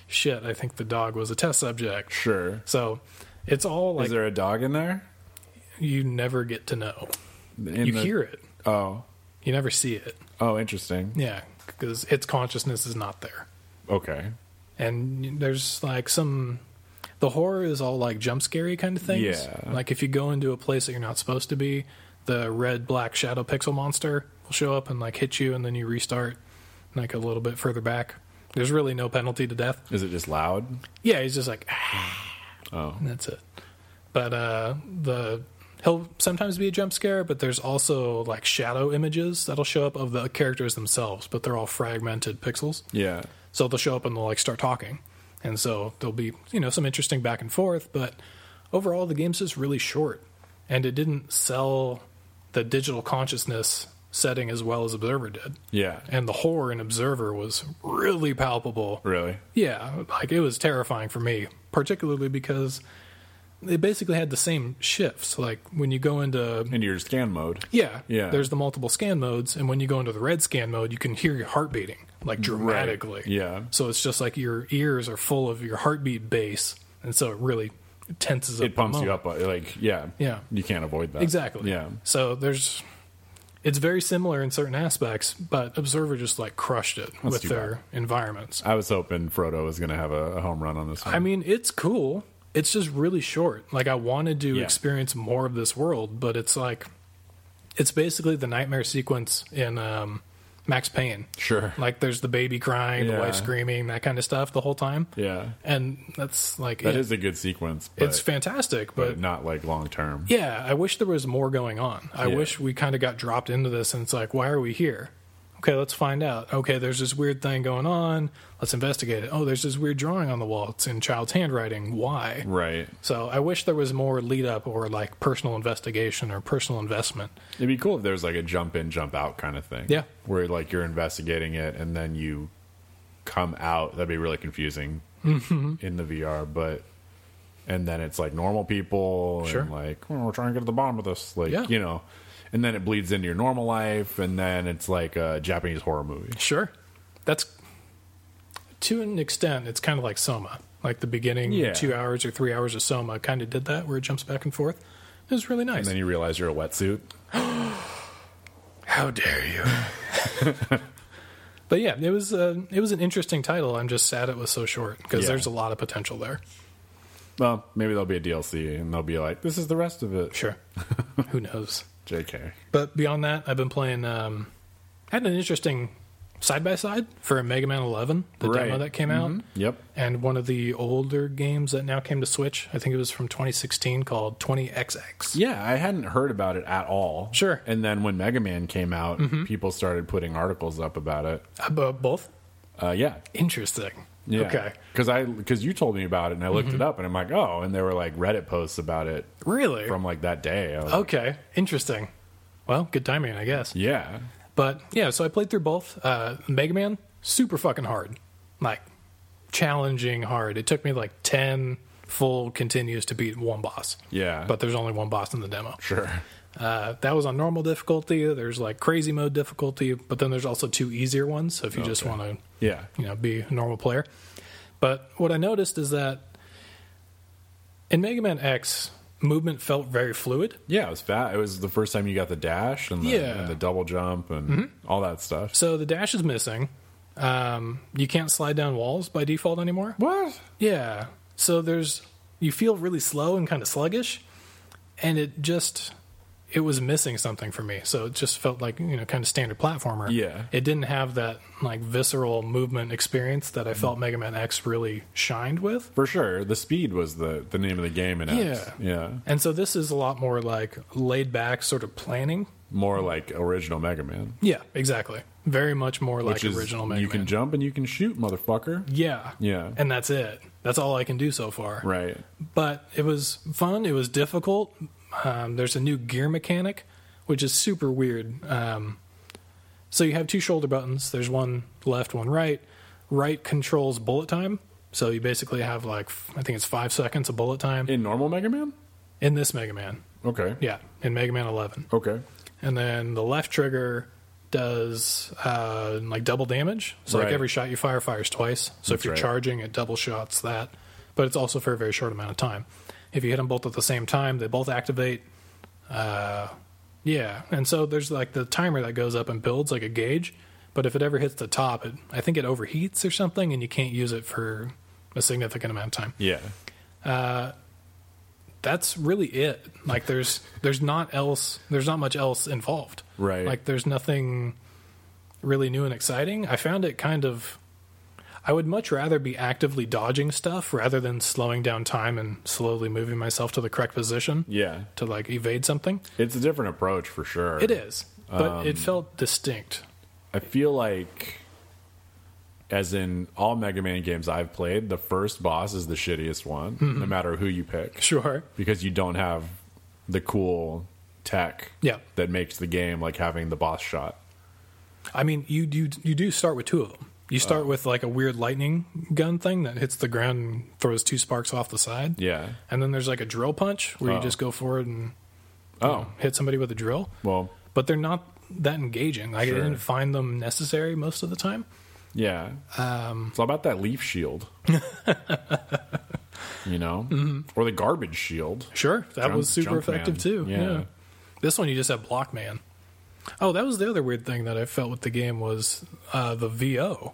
S1: shit i think the dog was a test subject
S2: Sure.
S1: so it's all like
S2: Is there a dog in there?
S1: you never get to know
S2: In
S1: you
S2: the-
S1: hear it
S2: Oh.
S1: you never see it
S2: Oh, interesting.
S1: yeah because its consciousness is not there
S2: Okay.
S1: and there's like some the horror is all like jump scary kind of things
S2: Yeah.
S1: like if you go into a place that you're not supposed to be the red black shadow pixel monster will show up and like hit you and then you restart like a little bit further back there's really no penalty to death
S2: Is it just loud?
S1: yeah he's just like "Ah,"
S2: Oh.
S1: and that's it but uh the he'll sometimes be a jump scare but there's also like shadow images that'll show up of the characters themselves but they're all fragmented pixels
S2: Yeah.
S1: so they'll show up and they'll like start talking. And so there'll be, you know, some interesting back and forth, but overall the game's just really short. And it didn't sell the digital consciousness setting as well as Observer did.
S2: Yeah.
S1: And the horror in Observer was really palpable.
S2: Really?
S1: Yeah, like it was terrifying for me, particularly because they basically had the same shifts. Like when you go into
S2: And your scan mode.
S1: yeah.
S2: Yeah.
S1: There's the multiple scan modes, and when you go into the red scan mode, you can hear your heart beating like dramatically.
S2: Yeah.
S1: So it's just like your ears are full of your heartbeat bass, and so it really tenses up.
S2: It pumps
S1: the
S2: you
S1: moment.
S2: up. uh, Like, yeah.
S1: Yeah.
S2: You can't avoid that.
S1: Exactly.
S2: Yeah.
S1: So there's, it's very similar in certain aspects, but Observer just like crushed it with
S2: too
S1: their environments.
S2: I was hoping Frodo was going to have a, a home run on this one.
S1: I mean, it's cool. It's just really short. Like I wanted to
S2: Yeah.
S1: experience more of this world, but it's like, it's basically the nightmare sequence in um, Max Payne.
S2: sure.
S1: Like there's the baby crying, the
S2: Yeah.
S1: wife screaming, that kind of stuff the whole time.
S2: yeah.
S1: And that's like
S2: That
S1: it.
S2: is a good sequence, but,
S1: it's fantastic,
S2: but
S1: but,
S2: not like long term.
S1: yeah, I wish there was more going on. I
S2: Yeah.
S1: wish we kind of got dropped into this and it's like, why are we here? Okay, let's find out. Okay, there's this weird thing going on. Let's investigate it. Oh, there's this weird drawing on the wall. It's in child's handwriting. Why?
S2: Right.
S1: So I wish there was more lead up or like personal investigation or personal investment.
S2: It'd be cool if there's like a jump in, jump out kind of thing.
S1: Yeah.
S2: Where like you're investigating it and then you
S1: Mm-hmm.
S2: come out. That'd be really confusing in the VR, but and then it's like normal people
S1: Sure.
S2: and like "Oh, we're trying to get to the bottom of this, like
S1: Yeah.
S2: you know, and then it bleeds into your normal life, and then it's like a Japanese horror movie.
S1: Sure. That's to an extent, it's kind of like Soma. Like the beginning
S2: Yeah.
S1: two hours or three hours of Soma kind of did that where it jumps back and forth. It was really nice.
S2: And then you realize you're a wetsuit.
S1: How dare you? but yeah, it was uh, it was an interesting title. I'm just sad it was so short because
S2: Yeah.
S1: there's a lot of potential there.
S2: Well, maybe there'll be a DLC, and they'll be like, "This is the rest of it."
S1: Sure. Who knows?
S2: Jk.
S1: But beyond that, I've been playing. Um, had an interesting side by side for Mega Man 11, the demo
S2: Right. Mm-hmm.
S1: that came out,
S2: Yep.
S1: and one of the older games that now came to Switch. I think it was from 2016 called 20XX.
S2: Yeah, I hadn't heard about it at all.
S1: Sure. Mm-hmm.
S2: And then when Mega Man came out, people started putting articles up about it.
S1: Uh, both
S2: Uh, yeah.
S1: interesting.
S2: Yeah.
S1: Okay. Mm-hmm.
S2: Because I because you told me about it and I looked it up and I'm like, oh, and there were like Reddit posts about it
S1: Really?
S2: from like that day. I was like,
S1: okay. Interesting. Well, good timing, I guess.
S2: yeah.
S1: But yeah, so I played through both. Uh, Mega Man, super fucking hard. Like, challenging hard. It took me like 10 full continues to beat one boss.
S2: Yeah.
S1: But there's only one boss in the demo.
S2: sure.
S1: Uh, that was on normal difficulty. There's like crazy mode difficulty, but then there's also two easier ones. So if you just want to,
S2: Yeah.
S1: you know, be a normal player. But what I noticed is that in Mega Man X, movement felt very fluid.
S2: Yeah, it was fat. It was the first time you got the dash and the,
S1: Yeah. Mm-hmm.
S2: and the double jump and all that stuff.
S1: So the dash is missing. Um, you can't slide down walls by default anymore.
S2: What?
S1: Yeah. So there's you feel really slow and kind of sluggish, and it just it was missing something for me. So it just felt like you know kind of standard platformer.
S2: Yeah.
S1: It didn't have that like visceral movement experience that I felt Mega Man X really shined with.
S2: For sure. The speed was the, the name of the game in X. Yeah. Yeah.
S1: And so this is a lot more like laid back sort of planning.
S2: More like original Mega Man.
S1: Yeah, exactly. Very much more like original Mega
S2: you
S1: Man.
S2: can jump and you can shoot, motherfucker.
S1: yeah.
S2: Yeah.
S1: And that's it. That's all I can do so far.
S2: Right.
S1: but it was fun. It was difficult. Um, there's a new gear mechanic, which is super weird. Um, so you have two shoulder buttons. There's one left, one right. Right controls bullet time. So you basically have like f- I think it's five seconds of bullet time
S2: In normal Mega Man?
S1: in this Mega Man.
S2: Okay.
S1: Yeah, in Mega Man 11.
S2: Okay.
S1: And then the left trigger does uh, like double damage. So like
S2: Right.
S1: every shot you fire fires twice. So if
S2: That's
S1: you're
S2: right.
S1: charging, it double shots that. But it's also for a very short amount of time. If you hit them both at the same time, they both activate. Uh, yeah, and so there's like the timer that goes up and builds like a gauge. But if it ever hits the top, it, I think it overheats or something, and you can't use it for a significant amount of time
S2: Yeah.
S1: that's really it. Like there's there's not else there's not much else involved.
S2: Right.
S1: Like there's nothing really new and exciting. I found it kind of I would much rather be actively dodging stuff rather than slowing down time and slowly moving myself to the correct position
S2: Yeah.
S1: to like evade something.
S2: It's a different approach for sure.
S1: It is. But it
S2: Um,
S1: felt distinct.
S2: I feel like, as in all Mega Man games I've played, the first boss is the shittiest one, no matter who you pick,
S1: Sure.
S2: because you don't have the cool tech
S1: Yeah.
S2: that makes the game like having the boss shot.
S1: I mean, you do you do start with two of them. You
S2: Uh.
S1: start with like a weird lightning gun thing that hits the ground and throws two sparks off the side.
S2: Yeah.
S1: And then there's like a drill punch where you
S2: Oh.
S1: just go forward and
S2: Oh,
S1: hit somebody with a drill.
S2: well,
S1: But they're not that engaging. Like I
S2: Sure.
S1: didn't find them necessary most of the time.
S2: yeah. Um, it's all about that leaf shield. you know? Or the garbage shield.
S1: Sure, that
S2: Jump-
S1: was super
S2: Jumpman.
S1: effective too. Yeah.
S2: Yeah.
S1: This one you just have block man. Oh, that was the other weird thing that I felt with the game was uh, the VO.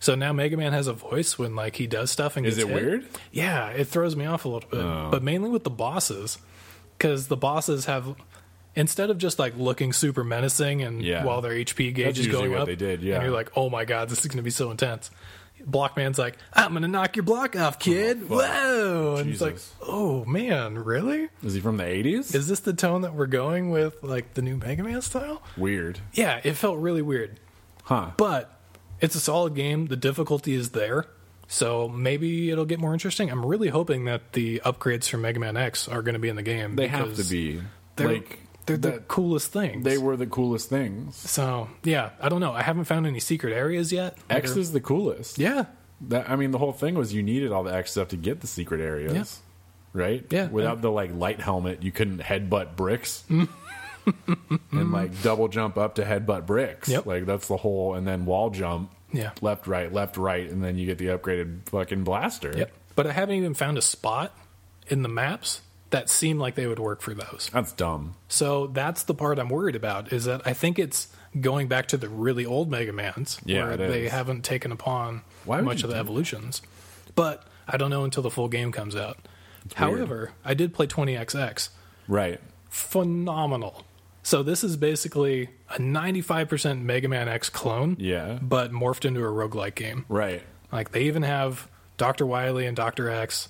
S1: So now Mega Man has a voice when like he does stuff and
S2: Is
S1: gets
S2: it
S1: hit.
S2: weird?
S1: Yeah, it throws me off a little bit,
S2: Oh.
S1: but mainly with the bosses, because the bosses have instead of just like looking super menacing and
S2: Yeah.
S1: while their HP gauge is
S2: usually
S1: going
S2: what
S1: up,
S2: they did,
S1: and
S2: yeah.
S1: you're like, oh my god, this is going to be so intense. Blockman's like, I'm going to knock your block off, kid.
S2: Oh, fuck.
S1: Whoa! And it's
S2: Jesus.
S1: like, oh man, really?
S2: Is he from the 80s?
S1: Is this the tone that we're going with, like the new Mega Man style?
S2: weird.
S1: Yeah, it felt really weird
S2: Huh.
S1: but it's a solid game. The difficulty is there, so maybe it'll get more interesting. I'm really hoping that the upgrades for Mega Man X are going to be in the game.
S2: They have to
S1: because
S2: be.
S1: They're,
S2: like
S1: they're the
S2: that-
S1: coolest things.
S2: they were the coolest things.
S1: so yeah. I don't know. I haven't found any secret areas yet.
S2: X
S1: Whether-
S2: is the coolest.
S1: yeah,
S2: That I mean, the whole thing was you needed all the X stuff to get the secret areas. right?
S1: Yeah.
S2: Without the like light helmet, you couldn't headbutt bricks. and like double jump up to headbutt bricks.
S1: Yep.
S2: Like that's the whole and then wall jump.
S1: Yeah.
S2: Left, right, left, right, and then you get the upgraded fucking blaster.
S1: Yep. But I haven't even found a spot in the maps that seemed like they would work for those.
S2: That's dumb.
S1: So that's the part I'm worried about is that I think it's going back to the really old Mega Mans
S2: Yeah,
S1: where
S2: it
S1: they
S2: is.
S1: haven't taken upon
S2: Why would
S1: much
S2: you
S1: of the
S2: do
S1: evolutions. But I don't know until the full game comes out. However, I did play 20XX.
S2: Right.
S1: Phenomenal. So this is basically a 95% Mega Man X clone,
S2: Yeah.
S1: but morphed into a roguelike game.
S2: Right.
S1: Like they even have Dr. Wily and Dr. X,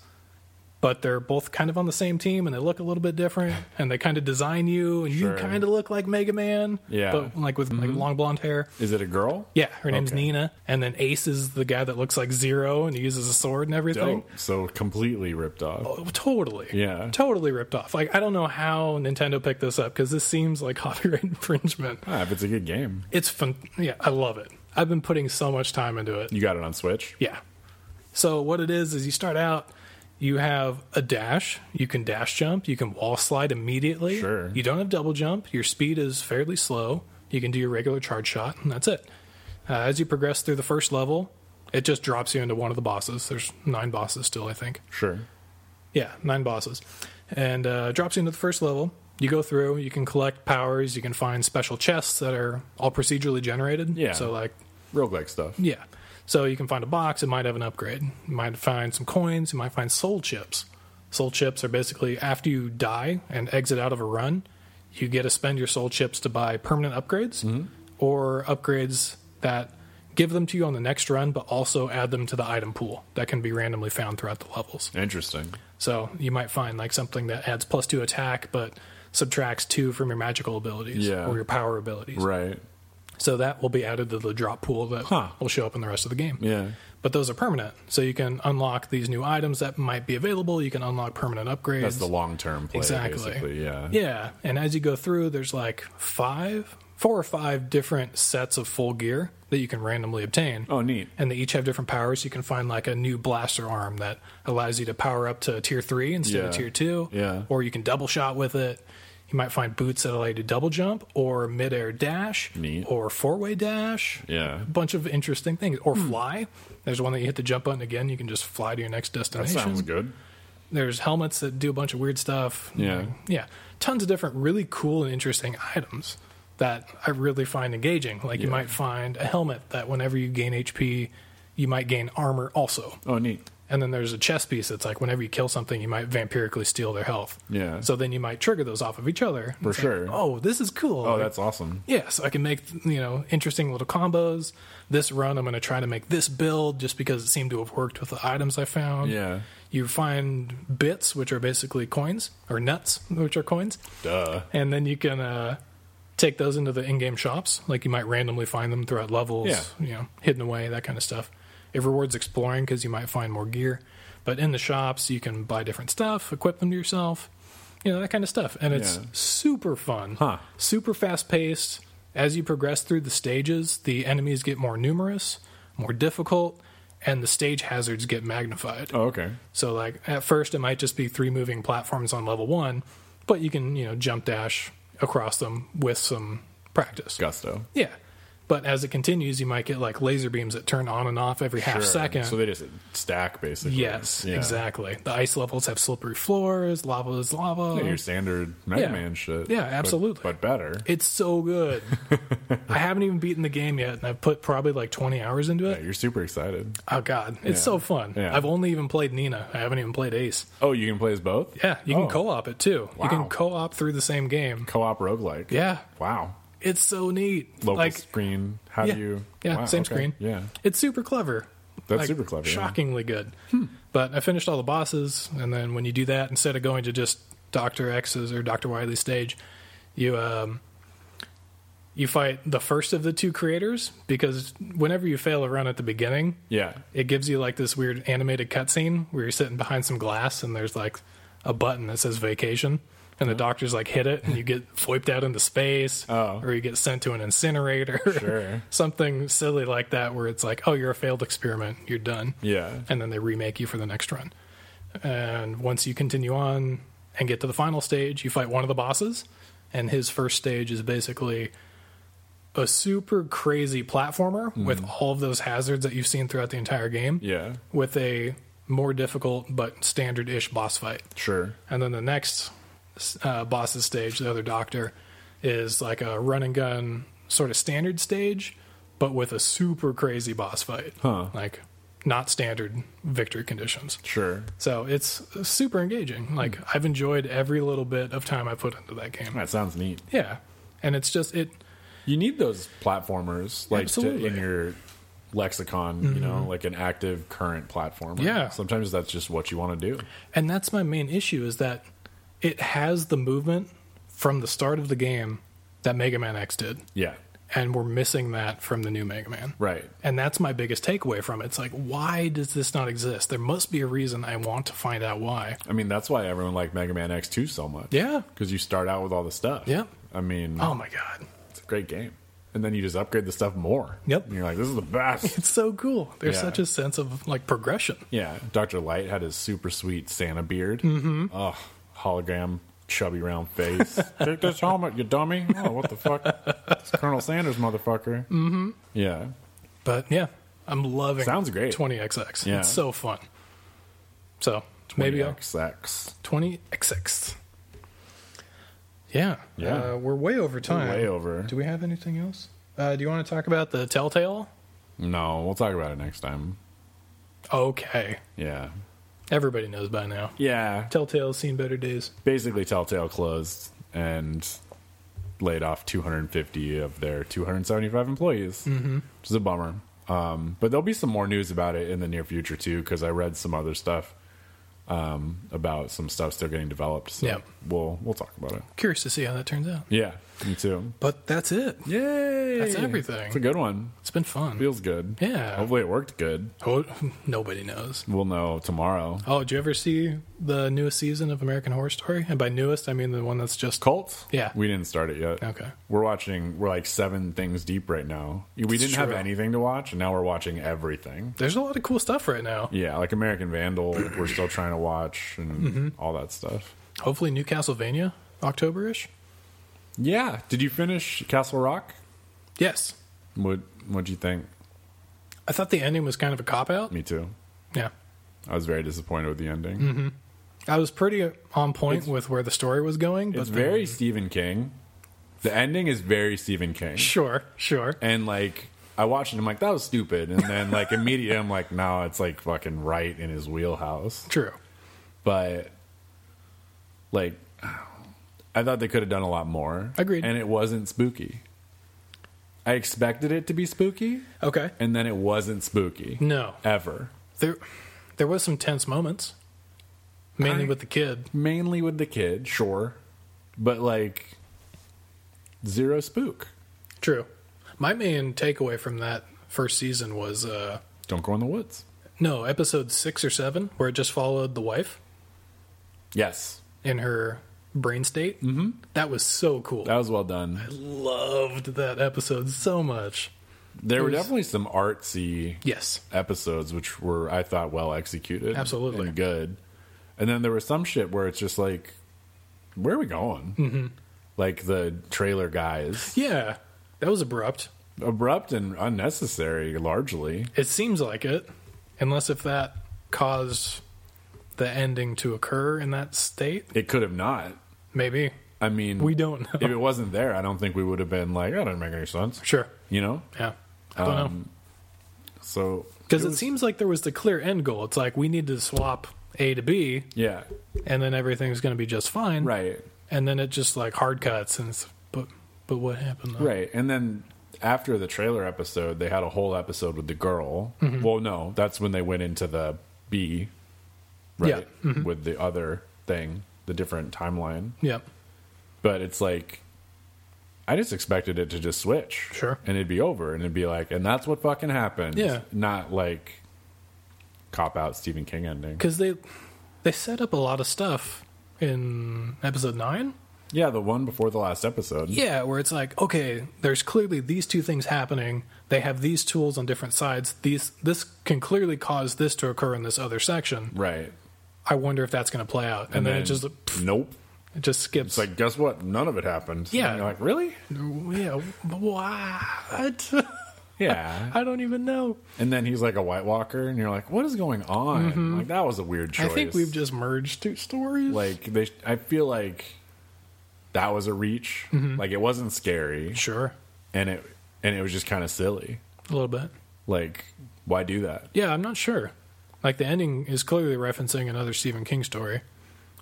S1: but they're both kind of on the same team and they look a little bit different and they kind of design you and
S2: Sure.
S1: you kind of look like Mega Man.
S2: Yeah.
S1: But like with like long blonde hair.
S2: Is it a girl?
S1: Yeah, her name's
S2: Okay.
S1: Nina. And then Ace is the guy that looks like Zero and he uses a sword and everything.
S2: Dope. So completely ripped off.
S1: Oh, Totally.
S2: Yeah.
S1: Totally ripped off. Like I don't know how Nintendo picked this up because this seems like copyright infringement.
S2: Ah, if it's a good game.
S1: It's fun. Yeah, I love it. I've been putting so much time into it.
S2: You got it on Switch.
S1: Yeah. So what it is is you start out, you have a dash, you can dash jump, you can wall slide immediately.
S2: Sure.
S1: You don't have double jump. Your speed is fairly slow. You can do your regular charge shot, and that's it. Uh, as you progress through the first level, it just drops you into one of the bosses. There's nine bosses still, I think.
S2: Sure.
S1: Yeah, nine bosses, and uh, drops you into the first level. You go through. You can collect powers. You can find special chests that are all procedurally generated.
S2: Yeah.
S1: So like
S2: Roguelike stuff.
S1: yeah. So you can find a box, it might have an upgrade. You might find some coins, you might find soul chips. Soul chips are basically after you die and exit out of a run, you get to spend your soul chips to buy permanent upgrades
S2: Mm-hmm.
S1: or upgrades that give them to you on the next run, but also add them to the item pool that can be randomly found throughout the levels.
S2: Interesting.
S1: So you might find like something that adds plus two attack, but subtracts two from your magical abilities
S2: Yeah.
S1: or your power abilities.
S2: Right.
S1: So that will be added to the drop pool that
S2: Huh.
S1: will show up in the rest of the game.
S2: Yeah.
S1: But those are permanent. So you can unlock these new items that might be available. You can unlock permanent upgrades.
S2: That's the long term play,
S1: Exactly.
S2: basically. Yeah.
S1: yeah. And as you go through, there's like five, four or five different sets of full gear that you can randomly obtain.
S2: Oh, neat.
S1: And they each have different powers. You can find like a new blaster arm that allows you to power up to tier three instead of
S2: Yeah.
S1: tier two.
S2: Yeah.
S1: Or you can double shot with it. You might find boots that allow you to double jump or midair dash
S2: Neat.
S1: or four way dash
S2: Yeah.
S1: a bunch of interesting things. Or
S2: Hmm.
S1: fly. There's one that you hit the jump button again. You can just fly to your next
S2: That
S1: destination.
S2: sounds good.
S1: There's helmets that do a bunch of weird stuff.
S2: Yeah.
S1: Yeah. Tons of different really cool and interesting items that I really find engaging. Like you
S2: Yeah.
S1: might find a helmet that whenever you gain HP, you might gain armor also.
S2: Oh, neat.
S1: And then there's a chess piece that's like whenever you kill something, you might vampirically steal their health.
S2: Yeah.
S1: So then you might trigger those off of each other. For
S2: sure.
S1: oh, this is cool.
S2: Oh,
S1: Like,
S2: that's awesome.
S1: yeah, so I can make you know interesting little combos. This run, I'm going to try to make this build just because it seemed to have worked with the items I found.
S2: Yeah.
S1: you find bits, which are basically coins, or nuts, which are coins,
S2: Duh.
S1: and then you can uh, take those into the in-game shops. Like you might randomly find them throughout levels,
S2: Yeah.
S1: you know, hidden away, that kind of stuff. It rewards exploring because you might find more gear. But in the shops, you can buy different stuff, equip them to yourself, you know, that kind of stuff. And it's
S2: Yeah.
S1: super fun,
S2: Huh.
S1: super fast paced. As you progress through the stages, the enemies get more numerous, more difficult, and the stage hazards get magnified.
S2: Oh, okay.
S1: So like at first it might just be three moving platforms on level one, but you can, you know, jump dash across them with some practice.
S2: Gusto.
S1: Yeah. But as it continues, you might get like laser beams that turn on and off every half
S2: Sure.
S1: second.
S2: So they just stack, basically.
S1: yes,
S2: Yeah.
S1: exactly. The ice levels have slippery floors, lava is lava.
S2: Yeah, your standard Mega
S1: Yeah.
S2: Man shit.
S1: Yeah,
S2: but-
S1: absolutely.
S2: But, better.
S1: it's so good. I haven't even beaten the game yet, and I've put probably like 20 hours into
S2: Yeah,
S1: it.
S2: you're super excited.
S1: Oh, God. It's
S2: Yeah.
S1: so fun.
S2: Yeah.
S1: I've only even played Nina. I haven't even played Ace.
S2: Oh, you can play as both?
S1: Yeah, you can
S2: Oh.
S1: co op it too. You
S2: Wow.
S1: can co op through the same game.
S2: Co op roguelike.
S1: Yeah,
S2: Wow.
S1: It's so neat.
S2: Local
S1: like
S2: screen. How
S1: yeah,
S2: do you.
S1: yeah,
S2: Wow,
S1: same
S2: okay.
S1: screen.
S2: Yeah.
S1: it's super clever.
S2: That's super clever, yeah.
S1: Shockingly good. But I finished all the bosses, and then when you do that, instead of going to just Doctor X's or Doctor Wily's stage, you um, you fight the first of the two creators because whenever you fail a run at the beginning,
S2: Yeah.
S1: it gives you like this weird animated cutscene where you're sitting behind some glass and there's like a button that says vacation and the doctor's like hit it and you get foiped out into space
S2: Oh.
S1: or you get sent to an incinerator
S2: Sure.
S1: something silly like that where it's like oh you're a failed experiment you're done
S2: Yeah.
S1: and then they remake you for the next run And once you continue on and get to the final stage, you fight one of the bosses. And his first stage is basically a super crazy platformer with all of those hazards that you've seen throughout the entire game,
S2: Yeah,
S1: with a more difficult but standard ish boss fight.
S2: sure.
S1: And then the next uh, boss's stage, the other doctor, is like a run and gun sort of standard stage, but with a super crazy boss fight.
S2: Huh.
S1: Like, not standard victory conditions.
S2: Sure.
S1: So it's super engaging. Like, I've enjoyed every little bit of time I put into that game.
S2: That sounds neat.
S1: Yeah. And it's just, it,
S2: You need those platformers like to,
S1: Absolutely. Mm-hmm.
S2: in your lexicon, you know, like an active current platformer.
S1: Yeah.
S2: Sometimes that's just what you want to do.
S1: And that's my main issue is that it has the movement from the start of the game that Mega Man X did.
S2: Yeah.
S1: And we're missing that from the new Mega Man.
S2: Right.
S1: And that's my biggest takeaway from it. It's like, why does this not exist? There must be a reason I want to find out why.
S2: I mean, that's why everyone liked Mega Man X2 so much.
S1: Yeah.
S2: Because you start out with all the stuff.
S1: Yep.
S2: I mean,
S1: Oh my God.
S2: it's a great game. And then you just upgrade the stuff more.
S1: Yep.
S2: And you're like, this is the best.
S1: It's so cool. There's
S2: Yeah.
S1: such a sense of like progression.
S2: yeah. Dr. Light had his super sweet Santa beard. Mm-hmm. Oh, hologram, chubby round face. Take this helmet, you dummy. Oh, what the fuck? It's Colonel Sanders, motherfucker. Mm-hmm. Yeah.
S1: But yeah, I'm loving
S2: Sounds great.
S1: 20XX.
S2: Yeah.
S1: It's so fun. So maybe I'll
S2: XX.
S1: 20XX. Yeah.
S2: Yeah.
S1: Uh, we're way over time.
S2: way over.
S1: Do we have anything else? Uh, do you want to talk about the Telltale?
S2: No, we'll talk about it next time.
S1: Okay.
S2: Yeah.
S1: Everybody knows by now.
S2: Yeah.
S1: Telltale's seen better days.
S2: Basically, Telltale closed and laid off 250 of their 275 employees, mm-hmm. which is a bummer. Um, but there'll be some more news about it in the near future, too, because I read some other stuff um, about some stuff still getting developed. So
S1: Yep.
S2: we'll, we'll talk about it.
S1: Curious to see how that turns out.
S2: Yeah, me too.
S1: But that's it.
S2: Yay!
S1: That's everything.
S2: It's a good one.
S1: It's been fun.
S2: Feels good.
S1: Yeah.
S2: Hopefully, it worked good.
S1: Oh, nobody knows.
S2: We'll know tomorrow.
S1: Oh, did you ever see the newest season of American Horror Story? And by newest, I mean the one that's just.
S2: Cult?
S1: Yeah.
S2: We didn't start it yet.
S1: Okay.
S2: We're watching, we're like seven things deep right now. We didn't have
S1: true.
S2: anything to watch, and now we're watching everything.
S1: There's a lot of cool stuff right now.
S2: Yeah, like American Vandal, we're still trying to watch, and all that stuff.
S1: Hopefully, New Castlevania, October ish.
S2: Yeah. Did you finish Castle Rock?
S1: Yes.
S2: What What'd you think?
S1: I thought the ending was kind of a cop out.
S2: Me too.
S1: Yeah.
S2: I was very disappointed with the ending.
S1: I was pretty on point with where the story was going, but
S2: It's
S1: then-
S2: very Stephen King. The ending is very Stephen King.
S1: sure, sure.
S2: and like I watched it, I'm like, that was stupid. And then like immediately, I'm like, no, it's like fucking right in his wheelhouse.
S1: True.
S2: But like, I thought they could have done a lot more.
S1: Agreed.
S2: And it wasn't spooky. I expected it to be spooky,
S1: Okay.
S2: and then it wasn't spooky
S1: No.
S2: ever.
S1: There there was some tense moments. Mainly
S2: I-
S1: with the kid.
S2: Mainly with the kid, sure, but like zero spook.
S1: True. My main takeaway from that first season was uh
S2: Don't go in the woods.
S1: no, episode 6 or 7 where it just followed the wife
S2: Yes,
S1: in her brain state. Mm-hmm. That was so cool.
S2: that was well done.
S1: Loved that episode so much.
S2: There were
S1: was-
S2: definitely some artsy
S1: Yes.
S2: episodes, which were I thought well executed,
S1: Absolutely.
S2: and good. And then there was some shit where it's just like, where are we going? Mm-hmm. Like the trailer guys,
S1: Yeah. That was abrupt.
S2: abrupt and unnecessary, largely.
S1: It seems like it, unless if that caused the ending to occur in that state.
S2: It could have not.
S1: Maybe
S2: I mean,
S1: we don't know.
S2: if it wasn't there, I don't think we would have been like, that doesn't make any sense.
S1: Sure.
S2: You know.
S1: Yeah. I don't 'Cause know.
S2: So
S1: Because Um, it,
S2: was-
S1: seems like there was the clear end goal. It's like we need to swap A to B,
S2: yeah,
S1: and then everything's going to be just fine.
S2: right,
S1: And then it just like hard cuts, and it's but but what happened? Though?
S2: right, and then. After the trailer episode, they had a whole episode with the girl.
S1: Mm-hmm.
S2: Well, no, that's when they went into the B right
S1: mm-hmm.
S2: with the other thing the different timeline
S1: Yeah.
S2: but it's like i just expected it to just switch
S1: Sure.
S2: and it'd be over and it'd be like and that's what fucking happened
S1: Yeah.
S2: not like cop out stephen king ending
S1: Because they they set up a lot of stuff in episode nine.
S2: yeah the one before the last episode
S1: Yeah, where it's like, okay, there's clearly these two things happening. They have these tools on different sides. These this can clearly cause this to occur in this other section.
S2: right
S1: I wonder if that's going to play out. And, then, it just it
S2: nope.
S1: just skips.
S2: It's like guess what? None of it happened.
S1: Yeah.
S2: And you're like really?
S1: yeah, what?
S2: Yeah.
S1: I don't even know.
S2: and then he's like a White Walker, and you're like, what is going on? Like that was a weird choice.
S1: Mm-hmm. I think we've just merged two stories.
S2: like they. I feel like that was a reach.
S1: Mm-hmm.
S2: Like it wasn't scary,
S1: sure,
S2: and it and it was just kind of silly.
S1: a little bit.
S2: Like why do that?
S1: Yeah, I'm not sure. Like the ending is clearly referencing another Stephen King story.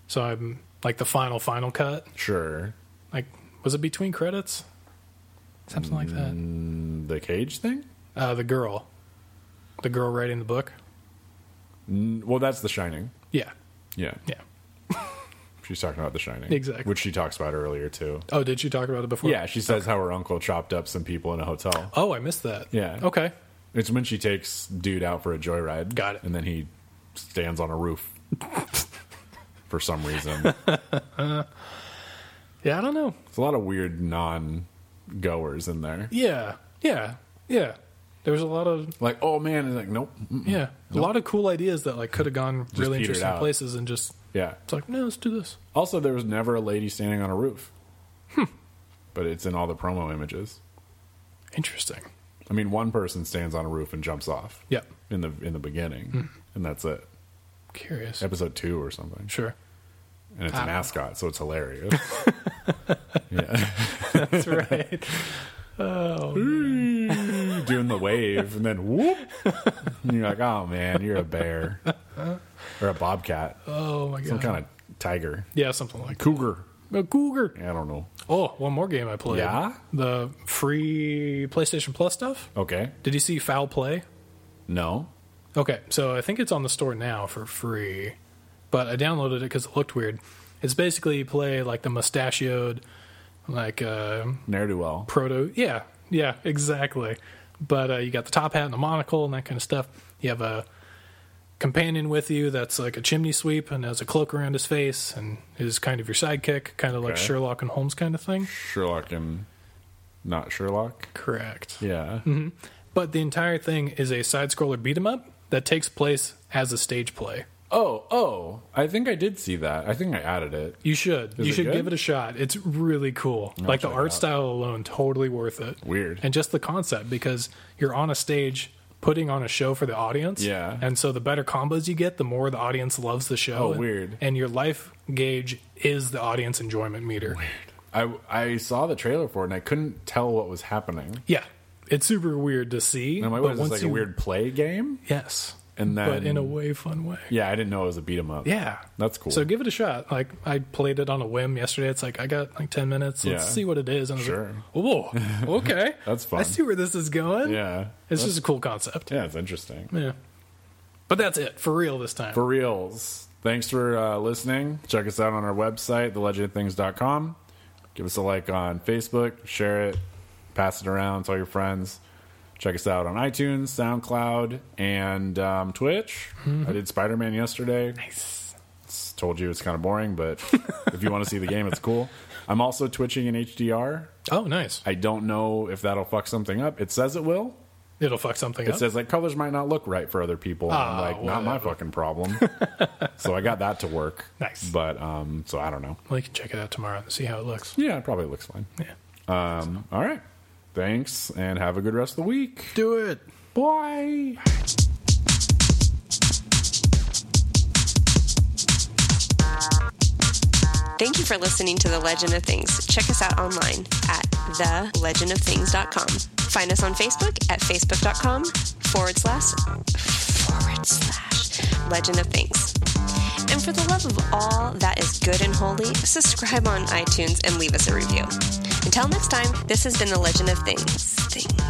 S1: So I'm like the final final cut.
S2: Sure.
S1: Like was it between credits? Something like that.
S2: Mm, the cage thing.
S1: Uh, the girl, the girl writing the book.
S2: Mm, Well, that's The Shining.
S1: Yeah,
S2: Yeah.
S1: yeah.
S2: She's talking about The Shining.
S1: Exactly.
S2: Which she talks about earlier, too.
S1: Oh, did she talk about it before?
S2: Yeah, she says how her uncle chopped up some people in a hotel.
S1: Oh, I missed that.
S2: Yeah.
S1: Okay.
S2: It's when she takes dude out for a joyride.
S1: Got it.
S2: And then he stands on a roof for some reason.
S1: Yeah, I don't know.
S2: It's a lot of weird non goers in there.
S1: Yeah, yeah, yeah. There was a lot of
S2: Like, oh man, and like, nope. mm-mm.
S1: yeah, a lot of cool ideas that like could have gone really
S2: Mm. petered
S1: interesting
S2: out.
S1: places, and just
S2: Yeah.
S1: it's like no, let's do this.
S2: Also, there was never a lady standing on a roof.
S1: Hmm.
S2: But it's in all the promo images.
S1: Interesting.
S2: I mean, one person stands on a roof and jumps off.
S1: Yeah, Hmm.
S2: In the in the beginning, and that's it.
S1: curious.
S2: Episode two or something.
S1: Sure.
S2: and it's
S1: Ah.
S2: a mascot, so it's hilarious. yeah,
S1: That's right.
S2: doing the wave and then whoop, and you're like, oh man, you're a bear or a bobcat,
S1: Oh my god.
S2: some kind of tiger,
S1: yeah, something like
S2: cougar.
S1: a cougar.
S2: I don't know.
S1: Oh, one more game I played.
S2: Yeah?
S1: The free PlayStation Plus stuff.
S2: Okay,
S1: Did you see Foul Play?
S2: no,
S1: Okay, so I think it's on the store now for free, but I downloaded it because it looked weird. It's basically you play like the mustachioed, like uh,
S2: ne'er do well.
S1: proto. Yeah, yeah, exactly. But uh, you got the top hat and the monocle and that kind of stuff. You have a companion with you that's like a chimney sweep and has a cloak around his face and is kind of your sidekick, kind of like
S2: Okay.
S1: Sherlock and Holmes kind of thing.
S2: Sherlock and not Sherlock.
S1: Correct.
S2: Yeah,
S1: Mm-hmm. But the entire thing is a side scroller beat 'em up that takes place as a stage play.
S2: Oh, oh, I think I did see that. I think I added it.
S1: You should. you
S2: it
S1: should
S2: good?
S1: give it a shot. It's really cool. like the
S2: check it
S1: art
S2: out.
S1: style alone, totally worth it.
S2: Weird.
S1: And just the concept because you're on a stage putting on a show for the audience.
S2: Yeah.
S1: And so the better combos you get, the more the audience loves the show.
S2: Oh,
S1: and,
S2: weird.
S1: And your life gauge is the audience enjoyment meter.
S2: I I saw the trailer for it and I couldn't tell what was happening.
S1: Yeah. It's super weird to see.
S2: And I'm like,
S1: but
S2: what is this
S1: once
S2: like
S1: you-
S2: a weird play game?
S1: Yes.
S2: And then
S1: but in a way, fun way.
S2: Yeah, I didn't know it was a beat 'em up.
S1: Yeah.
S2: That's cool.
S1: So give it a shot. Like I played it on a whim yesterday. It's like I got like ten minutes. Let's
S2: Yeah.
S1: see what it is. And I was
S2: Sure.
S1: like, Whoa. Okay.
S2: That's
S1: I
S2: fun.
S1: see where this is going.
S2: yeah.
S1: It's just a cool concept.
S2: Yeah, it's interesting.
S1: Yeah. But that's it for real this time.
S2: For reals. Thanks for uh, listening. Check us out on our website, thelegendofthings.com. Give us a like on Facebook, share it, pass it around, tell your friends. Check us out on iTunes, SoundCloud, and um, Twitch. I did Spider Man yesterday.
S1: nice.
S2: It's- told you it's kind of boring, but if you want to see the game, it's cool. I'm also twitching in HDR.
S1: Oh, nice.
S2: I don't know if that'll fuck something up. It says it will.
S1: It'll fuck something
S2: It
S1: up.
S2: says like colors might not look right for other people. And I'm
S1: Ah,
S2: like, not my
S1: whatever.
S2: fucking problem. so I got that to work.
S1: Nice.
S2: But um, so I don't know.
S1: well, you can check it out tomorrow and see how it looks.
S2: Yeah, it probably looks fine.
S1: Yeah.
S2: Um, all right. Thanks, and have a good rest of the week.
S1: Do it.
S2: Bye.
S3: Thank you for listening to The Legend of Things. Check us out online at thelegendofthings.com. Find us on Facebook at facebook.com forward slash forward slash legend of things. And for the love of all that is good and holy, subscribe on iTunes and leave us a review. Until next time, this has been The Legend of Things. Things.